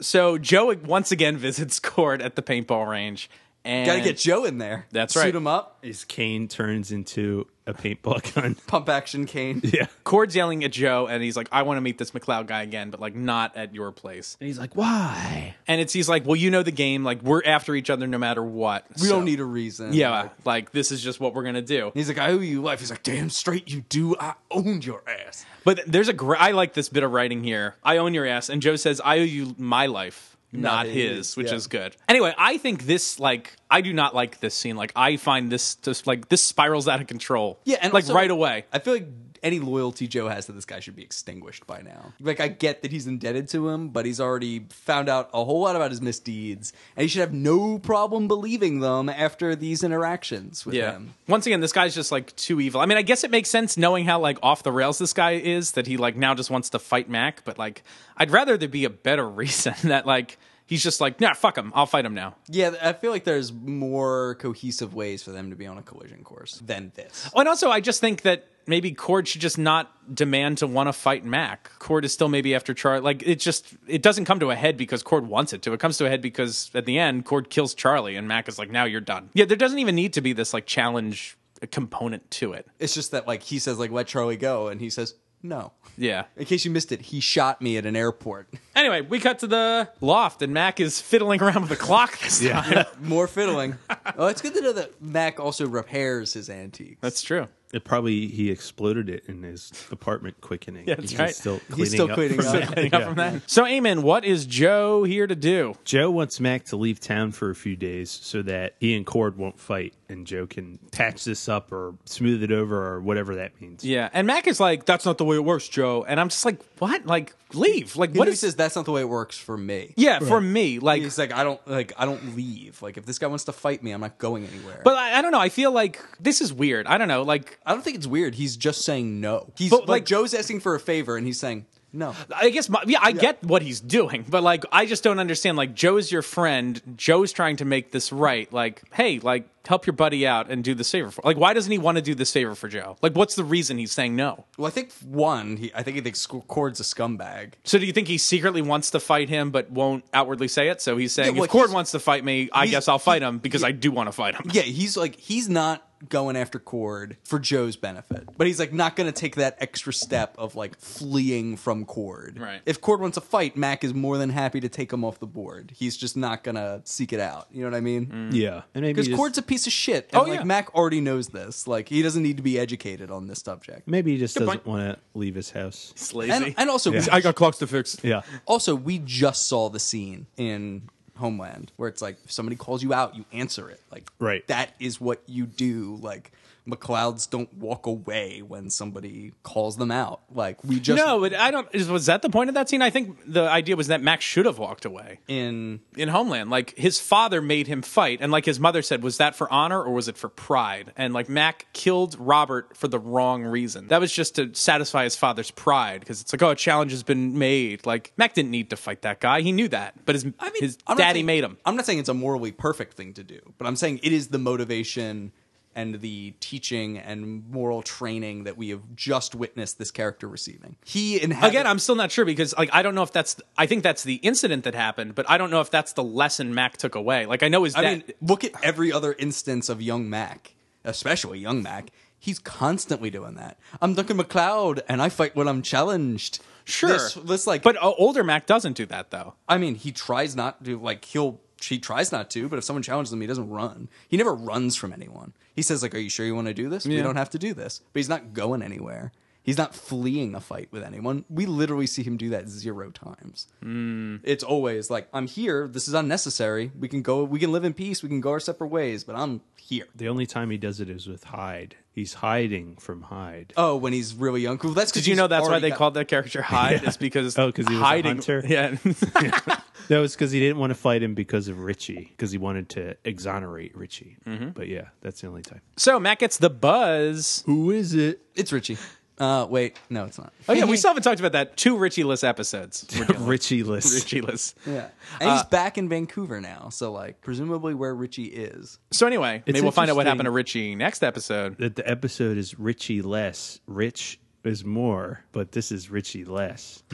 so Joe once again visits Cord at the paintball range. And
Gotta get Joe in there.
That's
Suit
right.
him up.
His cane turns into a paintball gun.
Pump action cane.
Yeah.
Cord's yelling at Joe and he's like, I want to meet this McLeod guy again, but like not at your place.
And he's like, why?
And it's he's like, Well, you know the game, like we're after each other no matter what.
We don't need a reason.
Yeah, like this is just what we're gonna do.
He's like, I owe you life. He's like, damn straight you do. I owned your ass.
But there's a gr- I like this bit of writing here. I own your ass, and Joe says I owe you my life, not,
Not
his,
his,
which
yeah.
is good. Anyway, I think this like I do not like this scene. Like I find this just like this spirals out of control.
Yeah, and
like
also-
right away.
I feel like any loyalty Joe has to this guy should be extinguished by now. Like I get that he's indebted to him, but he's already found out a whole lot about his misdeeds, and he should have no problem believing them after these interactions with
Yeah.
him.
Once again, this guy's just like too evil. I mean, I guess it makes sense knowing how like off the rails this guy is that he like now just wants to fight Mac. But like, I'd rather there be a better reason that like he's just like nah, fuck him, I'll fight him now.
Yeah, I feel like there's more cohesive ways for them to be on a collision course than this.
Oh, and also, I just think that maybe Cord should just not demand to want to fight Mac. Cord is still maybe after Charlie. Like it just it doesn't come to a head because Cord wants it to. It comes to a head because at the end, Cord kills Charlie, and Mac is like, "Now you're done." Yeah, there doesn't even need to be this like challenge uh, component to it.
It's just that like he says like let Charlie go, and he says no.
Yeah.
In case you missed it, he shot me at an airport.
Anyway, we cut to the loft, and Mac is fiddling around with the clock this time.
More fiddling. oh, it's good to know that Mac also repairs his antiques.
That's true.
It probably he exploded it in his apartment quickening. Yeah,
that's right.
Still cleaning
He's still
up
cleaning
from
up.
that.
Got from that. So, Eamon, what is Joe here to do?
Joe wants Mac to leave town for a few days so that he and Cord won't fight and Joe can patch this up or smooth it over or whatever that means.
Yeah, and Mac is like, "That's not the way it works, Joe." And I'm just like, "What? Like, leave? Like,
What
what
he
is
says that's not the way it works for me.
Yeah, for me, like,
He's like, I don't like I don't leave. Like if this guy wants to fight me, I'm not going anywhere.
but I, I don't know. I feel like this is weird. I don't know. Like,
I don't think it's weird. He's just saying no. He's
But,
like,
like-
Joe's asking for a favor and he's saying no.
I guess, my, yeah, I get what he's doing, but like, I just don't understand. Like, Joe's your friend. Joe's trying to make this right. Like, hey, like, help your buddy out and do this favor for. Like, why doesn't he want to do this favor for Joe? Like, what's the reason he's saying no?
Well, I think one, he I think he thinks Cord's a scumbag.
So, do you think he secretly wants to fight him but won't outwardly say it? So he's saying,
well,
if Cord
he's-
wants to fight me, I
he's-
guess I'll fight him because I do want to fight him.
Yeah, he's like he's not going after Cord for Joe's benefit, but he's like not going to take that extra step of like fleeing from Cord.
Right.
If Cord wants to fight, Mac is more than happy to take him off the board. He's just not going to seek it out. You know what I mean?
Yeah. And maybe
Because
just-
Cord's a piece of shit. And
Oh,
like
yeah.
Mac already knows this. Like he doesn't need to be educated on this subject.
maybe he just
point.
doesn't want to leave his house.
It's lazy.
And, and also, we,
got clocks to fix.
Yeah.
also we just saw the scene in Homeland where it's like if somebody calls you out, you answer it. Like
Right.
that is what you do. Like McLeods don't walk away when somebody calls them out. Like we just
No, but I don't. Is, was that the point of that scene? I think the idea was that Max should have walked away
in
in Homeland. Like his father made him fight, and like his mother said, was that for honor or was it for pride? And like Mac killed Robert for the wrong reason. That was just to satisfy his father's pride because it's like, oh, a challenge has been made. Like Mac didn't need to fight that guy; he knew that. But his his
I'm not
daddy
saying-
made him.
I'm not saying it's a morally perfect thing to do, but I'm saying it is the motivation and the teaching and moral training that we have just witnessed this character receiving. He inhabits
Again, I'm still not sure because like I don't know if that's I think that's the incident that happened, but I don't know if that's the lesson Mac took away. Like I know his
I
dad.
mean, look at every other instance of young Mac, especially young Mac. He's constantly doing that. I'm Duncan McLeod, and I fight when I'm challenged.
Sure.
This, this like,
But uh, older Mac doesn't do that though.
I mean, he tries not to. Like he'll, she tries not to. But if someone challenges him, he doesn't run. He never runs from anyone. He says like, "Are you sure you want to do this? We
Yeah.
don't have to do this." But he's not going anywhere. He's not fleeing a fight with anyone. We literally see him do that zero times.
Mm.
It's always like, "I'm here. This is unnecessary. We can go. We can live in peace. We can go our separate ways." But I'm here.
The only time he does it is with Hyde. He's hiding from Hyde.
Oh, when he's really young. Well, that's
Did you know that's why they called that character Hyde? Is because
Oh, 'cause he was a
hiding.
hunter?
Yeah,
That was because he didn't want to fight him because of Richie, because he wanted to exonerate Richie. But yeah, that's the only time.
So Matt gets the buzz.
Who is it?
It's Richie. Uh, wait, no, it's not.
Oh yeah, we still haven't talked about that. Two Richie-less episodes. We're doing
Richie list.
Richie-less.
Yeah, and
Uh,
he's back in Vancouver now, so like presumably where Richie is.
So anyway, maybe we'll find out what
interesting-
happened to Richie next episode.
That the episode is Richie less. Rich is more, but this is Richie less.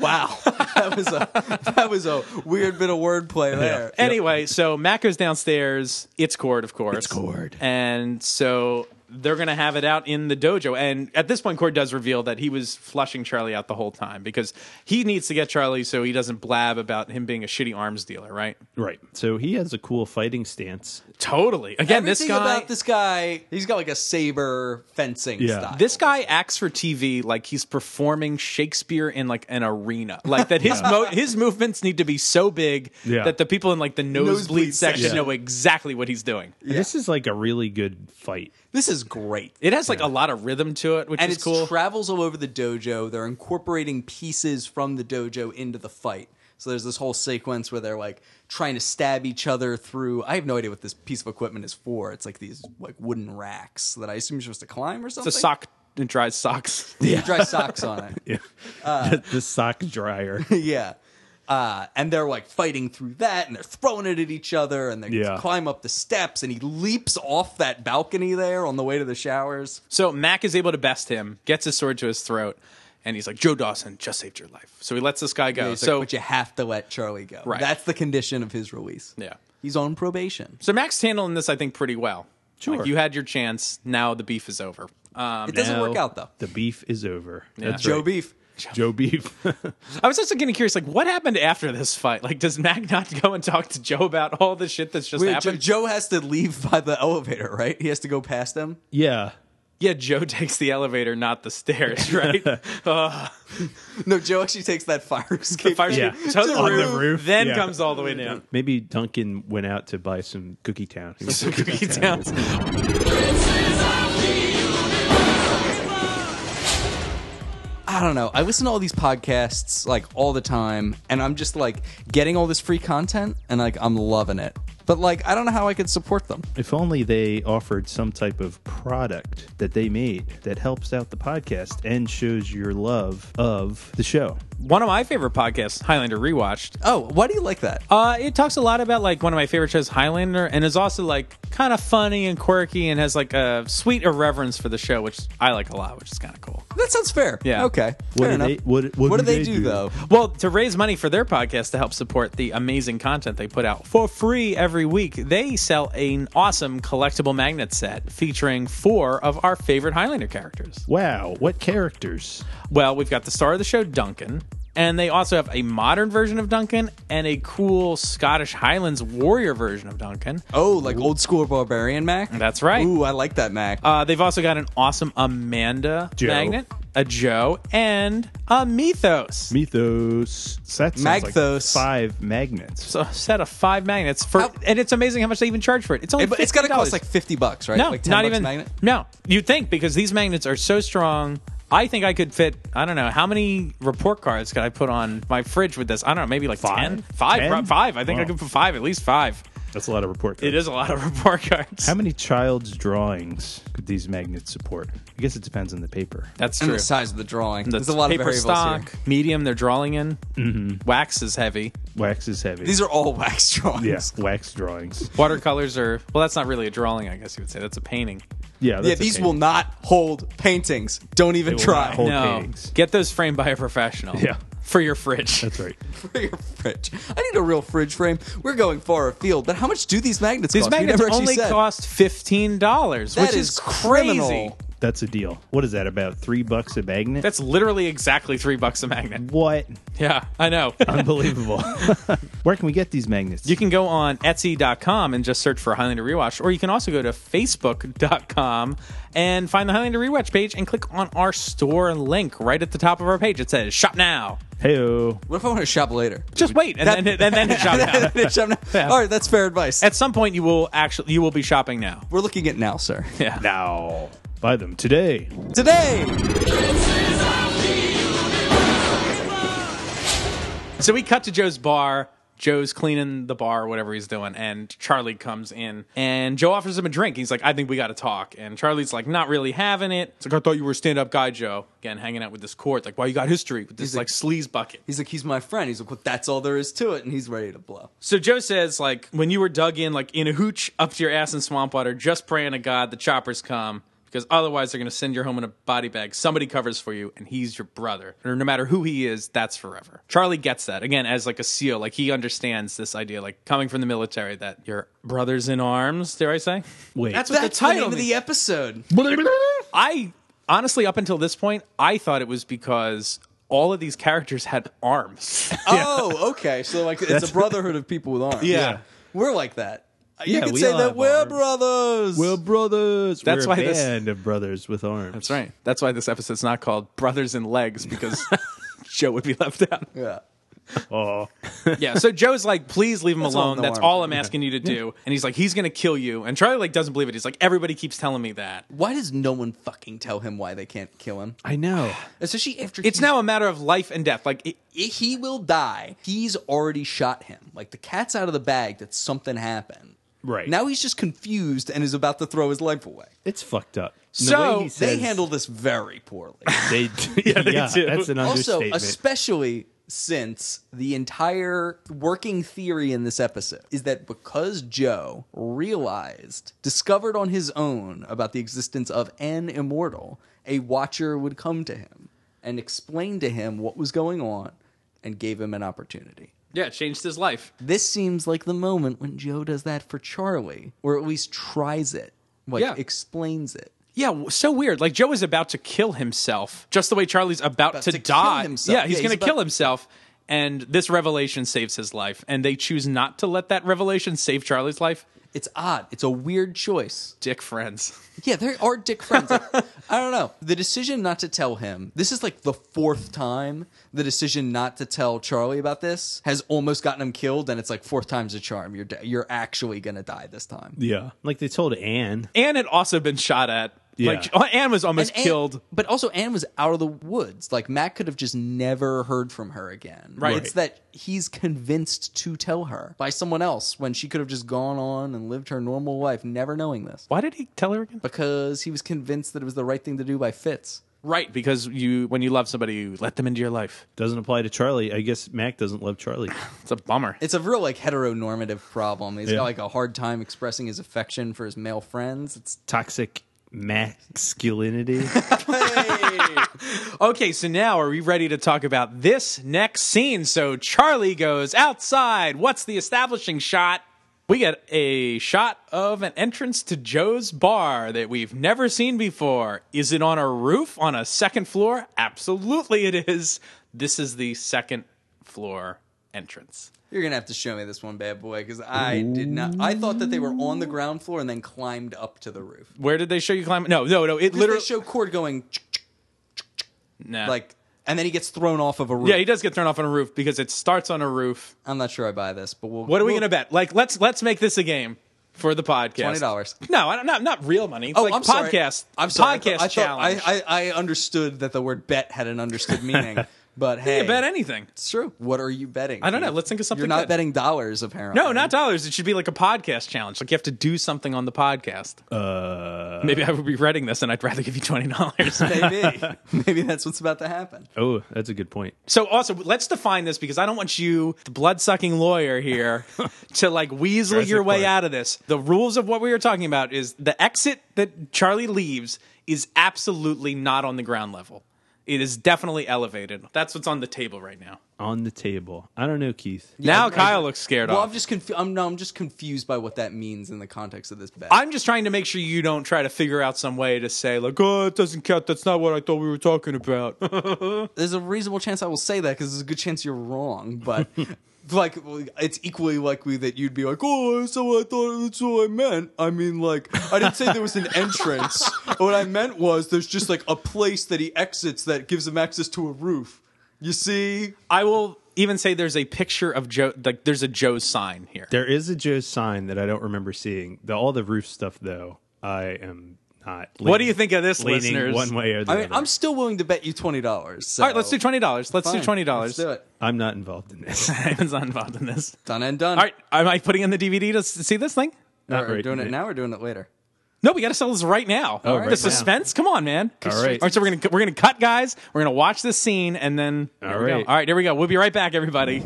Wow, that was a that was a weird bit of wordplay there.
Anyway, so Matt goes downstairs. It's Cord, of course. It's
Cord.
And so they're gonna have it out in the dojo. And at this point, Cord does reveal that he was flushing Charlie out the whole time because he needs to get Charlie so he doesn't blab about him being a shitty arms dealer, right?
Right. So he has a cool fighting stance.
Totally. Again, this
Everything
guy
about this guy, he's got like a saber fencing
Yeah.
style.
This guy acts for TV like he's performing Shakespeare in like an arena. Like that his mo- his movements need to be so big
Yeah.
that the people in like the nosebleed,
Nosebleed
section
section.
know exactly what he's doing.
And This is like a really good fight.
this is great.
It has like a lot of rhythm to it, which
and
is
it
cool.
travels all over the dojo. They're incorporating pieces from the dojo into the fight. So there's this whole sequence where they're like trying to stab each other through. I have no idea what this piece of equipment is for. It's like these like wooden racks that I assume you're supposed to climb or something.
it's a sock it dries socks.
You dry socks on it.
Yeah.
Uh.
the sock dryer.
yeah. Uh, and they're like fighting through that and they're throwing it at each other and they
Yeah.
climb up the steps and he leaps off that balcony there on the way to the showers.
So Mac is able to best him, gets his sword to his throat, and he's like, "Joe Dawson just saved your life." So he lets this guy go.
He's like,
so
but you have to let Charlie go.
Right.
That's the condition of his release.
Yeah.
He's on probation.
so Mac's handling this, I think, pretty well.
Sure.
Like, you had your chance. Now the beef is over. Um,
It doesn't
Now
work out though.
The beef is over. That's
Joe
right.
Beef.
Joe Beef.
I was also getting curious, like, what happened after this fight? Like, does Mac not go and talk to Joe about all the shit that's just
Wait, Jo-
happened?
Joe has to leave by the elevator, right? He has to go past him.
yeah.
yeah, Joe takes the elevator, not the stairs, right? Ugh.
No, Joe actually takes that fire escape.
the fire
Yeah.
escape to the
On the
roof,
roof,
then
yeah.
comes all the way down.
Maybe Duncan went out to buy some Cookie Town. He was-
Cookie Town.
I don't know. I listen to all these podcasts like all the time, and I'm just like getting all this free content, and like I'm loving it. But like, I don't know how I could support them.
if only they offered some type of product that they made that helps out the podcast and shows your love of the show.
One of my favorite podcasts, Highlander Rewatched,
Oh, why do you like that?
Uh, it talks a lot about like one of my favorite shows, Highlander, and is also like kind of funny and quirky and has like a sweet irreverence for the show, which I like a lot, which is kind of cool.
Oh, That sounds fair.
Yeah.
Okay.
What
fair
do
enough.
they- what- what
do they, do, though?
Well, to raise money for their podcast to help support the amazing content they put out for free every week, they sell an awesome collectible magnet set featuring four of our favorite Highlander characters.
Wow, what characters?
Well, we've got the star of the show, Duncan. And they also have a modern version of Duncan and a cool Scottish Highlands warrior version of Duncan.
Oh, like old school barbarian Mac.
That's right.
Ooh, I like that Mac.
Uh, they've also got an awesome Amanda
Joe.
magnet, a Joe, and a Mythos.
Mythos. So that sounds like
Magthos.
five magnets.
So a set of five magnets for,
How-
and it's amazing how much they even charge for it. It's only
It- but it's got to
$50.
cost like fifty bucks, right?
no,
like
not
bucks
even
magnet.
no. You think because these magnets are so strong. I think I could fit. I don't know how many report cards could I put on my fridge with this. I don't know, maybe like
Five?
ten, five,
Ten?
pro- five. I think I
Wow.
could put five, at least five.
That's a lot of report cards.
It is a lot of report cards.
How many child's drawings could these magnets support? I guess it depends on the paper.
That's
And
true.
the size of the drawing.
The
There's a lot of
paper
variables
stock,
here.
medium. They're drawing in. Wax is heavy.
Wax is heavy.
These are all wax drawings.
yeah, wax drawings.
Watercolors are well. That's not really a drawing, I guess you would say. That's a painting.
Yeah,
Yeah,
that's a
these
pain.
will not hold paintings. Don't even
They will
try.
not hold-
no,
paintings.
get those framed by a professional.
Yeah.
for your fridge.
That's right.
for your fridge. I need a real fridge frame. We're going far afield, but how much do these magnets
These
cost? You
magnets
never actually
only
said.
cost fifteen dollars,
That
which is,
is
crazy.
criminal.
That's a deal. What is that? About three bucks a magnet?
That's literally exactly three bucks a magnet.
What?
Yeah, I know.
unbelievable.
Where can we get these magnets?
You can go on Etsy.com and just search for Highlander Rewatch, or you can also go to Facebook.com and find the Highlander Rewatch page and click on our store link right at the top of our page. It says Shop Now.
Heyo.
What if I want to shop later?
Just wait, and
That-
then and then hit Shop Now.
Shop now. All right, that's fair advice.
At some point, you will actually you will be shopping now.
We're looking at now, sir.
Yeah.
now, buy them today.
Today,
So we cut to Joe's bar. Joe's cleaning the bar, whatever he's doing, and Charlie comes in and Joe offers him a drink. He's like, I think we got to talk. And Charlie's like, not really having it. It's like, I thought you were a stand up guy, Joe. Again, hanging out with this court. Like, why you got history with this,
He's a-
like, sleaze bucket?
he's like, he's my friend. He's like, well, that's all there is to it, and he's ready to blow.
So Joe says, like, when you were dug in, like, in a hooch up to your ass in swamp water, just praying to God the choppers come because otherwise they're going to send you home in a body bag. Somebody covers for you, and he's your brother. Or no matter who he is, that's forever. Charlie gets that again as like a SEAL. Like he understands this idea, like coming from the military, that your brothers in arms. Dare I say?
Wait.
that's what
that's
the title
name of
means.
the episode.
I honestly, up until this point, I thought it was because all of these characters had arms.
Oh, okay. So like, it's a brotherhood of people with arms.
Yeah.
we're like that. You
Yeah,
could
we
say
all
that
have
we're
arms.
brothers.
Well, brothers.
That's
We're
why
a
this-
band of brothers with arms.
That's right. That's why this episode's not called Brothers in Legs because Joe would be left out.
yeah.
Oh,
Yeah. So Joe's like, please leave him
That's all
alone.
no
That's
harm.
all I'm asking you to do. And he's like, he's gonna kill you. And Charlie like doesn't believe it. He's like, everybody keeps telling me that.
Why does no one fucking tell him why they can't kill him?
I know.
Especially after
It's
he's-
now a matter of life and death. Like, it,
i- he will die. He's already shot him. Like the cat's out of the bag that something happened.
Right.
Now he's just confused and is about to throw his life away.
It's fucked up. The
So,
way he
They
says-
handle this very poorly.
They, yeah,
they do.
that's
also,
an understatement.
especially since the entire working theory in this episode is that because Joe realized, discovered on his own about the existence of an immortal, a watcher would come to him and explain to him what was going on and gave him an opportunity.
yeah, it changed his life.
This seems like the moment when Joe does that for Charlie, or at least tries it, like
Yeah.
explains it.
Yeah, w- so weird. Like Joe is about to kill himself, just the way Charlie's about, to,
to kill
die.
himself.
Yeah, he's
Yeah,
gonna
he's about-
kill himself. And this revelation saves his life, and they choose not to let that revelation save Charlie's life.
It's odd. It's a weird choice.
Dick friends.
Yeah, there are dick friends. Like, I don't know. The decision not to tell him, this is like the fourth time the decision not to tell Charlie about this has almost gotten him killed, and it's like fourth time's a charm. You're, de- you're actually going to die this time.
yeah. Like they told Anne.
Anne had also been shot at.
Yeah.
Like Anne was almost
And Anne-
killed.
but also Anne was out of the woods. Like Matt could have just never heard from her again.
Right.
It's that he's convinced to tell her by someone else when she could have just gone on and lived her normal life, never knowing this.
Why did he tell her again?
Because he was convinced that it was the right thing to do by Fitz.
Right, because you when you love somebody, you let them into your life.
Doesn't apply to Charlie. I guess Mac doesn't love Charlie.
It's a bummer.
It's a real like heteronormative problem. He's
Yeah.
got like a hard time expressing his affection for his male friends. It's
Toxic masculinity.
Okay, so now are we ready to talk about this next scene? So Charlie goes outside. What's the establishing shot? We get a shot of an entrance to Joe's bar that we've never seen before. Is it on a roof on a second floor? Absolutely it is. This is the second floor entrance.
you're gonna have to show me this one bad boy because I did not. I thought that they were on the ground floor and then climbed up to the roof.
Where did they show you climb? No, no, no. It
Literally,
literally
show Cord going
Nah.
like, and then he gets thrown off of a roof.
Yeah, he does get thrown off on a roof because it starts on a roof.
I'm not sure I buy this, but we'll.
What are we
we'll-
gonna bet? Like, let's let's make this a game for the podcast.
$20.
No, I don't, not not real money.
Oh,
like
I'm sorry.
podcast.
I'm sorry.
Podcast
I thought, I,
challenge.
thought- I, I I understood that the word bet had an understood meaning, but hey,
You bet anything.
It's true. What are you betting?
I don't know.
Keith?
Let's think of something
You're not
good.
betting dollars, apparently.
No, not dollars. It should be like a podcast challenge. Like you have to do something on the podcast.
uh,
Maybe I would be writing this, and I'd rather give you twenty dollars.
Maybe. Maybe that's what's about to happen.
oh, that's a good point.
so also, let's define this because I don't want you, the blood sucking lawyer here, to like weasel
Jurassic
your way
Park.
out of this. The rules of what we were talking about is the exit that Charlie leaves is absolutely not on the ground level. It is definitely elevated. That's what's on the table right now.
on the table. I don't know, Keith.
now Kyle looks scared
Well,
off.
I'm just confu- I'm no, I'm just confused by what that means in the context of this bet.
I'm just trying to make sure you don't try to figure out some way to say like, "Oh, it doesn't count. That's not what I thought we were talking about."
There's a reasonable chance I will say that because there's a good chance you're wrong, but like it's equally likely that you'd be like, "Oh, so I thought that's what I meant." I mean, like I didn't say there was an entrance. what I meant was there's just like a place that he exits that gives him access to a roof. You see?
I will even say there's a picture of Joe. Like, there's a Joe's sign here.
There is a Joe's sign that I don't remember seeing. The, all the roof stuff, though, I am not.
What do
leaning-
you think of this,
leaning
listeners?
One way or the
I mean,
other.
I'm still willing to bet you twenty dollars.
All right, let's do twenty dollars. Let's do twenty dollars.
do it.
I'm not involved in this.
Simon's not involved in this.
Done and done.
All right, am I putting in the DVD to s- see this thing?
Not
we're
right
doing it
today.
now. We're doing it later.
No, we got to sell this right now. the
right now.
suspense. Come on, man. All
right.
All right. So we're gonna we're gonna cut, guys. We're gonna watch this scene and then.
All
All right.
right.
All right. There we go. We'll be right back, everybody.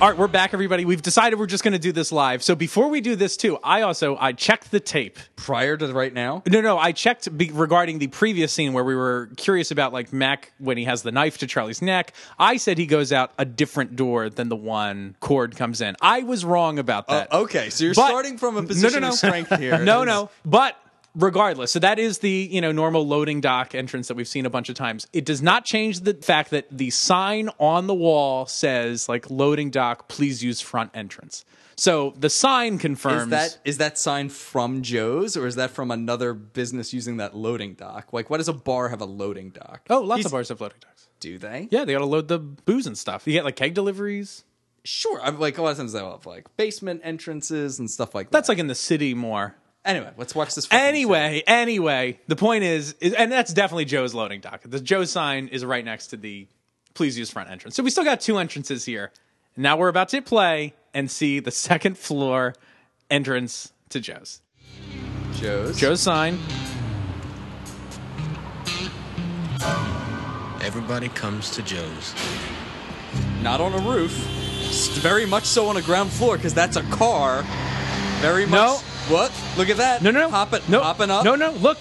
All right, we're back, everybody. We've decided we're just going to do this live. So before we do this, too, I also I checked the tape.
Prior to right now.
No, no, I checked be- regarding the previous scene where we were curious about like Mac when he has the knife to Charlie's neck. I said he goes out a different door than the one Cord comes in. I was wrong about that.
Uh, Okay, so you're
But-
starting from
No,
a
no,
position
no.
of strength here.
no, no, but regardless, so that is the you know normal loading dock entrance that we've seen a bunch of times. It does not change the fact that the sign on the wall says like loading dock, please use front entrance. So the sign confirms
Is that is that sign from Joe's or is that from another business using that loading dock? Like, why does a bar have a loading dock?
Oh, lots of bars have loading docks.
do they?
Yeah, they gotta load the booze and stuff. You get like keg deliveries.
sure. I'm like a lot of times they have like basement entrances and stuff like
That's
that.
like in the city more.
anyway. Let's watch this. fucking
Anyway, anyway, the point is, is, and that's definitely Joe's loading dock. The Joe sign is right next to the please use front entrance. So we still got two entrances here. Now we're about to play and see the second floor entrance to Joe's.
show. Joe's.
Joe's sign.
Everybody comes to Joe's.
not on a roof. S- Very much so on a ground floor because that's a car. Very much.
No.
What? Look at that.
No, no, no.
Hop it.
no,
Hopping up.
No, no, look.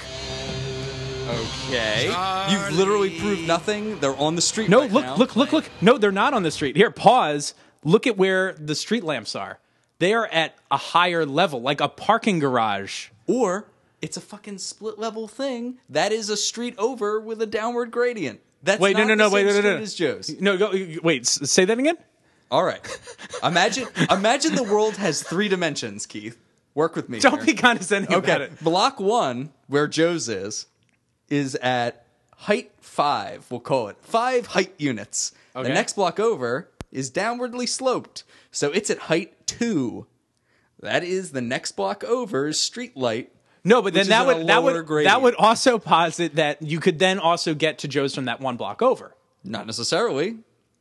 Okay. You've literally proved nothing. They're on the street.
No,
right
look,
now.
look, look, look. No, they're not on the street. Here, pause. Look at where the street lamps are. They are at a higher level, like a parking garage.
Or it's a fucking split level thing that is a street over with a downward gradient. That's
Wait,
not
no, no, no,
the
wait, no,
same
no,
street
no.
as Joe's.
No, go, wait. s- Say that again.
All right, imagine imagine the world has three dimensions. Keith, work with me.
Don't
here.
be condescending about
okay.
it.
Block one, where Joe's is, is at height five. We'll call it five height units.
Okay.
The next block over is downwardly sloped, so it's at height two. That is the next block over is street light.
No, but then
is
that
on a
would that
lower
would
gradient.
that would also posit that you could then also get to Joe's from that one block over.
Not necessarily.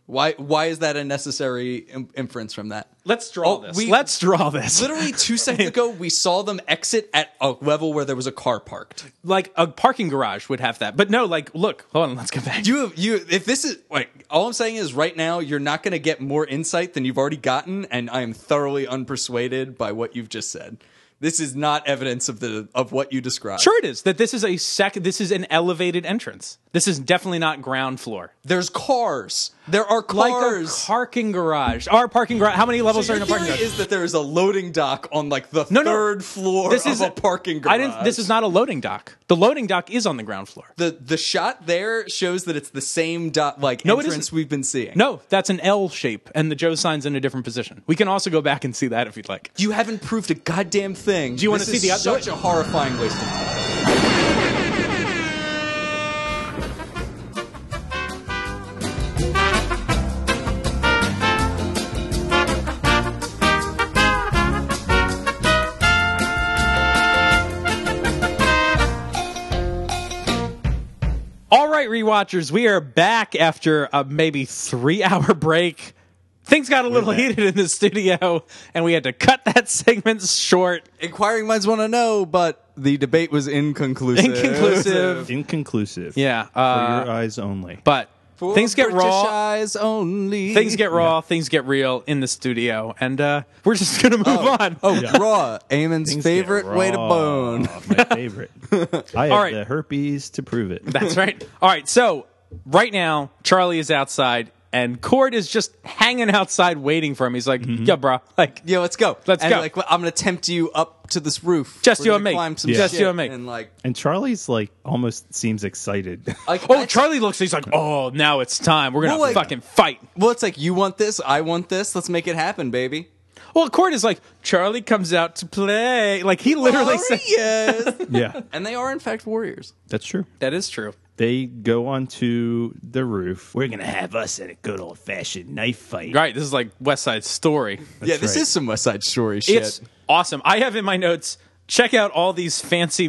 Why? Why is that a necessary Im- inference from that?
Let's draw
Oh,
this.
we-
Let's draw this.
Literally two seconds ago, we saw them exit at a level where there was a car parked.
like a parking garage would have that, but no. Like, look, hold on. Let's go back.
You, you. If this is like, all I'm saying is, right now, you're not going to get more insight than you've already gotten, and I am thoroughly unpersuaded by what you've just said. This is not evidence of the of what you described.
sure it is that this is a sec. This is an elevated entrance. This is definitely not ground floor.
There's cars. There are
Like
cars.
a parking garage. Our parking garage. How many levels
So
are
your
in a parking
theory
garage?
is that there is a loading dock on like the
No, no.
third floor
this
of
is
a parking garage.
I didn't. This is not a loading dock. The loading dock is on the ground floor.
the the shot there shows that it's the same dot like
No, it
entrance
isn't.
we've been seeing.
No, that's an L shape, and the Joe sign's in a different position. We can also go back and see that if you'd like.
you haven't proved a goddamn thing. Do
you wanna
this
see
is
the other-
such a horrifying waste of time?
All right, rewatchers, we are back after a maybe three hour break. Things got a little heated in the studio, and we had to cut that segment short.
Inquiring minds want to know, but the debate was inconclusive.
Inconclusive.
Inconclusive.
Yeah. Uh,
your eyes only.
but
For
Things get
British
raw.
Eyes only.
Things get raw, things get real in the studio, and uh, we're just gonna move on.
Oh, raw. Eamon's
Things get
favorite way to
raw.
bone.
My favorite. I have
All right.
the herpes to prove it.
That's right. All right. So right now, Charlie is outside, and Cord is just hanging outside waiting for him. He's like, "Yeah, bro. Like,
Yeah, let's go.
Let's
and
go.
Like, well, I'm gonna tempt you up to this roof.
Just
We're
you
gonna
and me.
Climb some
Yeah. Just
shit
you and me.
And like,
And Charlie's like almost seems excited.
like
oh,
I-
Charlie looks. He's like, "Oh, now it's time. We're gonna
Well, like-
fucking fight."
Well, it's like you want this, I want this. Let's make it happen, baby.
Well, Cord is like, "Charlie comes out to play." Like he literally
Oh,
said,
Warriors.
yeah,
and they are in fact warriors.
that's true.
"That is true."
They go onto the roof.
We're gonna have us at a good old fashioned knife fight.
Right. This is like West Side Story.
yeah, this
right.
is some West Side Story shit.
It's awesome. I have in my notes. Check out all these fancy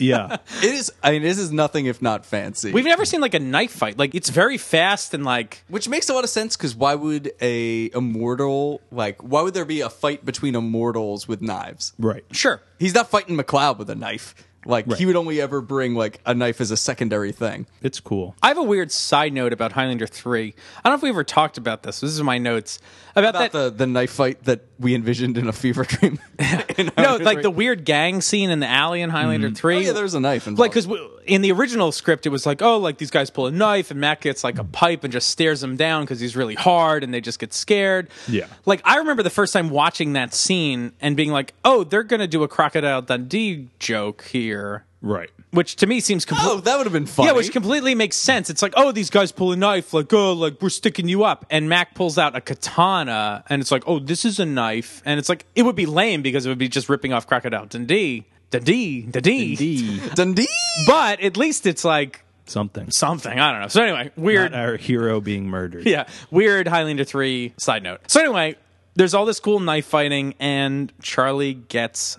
Yeah,
It is. I mean, this is nothing if not fancy.
We've never seen like a knife fight. Like it's very fast and like
which makes a lot of sense because why would a immortal like why would there be a fight between immortals with knives?
right.
sure.
He's not fighting McLeod with a knife. Like he would only ever bring like a knife as a secondary thing.
It's cool.
I have a weird side note about Highlander 3. I don't know if we ever talked about this. This is my notes. About,
About
that.
the, the knife fight that we envisioned in a fever dream. In
no,
Highlander
like
three.
the weird gang scene in the alley in Highlander 3.
Oh, yeah, there's a knife involved.
Like, because in the original script, it was like, oh, like these guys pull a knife and Matt gets like a pipe and just stares him down because he's really hard and they just get scared.
Yeah.
Like, I remember the first time watching that scene and being like, oh, they're going to do a Crocodile Dundee joke here.
Right.
Which to me seems completely.
oh, that would have been fun.
Yeah, which completely makes sense. It's like, oh, these guys pull a knife, like, oh, like we're sticking you up. And Mac pulls out a katana, and it's like, oh, this is a knife. And it's like, it would be lame because it would be just ripping off Crocodile Dundee, Dundee, Dundee.
D
Dundee.
But at least it's like
something.
something. I don't know. So anyway, weird.
Not our hero being murdered.
yeah, weird Highlander three side note. So anyway, there's all this cool knife fighting, and Charlie gets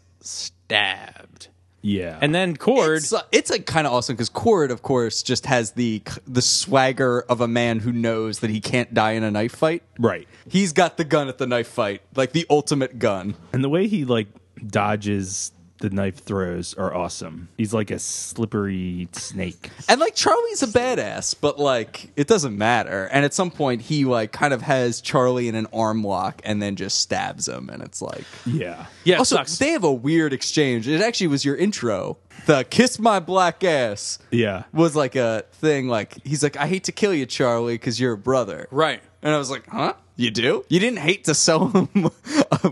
stabbed,
Yeah.
and then Cord.
It's, uh, it's like kind of awesome because Cord, of course, just has the the swagger of a man who knows that he can't die in a knife fight.
right.
He's got the gun at the knife fight, like the ultimate gun.
And the way he like dodges the knife throws are awesome. He's like a slippery snake.
And like Charlie's a badass, but like it doesn't matter. And at some point, he like kind of has Charlie in an arm lock and then just stabs him, and it's like
Yeah.
yeah, it
also
sucks.
they have a weird exchange. It actually was your intro. The kiss my black ass
Yeah.
was like a thing. Like he's like, I hate to kill you, Charlie, because you're a brother,
right.
And I was like, huh? You do? You didn't hate to sell him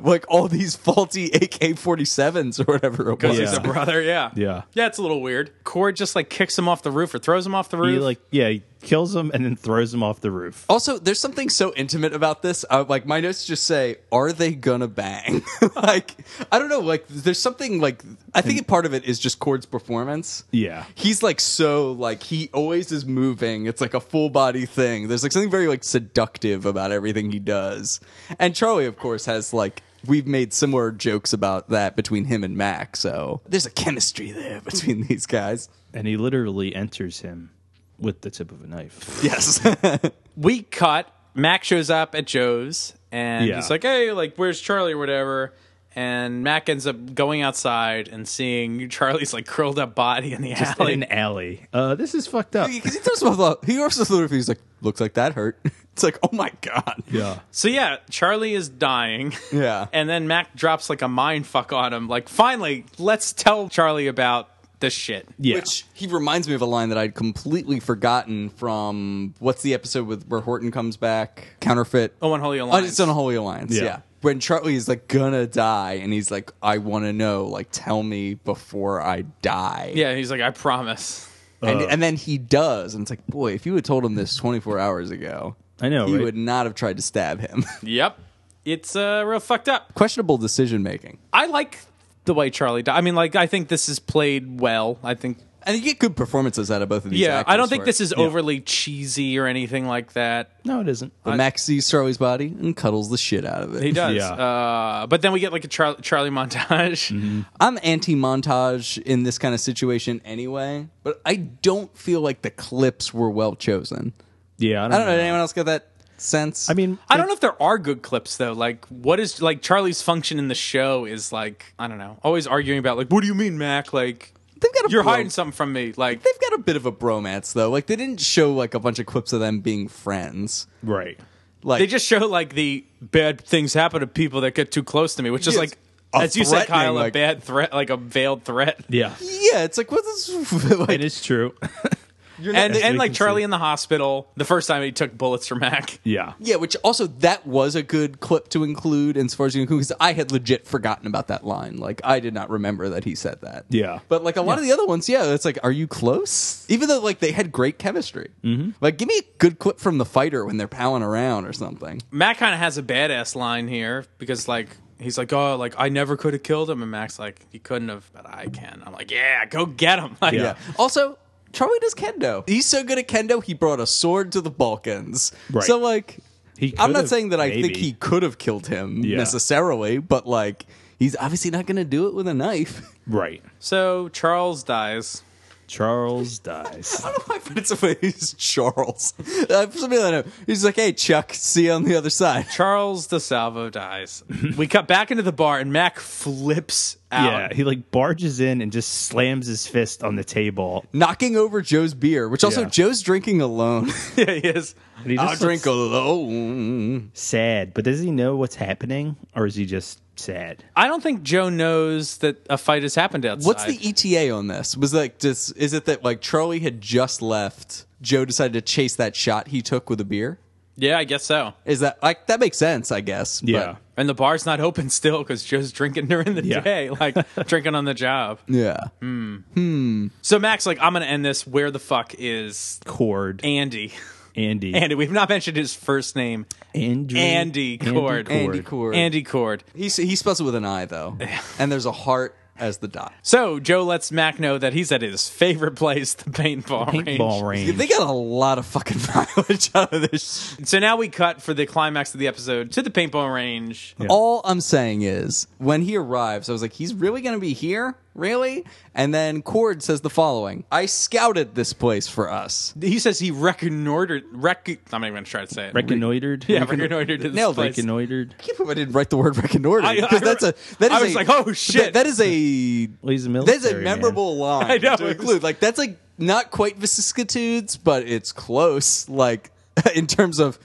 like all these faulty AK 47s or whatever it was.
Because he's a brother, yeah.
Yeah.
Yeah, it's a little weird. Cord just like kicks him off the roof or throws him off the roof.
He like yeah, he kills him and then throws him off the roof.
Also, there's something so intimate about this. Uh, like my notes just say, "Are they gonna bang?" like I don't know. Like there's something like I think part of it is just Cord's performance.
Yeah.
he's like so like he always is moving. It's like a full body thing. There's like something very like seductive about everything he does. And Charlie, of course, has like we've made similar jokes about that between him and Mac. So there's a chemistry there between these guys.
And he literally enters him with the tip of a knife.
Yes.
we cut. Mac shows up at Joe's and
Yeah.
he's like, hey, like, where's Charlie or whatever? And Mac ends up going outside and seeing Charlie's like curled up body in the alley.
In an alley. Uh this is fucked up.
because he throws both up. He also threw He's like, looks like that hurt. It's like, oh my god.
Yeah.
so yeah, Charlie is dying.
Yeah.
and then Mac drops like a mind fuck on him. Like, finally, let's tell Charlie about this shit.
Yeah.
Which he reminds me of a line that I'd completely forgotten from what's the episode with where Horton comes back? Counterfeit.
Oh, Unholy
Oh,
Alliance.
it's Unholy Alliance. Yeah.
Yeah.
When Charlie is like gonna die, and he's like, "I want to know, like, tell me before I die."
yeah, he's like, I promise.
and,
Uh.
and then he does, and it's like, boy, if you had told him this 24 hours ago,
I know,
he
right?
would not have tried to stab him.
Yep. It's uh, real fucked up.
Questionable decision making,
I like the way Charlie died. I mean, like, I think this is played well. I think.
and you get good performances out of both of these.
Yeah, I
actors
don't think
for it.
this is overly cheesy or anything like that.
no, it isn't.
But Max sees Charlie's body and cuddles the shit out of it.
He does.
Yeah.
Uh, but then we get like a Char- Charlie montage.
Mm-hmm. I'm anti montage in this kind of situation anyway, but I don't feel like the clips were well chosen.
yeah, I don't,
I don't know. Did anyone else get that sense?
I mean,
I don't know if there are good clips though. Like, what is like Charlie's function in the show is like I don't know. Always arguing about like, what do you mean, Mac? Like,
They've got a
You're
bro-
hiding something from me. Like,
They've got a bit of a bromance though. Like they didn't show like a bunch of clips of them being friends.
Right.
Like
they just show like the bad things happen to people that get too close to me, which is
Yes.
like,
A
as you said,
threatening,
Kyle, a
like-
bad threat, like a veiled threat.
Yeah.
yeah, it's like what is like,
It is true.
you're not-
And,
As
and
we
like
can
Charlie
see.
in the hospital, the first time he took bullets from Mac.
yeah.
yeah, which also that was a good clip to include in Swarzino because I had legit forgotten about that line. Like I did not remember that he said that.
Yeah.
but like a lot of the other ones, yeah, it's like, are you close? Even though like they had great chemistry. Mm-hmm. Like, give me a good clip from the fighter when they're palling around or something.
Mac kind of has a badass line here because like he's like, oh, like I never could have killed him, and Mac's like, he couldn't have, but I can. I'm like, yeah, go get him. Like,
Yeah.
Also, Charlie does kendo. He's so good at kendo, he brought a sword to the Balkans.
Right.
So, like,
He
I'm not
could've,
saying that I think
maybe.
he could have killed him
Yeah.
necessarily, but, like, he's obviously not going to do it with a knife.
Right.
So Charles dies.
Charles dies.
I don't know why, but it's funny. He's Charles. Uh, for somebody that I know, he's like, hey, Chuck, see you on the other side.
Charles DeSalvo dies. we cut back into the bar, and Mac flips out.
Yeah, he like barges in and just slams his fist on the table.
Knocking over Joe's beer, which also
Yeah.
Joe's drinking alone.
Yeah, he is.
And he
I'll
just
drink
looks
alone.
sad, but does he know what's happening, or is he just sad?
I don't think Joe knows that a fight has happened outside.
What's
e-
the ETA on this? Was like, just, is it that like Charlie had just left? Joe decided to chase that shot he took with a beer.
yeah, I guess so.
Is that like that makes sense? I guess. but-
Yeah.
And the bar's not open still because Joe's drinking during the
Yeah.
day, like drinking on the job.
yeah.
So Mac's like, I'm gonna end this. Where the fuck is
Cord.
Andy?
Andy.
Andy, we've not mentioned his first name.
Andrew.
Andy Cord.
Andy Cord.
Andy Cord.
He s- he spells it with an I though, and there's a heart as the dot.
So Joe lets Mac know that he's at his favorite place, the paintball,
Paintball
range.
range.
They got a lot of fucking mileage out of this. shit.
So now we cut for the climax of the episode to the paintball range.
All I'm saying is, when he arrives, I was like, he's really gonna be here, really? And then Cord says the following: I scouted this place for us.
He says he reconnoitered. Rec- I'm not even going to try to say it.
Reconnoitered.
yeah, reconnoitered. this
Nailed it.
place.
Reconnoitered.
I can't believe I didn't write the word reconnoiter
I- I
because that's a that is
I was
a-
like, oh, shit.
that- that is a
Well, he's
that's a
a military man.
memorable line
I know, it
to
was-
include. Like that's like not quite vicissitudes, but it's close. Like in terms of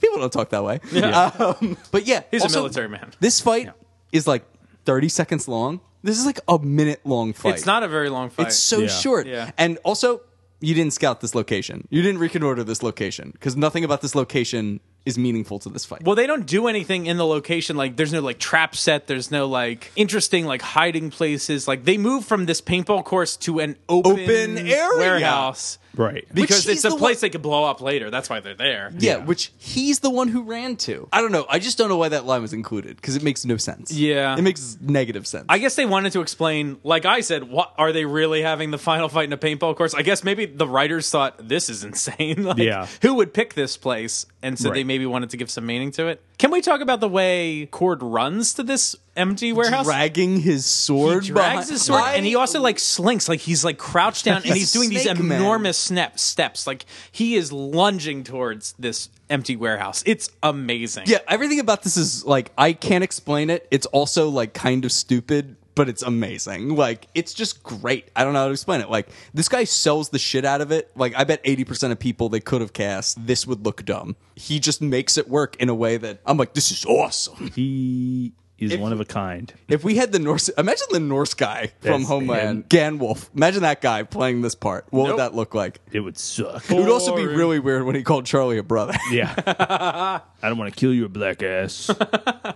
people don't talk that way. Um, but yeah,
He's
also,
a military man.
This fight is like 30 seconds long. This is like a minute long fight.
It's not a very long fight.
It's so
Yeah.
short.
Yeah.
And also, you didn't scout this location. You didn't reconnoiter this location because nothing about this location is meaningful to this fight.
well, they don't do anything in the location. Like, there's no like trap set. There's no like interesting like hiding places. Like, they move from this paintball course to an open,
Open area.
warehouse
Right.
because
he's
it's a
the
place
one-
they could blow up later. That's why they're there.
Yeah, which he's the one who ran to. I don't know. I just don't know why that line was included because it makes no sense.
Yeah.
It makes negative sense.
I guess they wanted to explain, like I said, what are they really having the final fight in a paintball course? I guess maybe the writers thought this is insane. like,
Yeah.
who would pick this place? And so they
Right.
maybe wanted to give some meaning to it. Can we talk about the way Cord runs to this empty warehouse?
dragging his sword.
He
behind-
drags his sword,
I-
and he also like slinks, like he's like crouched down, and he's doing these
Snake Man.
enormous snap steps, like he is lunging towards this empty warehouse. It's amazing.
Yeah, everything about this is like I can't explain it. It's also like kind of stupid, but it's amazing. Like it's just great. I don't know how to explain it. Like this guy sells the shit out of it. Like I bet 80% of people they could have cast this would look dumb. He just makes it work in a way that I'm like this is awesome.
He is one of a kind.
if we had the Norse imagine the Norse guy from
That's
Homeland, Ganwolf. Imagine that guy playing this part. What would that look like?
It would suck.
It would also be
Boring.
really weird when he called Charlie a brother.
Yeah. I don't want to kill you, a black ass.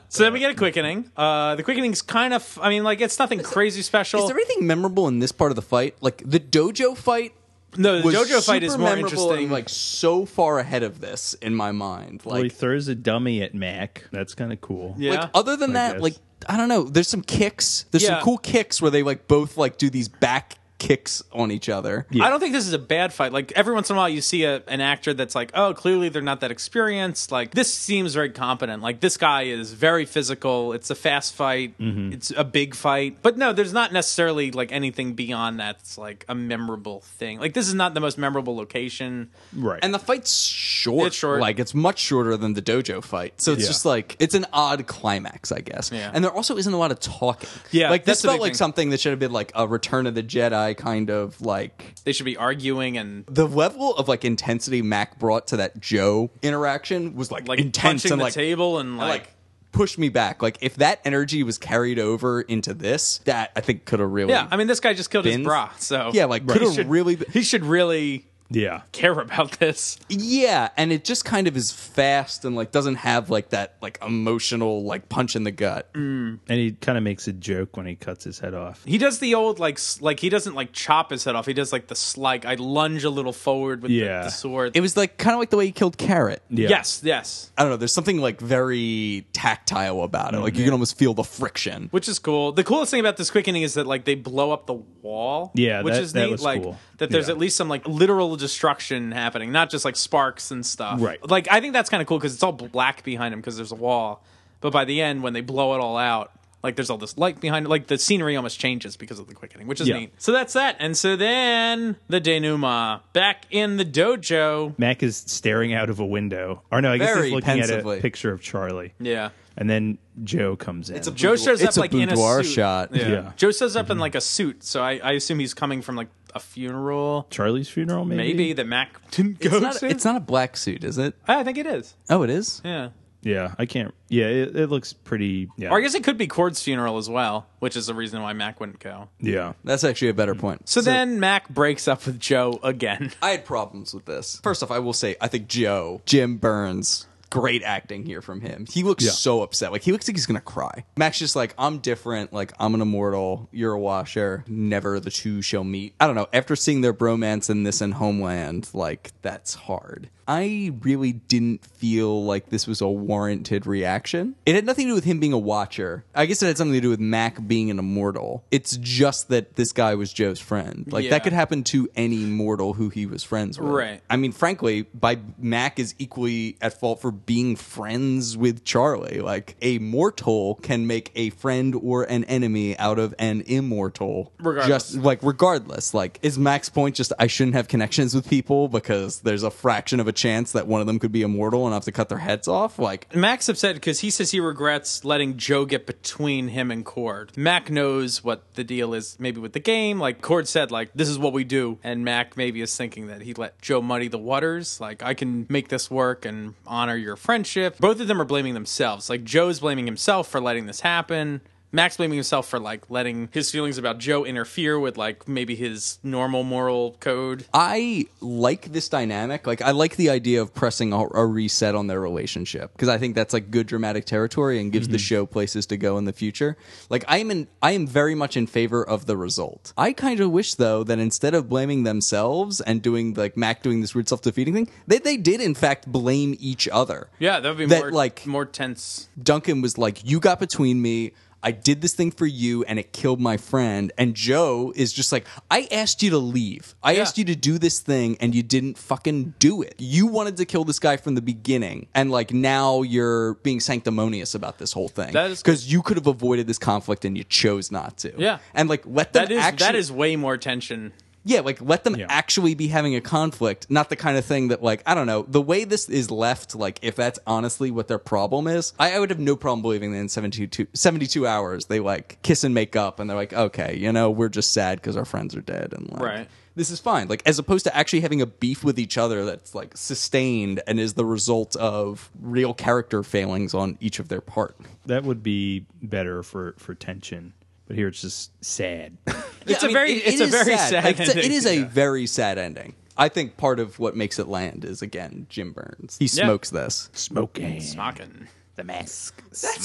So then we get a quickening. Uh, the quickening's kind of, I mean, like it's nothing crazy special.
Is there anything memorable in this part of the fight? Like the dojo fight
No, the
was
JoJo fight is
super
more
memorable
interesting.
And, like so far ahead of this in my mind.
well, he
Like,
throws a dummy at Mac. That's kind of cool.
yeah.
like other than
I
that,
guess.
like I don't know. There's some kicks. There's
Yeah.
some cool kicks where they like both like do these back kicks on each other.
I don't think this is a bad fight. Like every once in a while, you see a, an actor that's like, "Oh, clearly they're not that experienced." Like this seems very competent. Like this guy is very physical. It's a fast fight.
Mm-hmm.
It's a big fight. But no, there's not necessarily like anything beyond that's like a memorable thing. Like this is not the most memorable location.
Right.
And the fight's short.
It's short.
Like it's much shorter than the dojo fight. So it's
Yeah.
just like it's an odd climax, I guess.
Yeah.
And there also isn't a lot of talking.
Yeah,
Like this
that's the
felt
big
like
thing.
something that should have been like a Return of the Jedi kind of like
They should be arguing and
the level of like intensity Mac brought to that Joe interaction was like,
like
intense
punching
and
the
like
table and
and,
like,
like pushed me back. Like if that energy was carried over into this, that I think could have really
yeah. I mean, this guy just killed
been-
his bra, so
yeah, like
He
could have
should-
really been-
he should really
Yeah.
care about this.
yeah, and it just kind of is fast and like doesn't have like that like emotional like punch in the gut.
Mm.
And he kind of makes a joke when he cuts his head off.
He does the old like s- like he doesn't like chop his head off. He does like the s- like I lunge a little forward with the-
Yeah.
the, sword.
It was like kind of like the way he killed Carrot.
Yeah.
Yes, yes,
I don't know. There's something like very tactile about it.
Mm-hmm.
Like you can almost feel the friction.
which is cool. The coolest thing about this quickening is that like they blow up the wall.
Yeah,
which
that-
is
that
neat.
was
like
cool.
that there's
Yeah.
at least some like literal destruction happening, not just like sparks and stuff.
Right.
Like I think that's kind of cool because it's all black behind him because there's a wall. But by the end, when they blow it all out. Like there's all this light behind it. Like the scenery almost changes because of the quickening, which is
Yeah.
neat. So that's that. And so then the denouement back in the dojo.
Mac is staring out of a window. Or no, I guess
Very
he's looking at
pensively.
a picture of Charlie.
Yeah.
And then Joe comes in. It's
a-
Joe shows up
It's a
like in a
boudoir
suit.
shot. Mm-hmm.
Yeah.
Yeah.
Joe shows up in like a suit, so I, I assume he's coming from like a funeral,
Charlie's funeral, maybe?
maybe that Mac didn't go
It's not,
to.
it's not a black suit, is it?
I think it is.
Oh, it is.
Yeah.
Yeah, I can't. Yeah, it, it looks pretty. Yeah.
Or I guess it could be Cord's funeral as well, which is the reason why Mac wouldn't go.
yeah.
That's actually a better point.
Mm. So, then Mac breaks up with Joe again.
I had problems with this. First off, I will say I think Joe, Jim Burns, great acting here from him. He looks
Yeah.
so upset. Like he looks like he's gonna cry. Mac's just like, I'm different, like I'm an immortal, you're a washer, never the two shall meet. I don't know. After seeing their bromance in this and Homeland, like that's hard. I really didn't feel like this was a warranted reaction. It had nothing to do with him being a watcher. I guess it had something to do with Mac being an immortal. It's just that this guy was Joe's friend. Like
Yeah.
that could happen happened to any mortal who he was friends with.
Right.
I mean, frankly, by Mac is equally at fault for being friends with Charlie. Like a mortal can make a friend or an enemy out of an immortal.
Regardless.
Just like regardless. Like is Mac's point just I shouldn't have connections with people because there's a fraction of a chance that one of them could be immortal and I have to cut their heads off? Like
Mac's upset because he says he regrets letting Joe get between him and Cord. Mac knows what the deal is, maybe with the game. Like Cord said, like this is what we do, and Mac maybe is thinking that he let Joe muddy the waters. Like I can make this work and honor your friendship. Both of them are blaming themselves. Like Joe's blaming himself for letting this happen. Max blaming himself for like letting his feelings about Joe interfere with like maybe his normal moral code.
I like this dynamic. Like, I like the idea of pressing a, a reset on their relationship because I think that's like good dramatic territory and gives the
Mm-hmm.
show places to go in the future. Like, I am in, I am very much in favor of the result. I kind of wish though that instead of blaming themselves and doing like Mac doing this weird self defeating thing, that they did in fact blame each other.
Yeah, that would be
That,
more
like-
more tense.
Duncan was like, You got between me. I did this thing for you and it killed my friend. And Joe is just like, I asked you to leave. I
Yeah.
asked you to do this thing and you didn't fucking do it. You wanted to kill this guy from the beginning. And like now you're being sanctimonious about this whole thing.
That is-
Because you could have avoided this conflict and you chose not to.
Yeah.
And like let them
That is
actually
that is way more tension.
yeah, like let them actually be having a conflict, not the kind of thing that like I don't know. The way this is left, like if that's honestly what their problem is, I, I would have no problem believing that in 72, 72 hours they like kiss and make up, and they're like, okay, you know, we're just sad because our friends are dead, and like
Right.
this is fine. Like as opposed to actually having a beef with each other that's like sustained and is the result of real character failings on each of their part.
That would be better for, for tension. But here it's just sad.
Yeah,
It's a very- it's a
is
very sad
Like, it's a- It
ending,
is a
yeah.
very sad ending. I think part of what makes it land is again Jim Burns. He
Yeah.
smokes this.
Smoking.
Smocking.
The mask.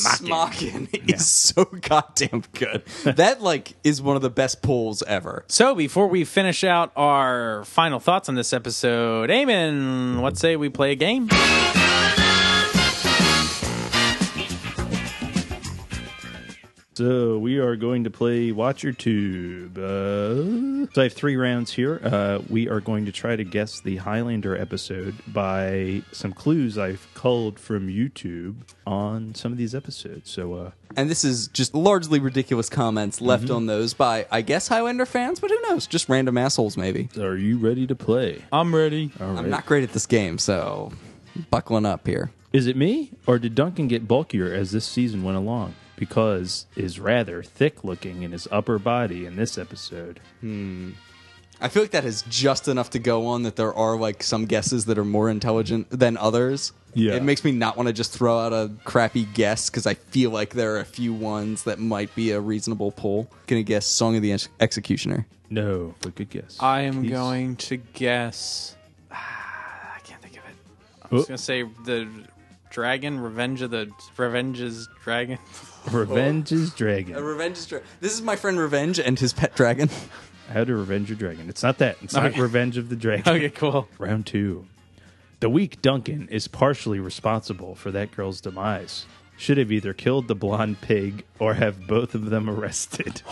Smocking is so goddamn good. that like is one of the best pulls ever.
So before we finish out our final thoughts on this episode, Eamon, what say we play a game?
So we are going to play Watcher Tube. Uh, so I have three rounds here. Uh, we are going to try to guess the Highlander episode by some clues I've culled from YouTube on some of these episodes. So uh,
And this is just largely ridiculous comments left on those by I guess Highlander fans, but who knows? Just random assholes maybe.
are you ready to play?
I'm ready.
I'm not great at this game, so buckling up here.
Is it me or did Duncan get bulkier as this season went along?
because is rather thick looking in his upper body in this episode.
I feel like that is just enough to go on that there are like some guesses that are more intelligent than others.
Yeah.
It makes me not want to just throw out a crappy guess because I feel like there are a few ones that might be a reasonable pull. Gonna guess Song of the Ex- Executioner.
No, but good guess.
I am
He's-
going to guess. Ah, I can't think of it. I'm
Oh.
just gonna say the dragon, Revenge of the Revenge's dragon.
Revenge is
Oh.
Dragon.
Revenge is This is my friend Revenge and his pet dragon.
How to revenge your dragon. It's not that. It's not
Okay.
Revenge of the Dragon.
Okay, cool.
Round two. The weak Duncan is partially responsible for that girl's demise. Should have either killed the blonde pig or have both of them arrested.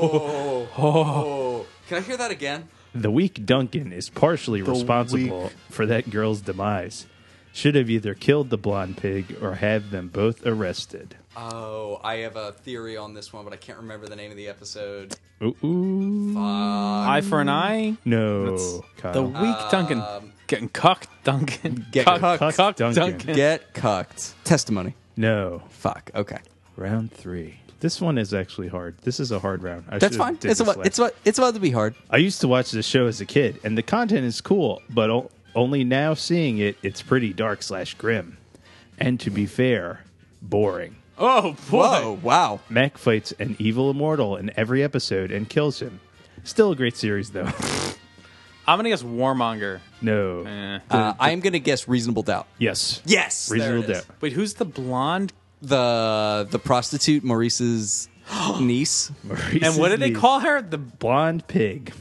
Oh, Can I hear that again?
The weak Duncan is partially responsible for that girl's demise. Should have either killed the blonde pig or have them both arrested.
Oh, I have a theory on this one, but I can't remember the name of the episode.
Ooh, ooh.
Eye for an eye.
no,
That's
Kyle.
The weak Duncan
Um,
getting cucked, Duncan.
Get
Cucked,
cucked,
cucked
Duncan.
Get cucked. Testimony.
no.
Fuck. Okay.
Round three. This one is actually hard. This is a hard round. I
That's
should've
fine.
did
It's
this
about,
last
it's about it's about to be hard.
I used to watch this show as a kid, and the content is cool, but o- only now seeing it, it's pretty dark slash grim. And to be fair, boring.
Oh boy!
Whoa! Wow.
Mac fights an evil immortal in every episode and kills him. Still a great series, though.
I'm gonna guess Warmonger.
no.
Eh.
Uh, I am going to guess reasonable doubt.
Yes.
Yes, there
Reasonable
it is.
doubt.
Wait, who's the blonde?
The the prostitute Maurice's niece.
And what did they call her? The
Blonde pig.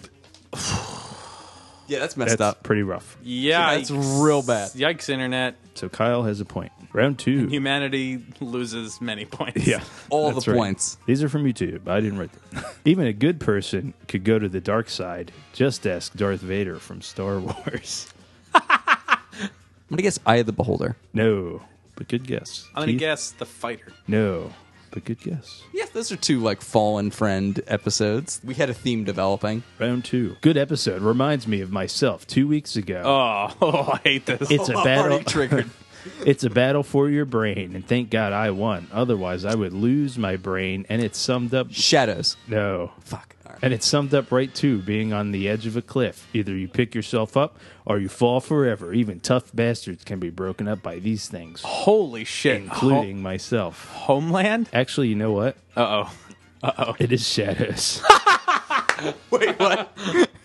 Yeah, that's messed
That's
up.
pretty rough.
yeah,
That's real bad.
Yikes, internet.
So Kyle has a point. Round two.
Humanity loses many points.
Yeah.
All
That's
the
right.
points.
These are from YouTube. I didn't write them. Even a good person could go to the dark side. Just ask Darth Vader from Star Wars.
I'm going to guess Eye of the Beholder.
No, but good guess.
I'm gonna
Keith?
guess the fighter.
No, but good guess.
Yes, those are two like fallen friend episodes. We had a theme developing.
Round two. Good episode. Reminds me of myself two weeks ago.
Oh, oh I hate this.
it's a battle.
Already triggered.
it's a battle for your brain, and thank God I won. Otherwise, I would lose my brain. And it's summed up.
Shadows.
No.
Fuck. All right.
And it's summed up right too, being on the edge of a cliff. Either you pick yourself up or you fall forever. Even tough bastards can be broken up by these things,
Holy shit.
Oh.
including myself.
Ho- Homeland?
Actually, you know what?
Uh oh.
It is shadows.
Wait, what?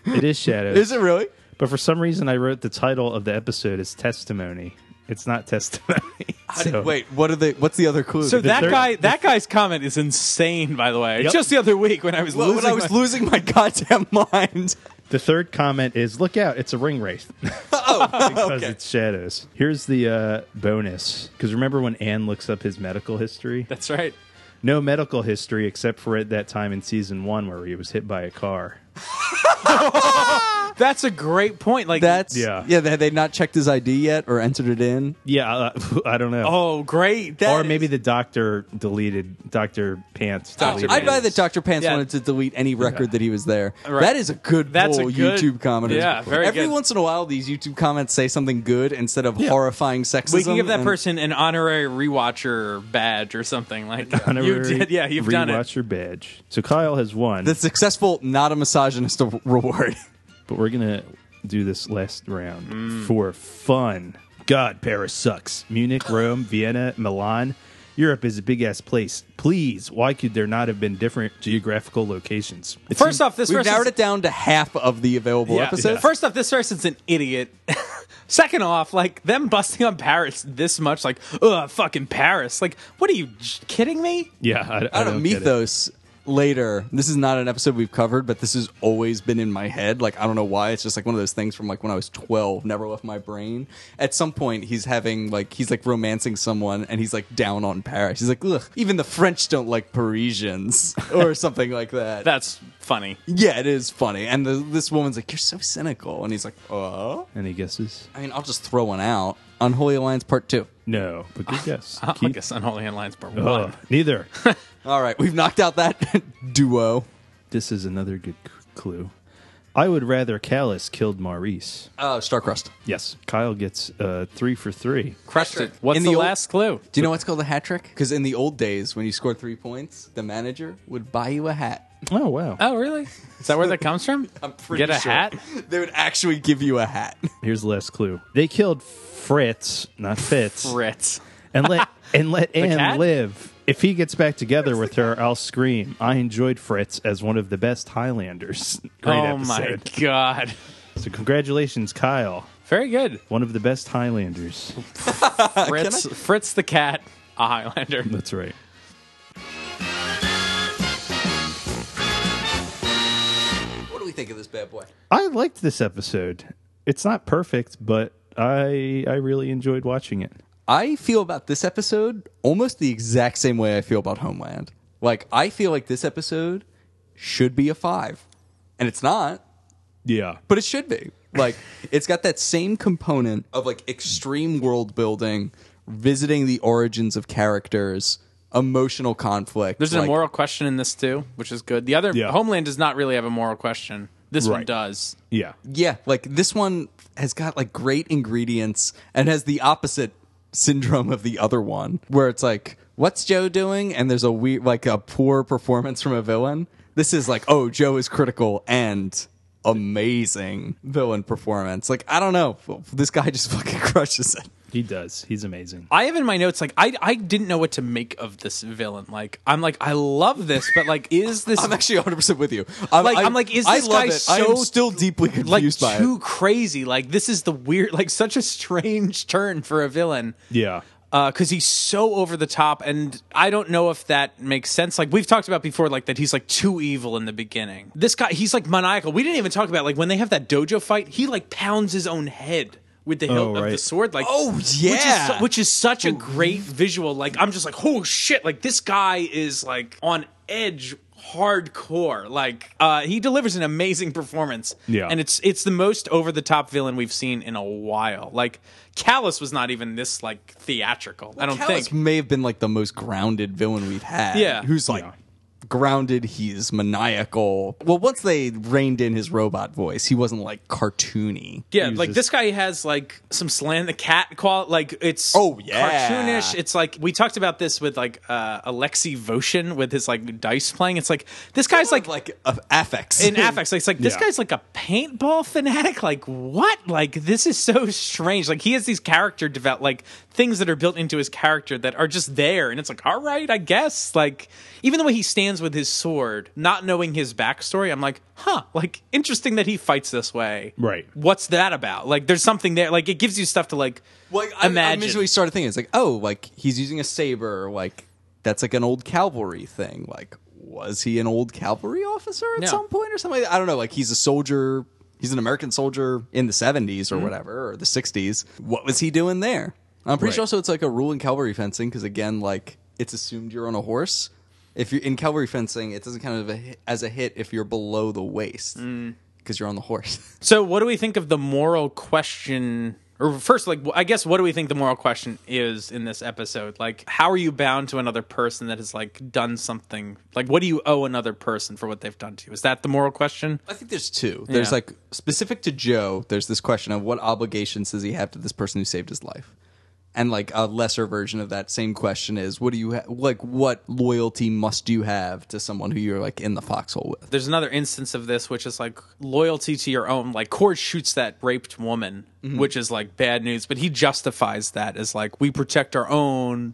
it is shadows.
Is it really?
But for some reason, I wrote the title of the episode as testimony. It's not testimony. So-
Wait, what are they? What's the other clue?
So that
third-
guy, that guy's comment is insane. By the way,
Yep.
just the other week when I was
Well,
losing,
when I was
my-
losing my goddamn mind.
The third comment is, "Look out! It's a ring wraith."
Oh,
because it's shadows. Here's the uh, bonus. Because remember when Anne looks up his medical history?
that's right.
No medical history except for at that time in season one where he was hit by a car.
That's a great point. Like
That's
Yeah.
yeah. Yeah, had they not checked his ID yet or entered it in?
Yeah, uh, I don't know.
oh, great.
or
that
maybe the doctor deleted Doctor Pants.
Dr.
deleted
I'd buy
it.
that Dr. Pants
Yeah.
wanted to delete any record that he was there.
Right.
That is a good
That's a
poll,
good-
YouTube commenter.
yeah, very
Every
good.
once in a while, these YouTube comments say something good instead of horrifying sexism.
we can give that
and-
person an honorary rewatcher badge or something like that.
Honorary
you did, yeah, you've done it.
rewatch your badge. So Kyle has won.
The successful, not a misogynist of- reward.
But we're gonna do this last round for fun. God, Paris sucks. Munich, Rome, Vienna, Milan. Europe is a big ass place. Please, why could there not have been different geographical locations? It's
First off, this
We've
verse
narrowed
is,
it down to half of the available
yeah.
episodes.
First off, this person's an idiot. Second off, like them busting on Paris this much, like ugh, fucking Paris. Like, what are you j- kidding me?
yeah, I, I
Out of
don't get it.
Mythos later. This is not an episode we've covered, but this has always been in my head. Like I don't know why. It's just like one of those things from like when I was twelve, never left my brain. At some point, he's having like he's like romancing someone, and he's like down on Paris. He's like, look, even the French don't like Parisians or something like that.
That's funny.
yeah, it is funny. And the, this woman's like, you're so cynical, and he's like, oh.
Any guesses?
I mean, I'll just throw one out. Unholy Alliance Part Two.
No, but good guess.
I
Keith?
guess Unholy Handlines Part
Oh,
One.
neither.
All right, we've knocked out that duo.
this is another good c- clue.
I would rather Callus killed Maurice.
Oh, Starcrust.
Yes. Kyle gets uh, three for three.
Crushed it.
What's
in
the,
old-
last clue?
Do you know what's called a hat trick? Because in the old days, when you scored three points, the manager would buy you a hat.
Oh, wow.
Uh,
Oh, really? Is that where that comes from?
I'm pretty
Get a
sure.
hat?
They would actually give you a hat.
Here's the last clue. They killed Fritz, not Fitz,
Fritz.
and let and let Anne
cat?
live. If he gets back together with her, I'll scream. I enjoyed Fritz as one of the best Highlanders. Great
oh
episode.
my god.
So congratulations, Kyle.
Very good.
One of the best Highlanders.
Fritz Fritz the cat, a Highlander.
That's right.
what do we think of this bad boy?
I liked this episode. It's not perfect, but I I really enjoyed watching it.
I feel about this episode almost the exact same way I feel about Homeland. Like, I feel like this episode should be a five, and it's not.
Yeah.
but it should be. Like it's got that same component of like extreme world building, visiting the origins of characters, emotional conflict.
There's
like,
an moral question in this too, which is good. The other
Yeah.
Homeland does not really have a moral question. This one
Right.
does.
Yeah.
Yeah, like this one has got like great ingredients and has the opposite syndrome of the other one, where it's like, what's Joe doing? And there's a weird, like a poor performance from a villain. This is like, oh, Joe is critical and amazing villain performance. Like, I don't know. This guy just fucking crushes it.
He does. He's amazing.
I have in my notes like I I didn't know what to make of this villain. Like I'm like I love this, but like is this
I'm actually 100 percent with you. I'm
Like, I'm like, is
I
this
love
guy
it. I am
so-
still deeply confused
like
by
too
it.
crazy? Like this is the weird like such a strange turn for a villain.
Yeah.
because he's so over the top, and I don't know if that makes sense. Like we've talked about before, like that he's like too evil in the beginning. This guy, he's like maniacal. We didn't even talk about like when they have that dojo fight, he like pounds his own head with the hilt of the
right.
sword. Like
Oh,
which is,
yeah.
su- which is such a great visual. Like I'm just like, oh shit! Like this guy is like on edge. Hardcore, like uh, he delivers an amazing performance,
Yeah.
and it's it's the most over the top villain we've seen in a while. Like Callus was not even this like theatrical. I don't
Callus
think.
may have been like the most grounded villain we've had.
Yeah.
who's like grounded. He's maniacal. Well, once they reined in his robot voice, he wasn't like cartoony.
Yeah,
He was
like
just-
this guy has like some slant the cat qual like it's
Oh, yeah.
cartoonish. It's like we talked about this with like uh Alexei Voshin with his like dice playing. It's like this guy's like
like uh, affects
in affects. Like, it's like this
Yeah.
guy's like a paintball fanatic. Like what? Like this is so strange. Like he has these character develop like things that are built into his character that are just there, and it's like all right, I guess. Like even the way he stands with his sword, not knowing his backstory, I'm like, huh, like interesting that he fights this way.
Right.
What's that about? Like there's something there. Like it gives you stuff to like.
Like I, I
imagine.
initially started thinking, it's like, oh, like he's using a saber, like that's like an old cavalry thing. Like, was he an old cavalry officer at
Yeah.
some point or something? I don't know. Like, he's a soldier. He's an American soldier in the seventies or whatever, or the sixties. What was he doing there? I'm pretty sure also it's like a rule in cavalry fencing because again, like it's assumed you're on a horse. If you're in cavalry fencing, it doesn't count as a hit, as a hit if you're below the waist because you're on the horse.
So what do we think of the moral question? Or first, like I guess, what do we think the moral question is in this episode? Like, how are you bound to another person that has like done something? Like, what do you owe another person for what they've done to you? Is that the moral question?
I think there's two. There's
Yeah.
like specific to Joe. There's this question of what obligations does he have to this person who saved his life, and like a lesser version of that same question is what do you ha- like? What loyalty must you have to someone who you're like in the foxhole with?
There's another instance of this, which is like loyalty to your own. Like, Cord shoots that raped woman,
Mm-hmm.
which is like bad news, but he justifies that as like we protect our own.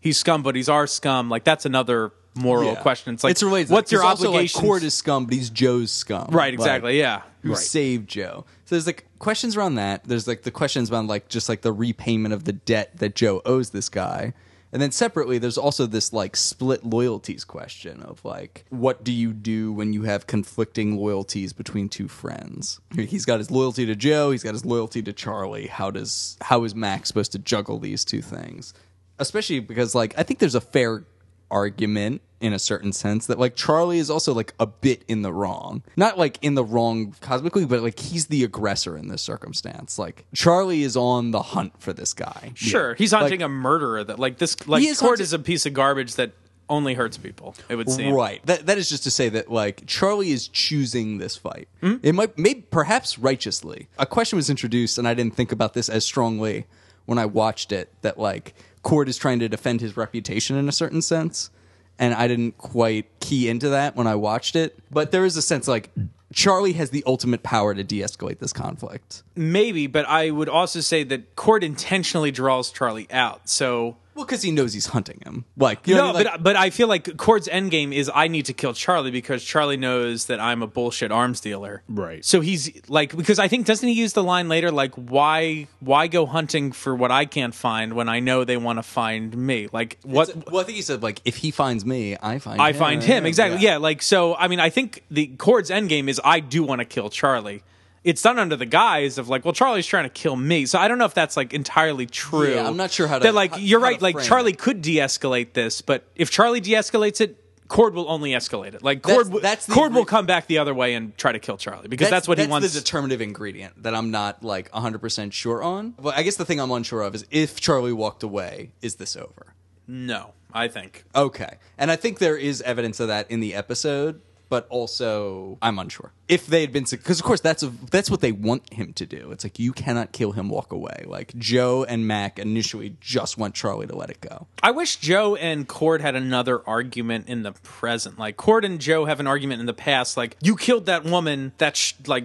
He's scum, but he's our scum. Like, that's another moral
Yeah.
question. It's like,
related. to
what's
that.
your
'Cause also,
obligation?
Like, Cord is scum, but he's Joe's scum.
right,
Like,
exactly. yeah.
who saved Joe. So there's like questions around that. There's like the questions around like just like the repayment of the debt that Joe owes this guy. And then separately, there's also this like split loyalties question of like, what do you do when you have conflicting loyalties between two friends? He's got his loyalty to Joe, he's got his loyalty to Charlie. How does how is Max supposed to juggle these two things? Especially because like I think there's a fair argument in a certain sense that like Charlie is also like a bit in the wrong. Not like in the wrong cosmically, but like he's the aggressor in this circumstance. Like Charlie is on the hunt for this guy.
Sure, he's hunting a murderer that like this like
He is
Cord
hunting-
is a piece of garbage that only hurts people. It would seem
Right. That that is just to say that like Charlie is choosing this fight.
Hmm?
It might maybe perhaps righteously. A question was introduced and I didn't think about this as strongly when I watched it that like Cord is trying to defend his reputation in a certain sense and I didn't quite key into that when I watched it. But there is a sense like Charlie has the ultimate power to de-escalate this conflict.
Maybe, but I would also say that Cord intentionally draws Charlie out. So
Well, because he knows he's hunting him. Like you
no,
know, what I mean? Like-
but but I feel like Cord's endgame is I need to kill Charlie because Charlie knows that I'm a bullshit arms dealer.
Right.
So he's like because I think doesn't he use the line later like why why go hunting for what I can't find when I know they want to find me? Like what
well, I think he said like if he finds me, I find
I find him exactly. Yeah. like so. I mean, I think the Cord's endgame is I do want to kill Charlie. It's done under the guise of like, well, Charlie's trying to kill me. So I don't know if that's like entirely true.
Yeah, I'm not sure how to-
That like
how-
you're
how
right.
to
Like
frame
Charlie
it.
could de-escalate this, but if Charlie de-escalates it. Cord will only escalate it. Like
That's-
Cord, w-
that's the
Cord will
agree-
come back the other way and try to kill Charlie because that's, what he wants.
The determinative ingredient that I'm not like 100 percent sure on. Well, I guess the thing I'm unsure of is if Charlie walked away, is this over?
no, I think
Okay, and I think there is evidence of that in the episode, but also I'm unsure if they had been because of course that's a, that's what they want him to do. It's like you cannot kill him, walk away. Like Joe and Mac initially just want Charlie to let it go.
I wish Joe and Cord had another argument in the present. Like Cord and Joe have an argument in the past. Like you killed that woman. That's sh- like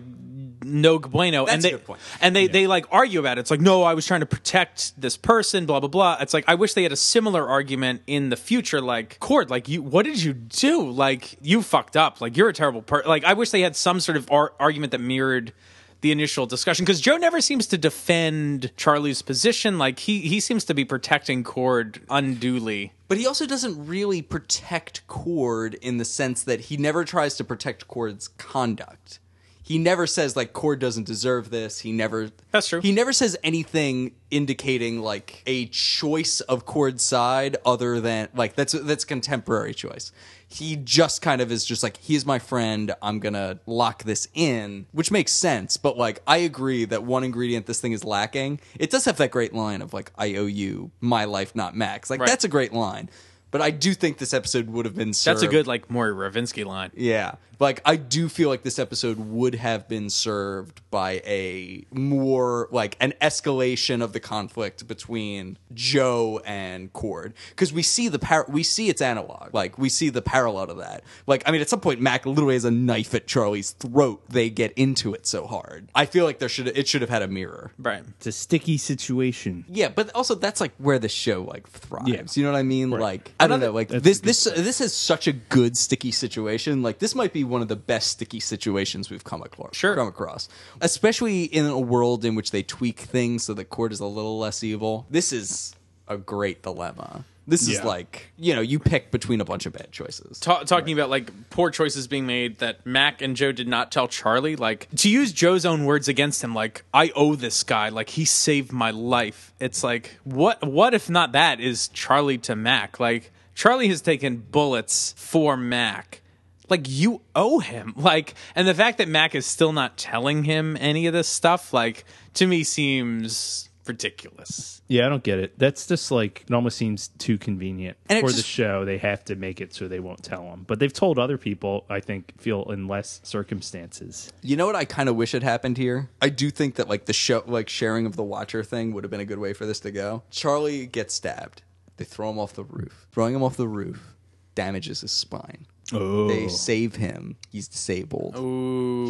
no bueno.
That's
and
a
they
good point.
and they they like argue about it. It's like no, I was trying to protect this person. Blah blah blah. It's like I wish they had a similar argument in the future. Like Cord, like you, what did you do? Like you fucked up. Like you're a terrible person. Like I wish they had some sort of ar- argument that mirrored the initial discussion because Joe never seems to defend Charlie's position. Like he he seems to be protecting Cord unduly.
But he also doesn't really protect Cord in the sense that he never tries to protect Cord's conduct. He never says like Cord doesn't deserve this. He never
That's true.
He never says anything indicating like a choice of Cord's side other than like that's that's contemporary choice. He just kind of is just like he's my friend. I'm gonna lock this in, which makes sense. But like I agree that one ingredient this thing is lacking. It does have that great line of like I owe you my life, not Max. Like
Right.
that's a great line. But I do think this episode would have been served.
That's a good like Maury Ravinsky line.
Yeah. Like I do feel like this episode would have been served by a more like an escalation of the conflict between Joe and Cord cuz we see the par- we see its analog. Like we see the parallel to that. Like I mean at some point Mac literally has a knife at Charlie's throat. They get into it so hard. I feel like there should it should have had a mirror.
Right.
It's a sticky situation.
Yeah, but also that's like where the show like thrives.
Yeah.
You know what I mean? Like I don't know. Like this
a
this this is such a good sticky situation. Like this might be one of the best sticky situations we've come across.
Sure.
come across, especially in a world in which they tweak things so the court is a little less evil. This is a great dilemma. This is
Yeah.
like you know you pick between a bunch of bad choices.
Ta- talking about like poor choices being made that Mac and Joe did not tell Charlie. Like to use Joe's own words against him, like I owe this guy. Like he saved my life. It's like what what if not that is Charlie to Mac? Like Charlie has taken bullets for Mac. Like you owe him. Like and the fact that Mac is still not telling him any of this stuff, like to me seems ridiculous.
Yeah, I don't get it. That's just like it almost seems too convenient
And it
for the
just-
show. They have to make it so they won't tell them, but they've told other people. I think feel in less circumstances.
You know what I kind of wish had happened here? I do think that like the show like sharing of the watcher thing would have been a good way for this to go. Charlie gets stabbed. They throw him off the roof. Throwing him off the roof damages his spine. Oh. They save him. He's disabled.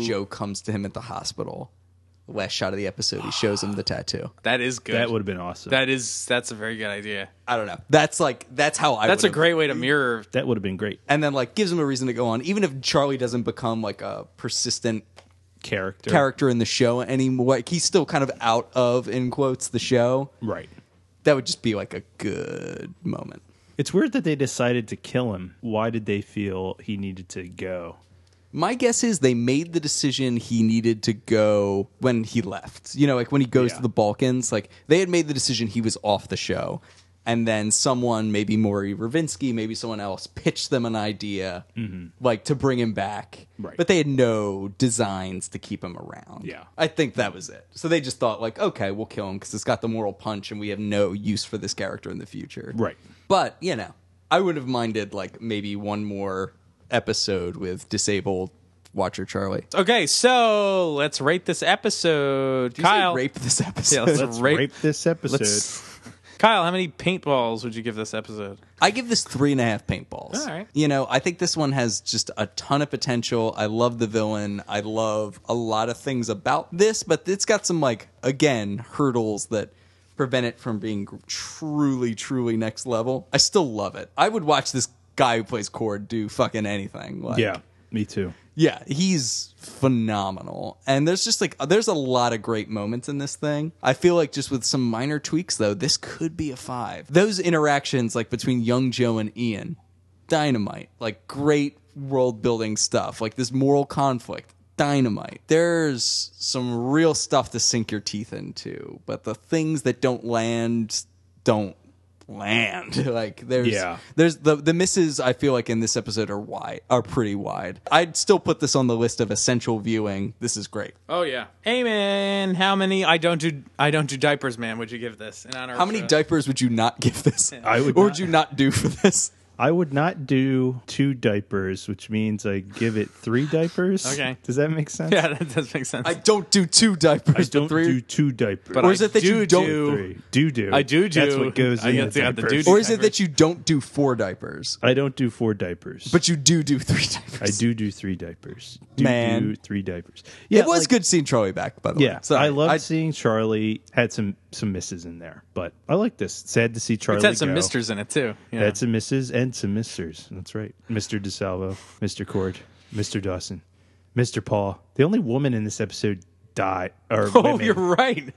Joe comes to him at the hospital. Last shot of the episode, he shows him the tattoo.
That is good.
That would have been awesome. That,
that is that's a very good idea.
I don't know. That's like that's how I.
That's a
would've-
great way to mirror
would have been great
And then like gives him a reason to go on, even if Charlie doesn't become like a persistent
character.
character in the show anymore. Like he's still kind of out of in quotes the show.
right?
That would just be like a good moment.
It's weird that they decided to kill him. Why did they feel he needed to go?
My guess is they made the decision he needed to go when he left. You know, like when he goes
Yeah.
to the Balkans, like they had made the decision he was off the show. And then someone, maybe Maury Ravinsky, maybe someone else, pitched them an idea like to bring him back.
Mm-hmm. Right.
But they had no designs to keep him around.
Yeah.
I think that was it. So they just thought, like, okay, we'll kill him because it's got the moral punch and we have no use for this character in the future.
Right.
But, you know, I would have minded like maybe one more episode with disabled Watcher Charlie.
Okay, so let's rate this episode.
Did you say
Kyle,
rape this episode.
Yeah, let's-
Let's
Rape-
rape, this episode.
Kyle, how many paintballs would you give this episode?
I give this three and a half paintballs.
All right.
You know, I think this one has just a ton of potential. I love the villain. I love a lot of things about this, but it's got some, like, again, hurdles that prevent it from being truly, truly next level. I still love it. I would watch this guy who plays Cord do fucking anything. Like,
Yeah, me too.
yeah, he's phenomenal. And there's just like there's a lot of great moments in this thing. I feel like just with some minor tweaks though, this could be a 5. Those interactions like between young Joe and Ian, dynamite. Like great world building stuff. Like this moral conflict, dynamite. There's some real stuff to sink your teeth into, but the things that don't land don't land. Like there's
Yeah.
there's the the misses I feel like in this episode are wide are pretty wide. I'd still put this on the list of essential viewing. This is great.
Oh yeah, Amen. How many? I don't do. I don't do diapers, man. Would you give this? In honor
How
of
many
the-
diapers would you not give this?
I would
or
not-
would you not do for this?
I would not do two diapers, which means I give it three diapers.
Okay.
Does that make sense?
Yeah, that does make sense.
I don't do two diapers.
I
but
don't
three,
do two diapers.
But
or is
I
it that
do
you don't
do-
three. Do do.
I do do.
That's what goes
I
in.
guess
the
I got the do
diapers.
do.
or is it
diapers.
that you don't do four diapers,
I don't do four diapers.
but you do do three diapers?
I do do three diapers. Do
Man.
do three diapers. Yeah,
it was
like-
good seeing Charlie back, by the way.
Yeah,
Sorry.
I loved seeing Charlie. Had some some misses in there, but I like this. Sad to see Charlie.
It's had some
go.
misters in it too. Yeah.
Had some misses and some misters. That's right. Mr. DeSalvo, Mr. Cord, Mr. Dawson, Mr. Paul. The only woman in this episode died. Or
Oh,
women.
you're right.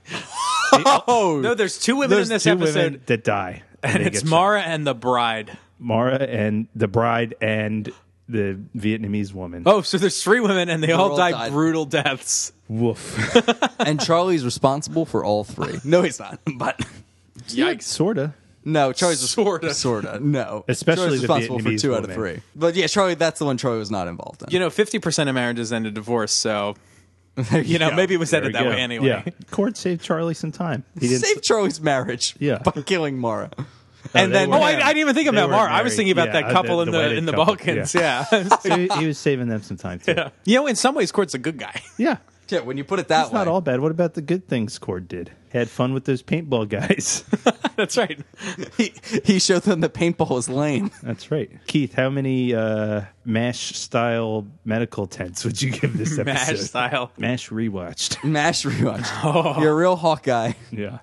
Oh,
No, there's two women
There's
in this
two
episode,
women that die.
and
They
it's
get
Mara and the bride.
shot. Mara and the bride and the Vietnamese woman.
Oh, so there's three women, and they all,
all
die
died.
brutal deaths.
Woof.
and Charlie's responsible for all three. No, he's not. But
Yikes.
Sorta.
No, Charlie's res-
Sorta.
sorta. No,
Especially
Charlie's
the
responsible for
Vietnamese
two out of
woman.
three. But yeah, Charlie, that's the one Charlie was not involved in.
You know, 50% of marriages end in divorce, so, you know, maybe it was
There
ended
we
that
go.
way anyway.
Yeah. Cord saved Charlie some time. He didn't.
Save Charlie's marriage
Yeah.
by killing Mara.
they
and then
were-
Oh, I, I didn't even think
They
about
were
Mara. I was
married.
thinking about
Yeah,
that couple
the-
in
the
the,
wedded
in the
couple.
Balkans. Yeah.
So he, he was saving them some time too. Yeah.
you know, in some ways, Court's a good guy.
yeah, when you put it that
It's
way.
not all bad. What about the good things Cord did? Had fun with those paintball guys.
That's right.
he, he showed them that paintball was lame.
That's right. Keith, how many uh, MASH style medical tents would you give this episode?
Mash style.
MASH rewatched.
Mash rewatch. You're a real Hawkeye.
yeah.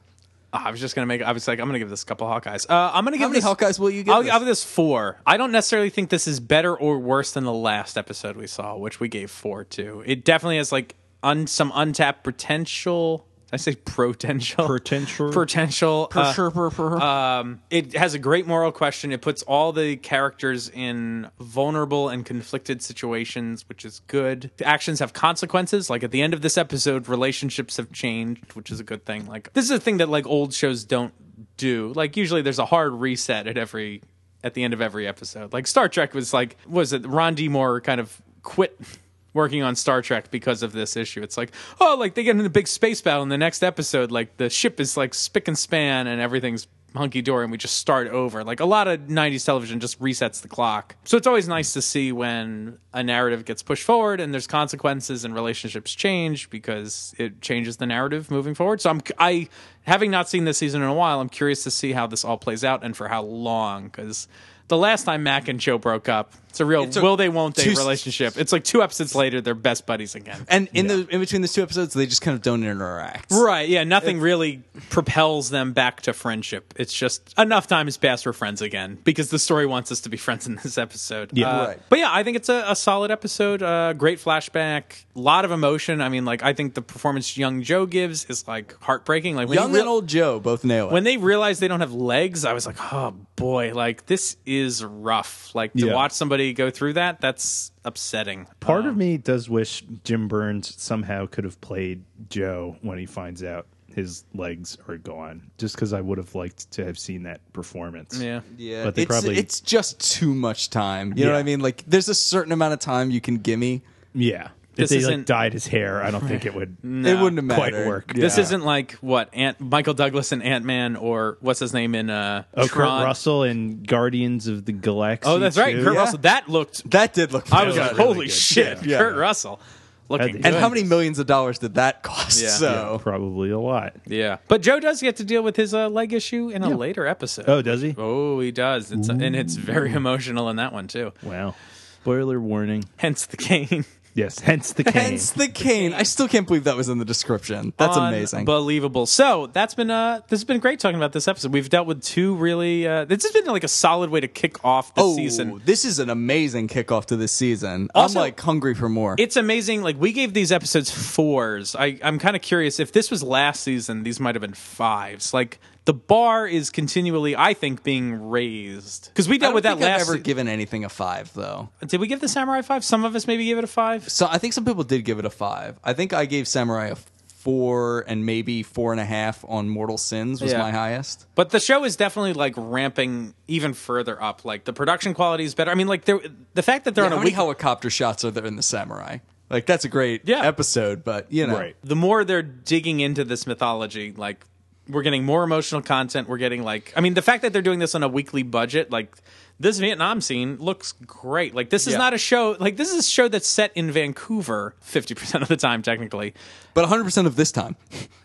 Oh, I was just gonna make. I was like, I'm gonna give this a couple Hawkeyes. Uh, I'm gonna give
How many
this,
Hawkeyes will you give
I'll,
this?
I'll give this four. I don't necessarily think this is better or worse than the last episode we saw, which we gave four to. It definitely has like un, some untapped potential. I say potential.
Potential.
Potential. uh,
Uh,
um, it has a great moral question. It puts all the characters in vulnerable and conflicted situations, which is good. The actions have consequences. Like at the end of this episode, relationships have changed, which is a good thing. Like this is a thing that like old shows don't do. Like usually there's a hard reset at every at the end of every episode. Like Star Trek was like what was it Ron D. Moore kind of quit working on Star Trek because of this issue. It's like, oh, like they get in a big space battle in the next episode. Like the ship is like spick and span and everything's hunky dory and we just start over. Like a lot of 90s television just resets the clock. So it's always nice to see when a narrative gets pushed forward and there's consequences and relationships change because it changes the narrative moving forward. So I'm, I, having not seen this season in a while, I'm curious to see how this all plays out and for how long because. The last time Mac and Joe broke up, it's a real
took
will they won't they
two-
relationship. It's like two episodes later, they're best buddies again.
and in the in between these two episodes, they just kind of don't interact.
Right, yeah, nothing really propels them back to friendship. It's just enough time has passed, we're friends again because the story wants us to be friends in this episode. Yeah,
Right.
But yeah, I think it's a, a solid episode. Uh, great flashback, a lot of emotion. I mean, like, I think the performance Young Joe gives is like heartbreaking. Like, when
Young
you real-
and old Joe both nail it.
when they realized they don't have legs, I was like, oh boy, like this is rough. Like to
Yeah.
watch somebody go through that, that's upsetting.
Part of me does wish Jim Burns somehow could have played Joe when he finds out his legs are gone, just because I would have liked to have seen that performance.
Yeah.
Yeah,
But they
it's,
probably-
it's just too much time. You know
Yeah.
what I mean? Like, there's a certain amount of time you can gimme.
Yeah.
If
This
they like
isn't-
dyed his hair, I don't think it would
it wouldn't have
quite
mattered.
work.
This
Yeah.
isn't like what Ant- Michael Douglas and Ant Man or what's his name in uh,
Oh,
Tron.
Kurt Russell and Guardians of the Galaxy.
Oh, that's right,
too.
Kurt
Yeah.
Russell. That looked.
That did look.
I was
really
like,
good.
holy
good.
shit,
Yeah.
Kurt Russell. Looking
Had
good.
and how many millions of dollars did that cost?
Yeah.
So
Probably a lot.
Yeah, but Joe does get to deal with his uh, leg issue in a later episode.
Oh, does he?
Oh, he does. It's and it's very emotional in that one too.
Wow. Spoiler warning.
Hence the cane.
Yes, hence the cane.
hence the cane. I still can't believe that was in the description. That's amazing.
Unbelievable. So that's been uh this has been great talking about this episode. We've dealt with two really uh this has been like a solid way to kick off the
oh,
season.
this is an amazing kickoff to this season.
Also-
I'm like hungry for more.
It's amazing. Like we gave these episodes fours. I, I'm kind of curious if this was last season, these might have been fives. Like the bar is continually, I think, being raised. Because we
I
dealt
don't
with that
think I've
last.
ever
se-
given anything a five though.
Did we give the Samurai five? Some of us maybe gave it a five.
So I think some people did give it a five. I think I gave Samurai a four and maybe four and a half on Mortal Sins was
Yeah.
my highest.
But the show is definitely like ramping even further up. Like the production quality is better. I mean, like there, the fact that they're
Yeah,
on
how
a
many
week.
helicopter shots are there in the Samurai? Like that's a great
Yeah.
episode, but you know,
Right.
the more they're digging into this mythology, like we're getting more emotional content. We're getting like, I mean, the fact that they're doing this on a weekly budget, like this Vietnam scene looks great. Like this is
Yeah.
not a show. Like this is a show that's set in Vancouver fifty percent of the time, technically.
but 100 percent of this time.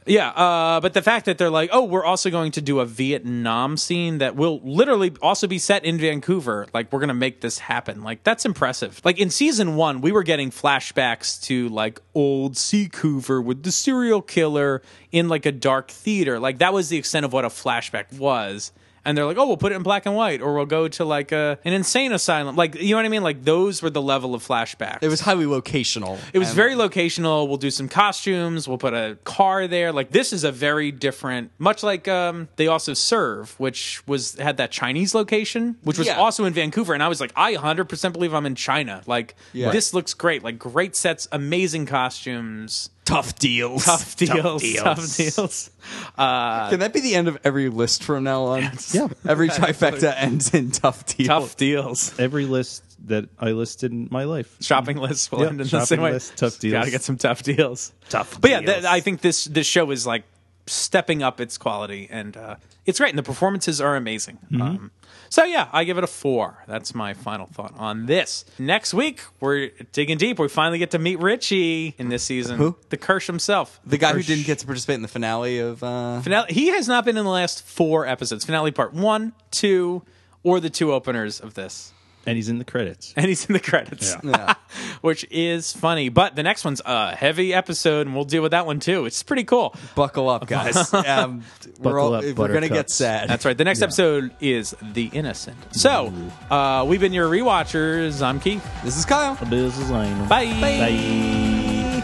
Yeah, uh, but the fact that they're like, oh, we're also going to do a Vietnam scene that will literally also be set in Vancouver. Like, we're going to make this happen. Like, that's impressive. Like, in season one, we were getting flashbacks to like old Seacouver with the serial killer in like a dark theater. Like, that was the extent of what a flashback was. And they're like, oh, we'll put it in black and white, or we'll go to like a, an insane asylum. Like, you know what I mean? Like, those were the level of flashbacks.
It was highly locational.
It was
and-
very locational. We'll do some costumes. We'll put a car there. Like this is a very different, much like um, they also serve, which was had that Chinese location, which was
Yeah.
also in Vancouver. And I was like, I 100 percent believe I'm in China. Like
Yeah.
this looks great. Like great sets, amazing costumes,
tough deals.
tough deals,
deals.
tough deals.
Can that be the end of every list from now on? Yeah. Every trifecta ends in tough deals.
Tough deals.
Every list that I listed in my life.
Shopping lists will
Yeah,
end in the
shopping
same way.
list, tough
Gotta
deals.
get some tough deals.
Tough
But yeah, th-
deals.
I think this this show is like stepping up its quality, and uh, it's great. And the performances are amazing.
Mm-hmm.
Um, so yeah, I give it a four. That's my final thought on this. Next week we're digging deep. We finally get to meet Richie in this season.
Who?
The Kirsch himself.
The guy who didn't get to participate in the finale of uh,
Finale, he has not been in the last four episodes. Finale part one, two, or the two openers of this.
And he's in the credits.
And he's in the credits,
Yeah.
which is funny. But the next one's a heavy episode, and we'll deal with that one too. It's pretty cool.
Buckle Up, guys. um, we're
Buckle
all,
up,
we're gonna get
buttercups.
sad.
That's right. The next episode is The Innocent. So, uh, we've been your rewatchers. I'm Keith.
This is Kyle.
This is Lionel.
Bye.
Bye.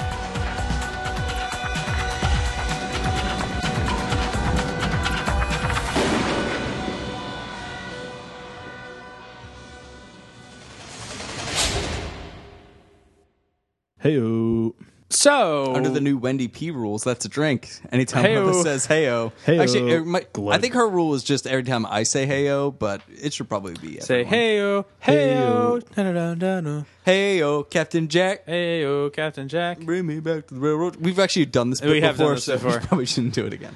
Hey,
So,
Under the new Wendy P rules, that's a drink. Anytime one of
Oh. Heyo.
us says heyo.
Heyo,
Actually, it might, I
glug.
think her rule is just every time I say heyo, but it should probably be
say hey oh, hey oh, da-da-da-da-da,
hey heyo, Captain Jack.
hey oh, Captain Jack.
Bring me back to the railroad. We've actually done this
We
bit
have done
before,
this
so we
before.
probably shouldn't do it again.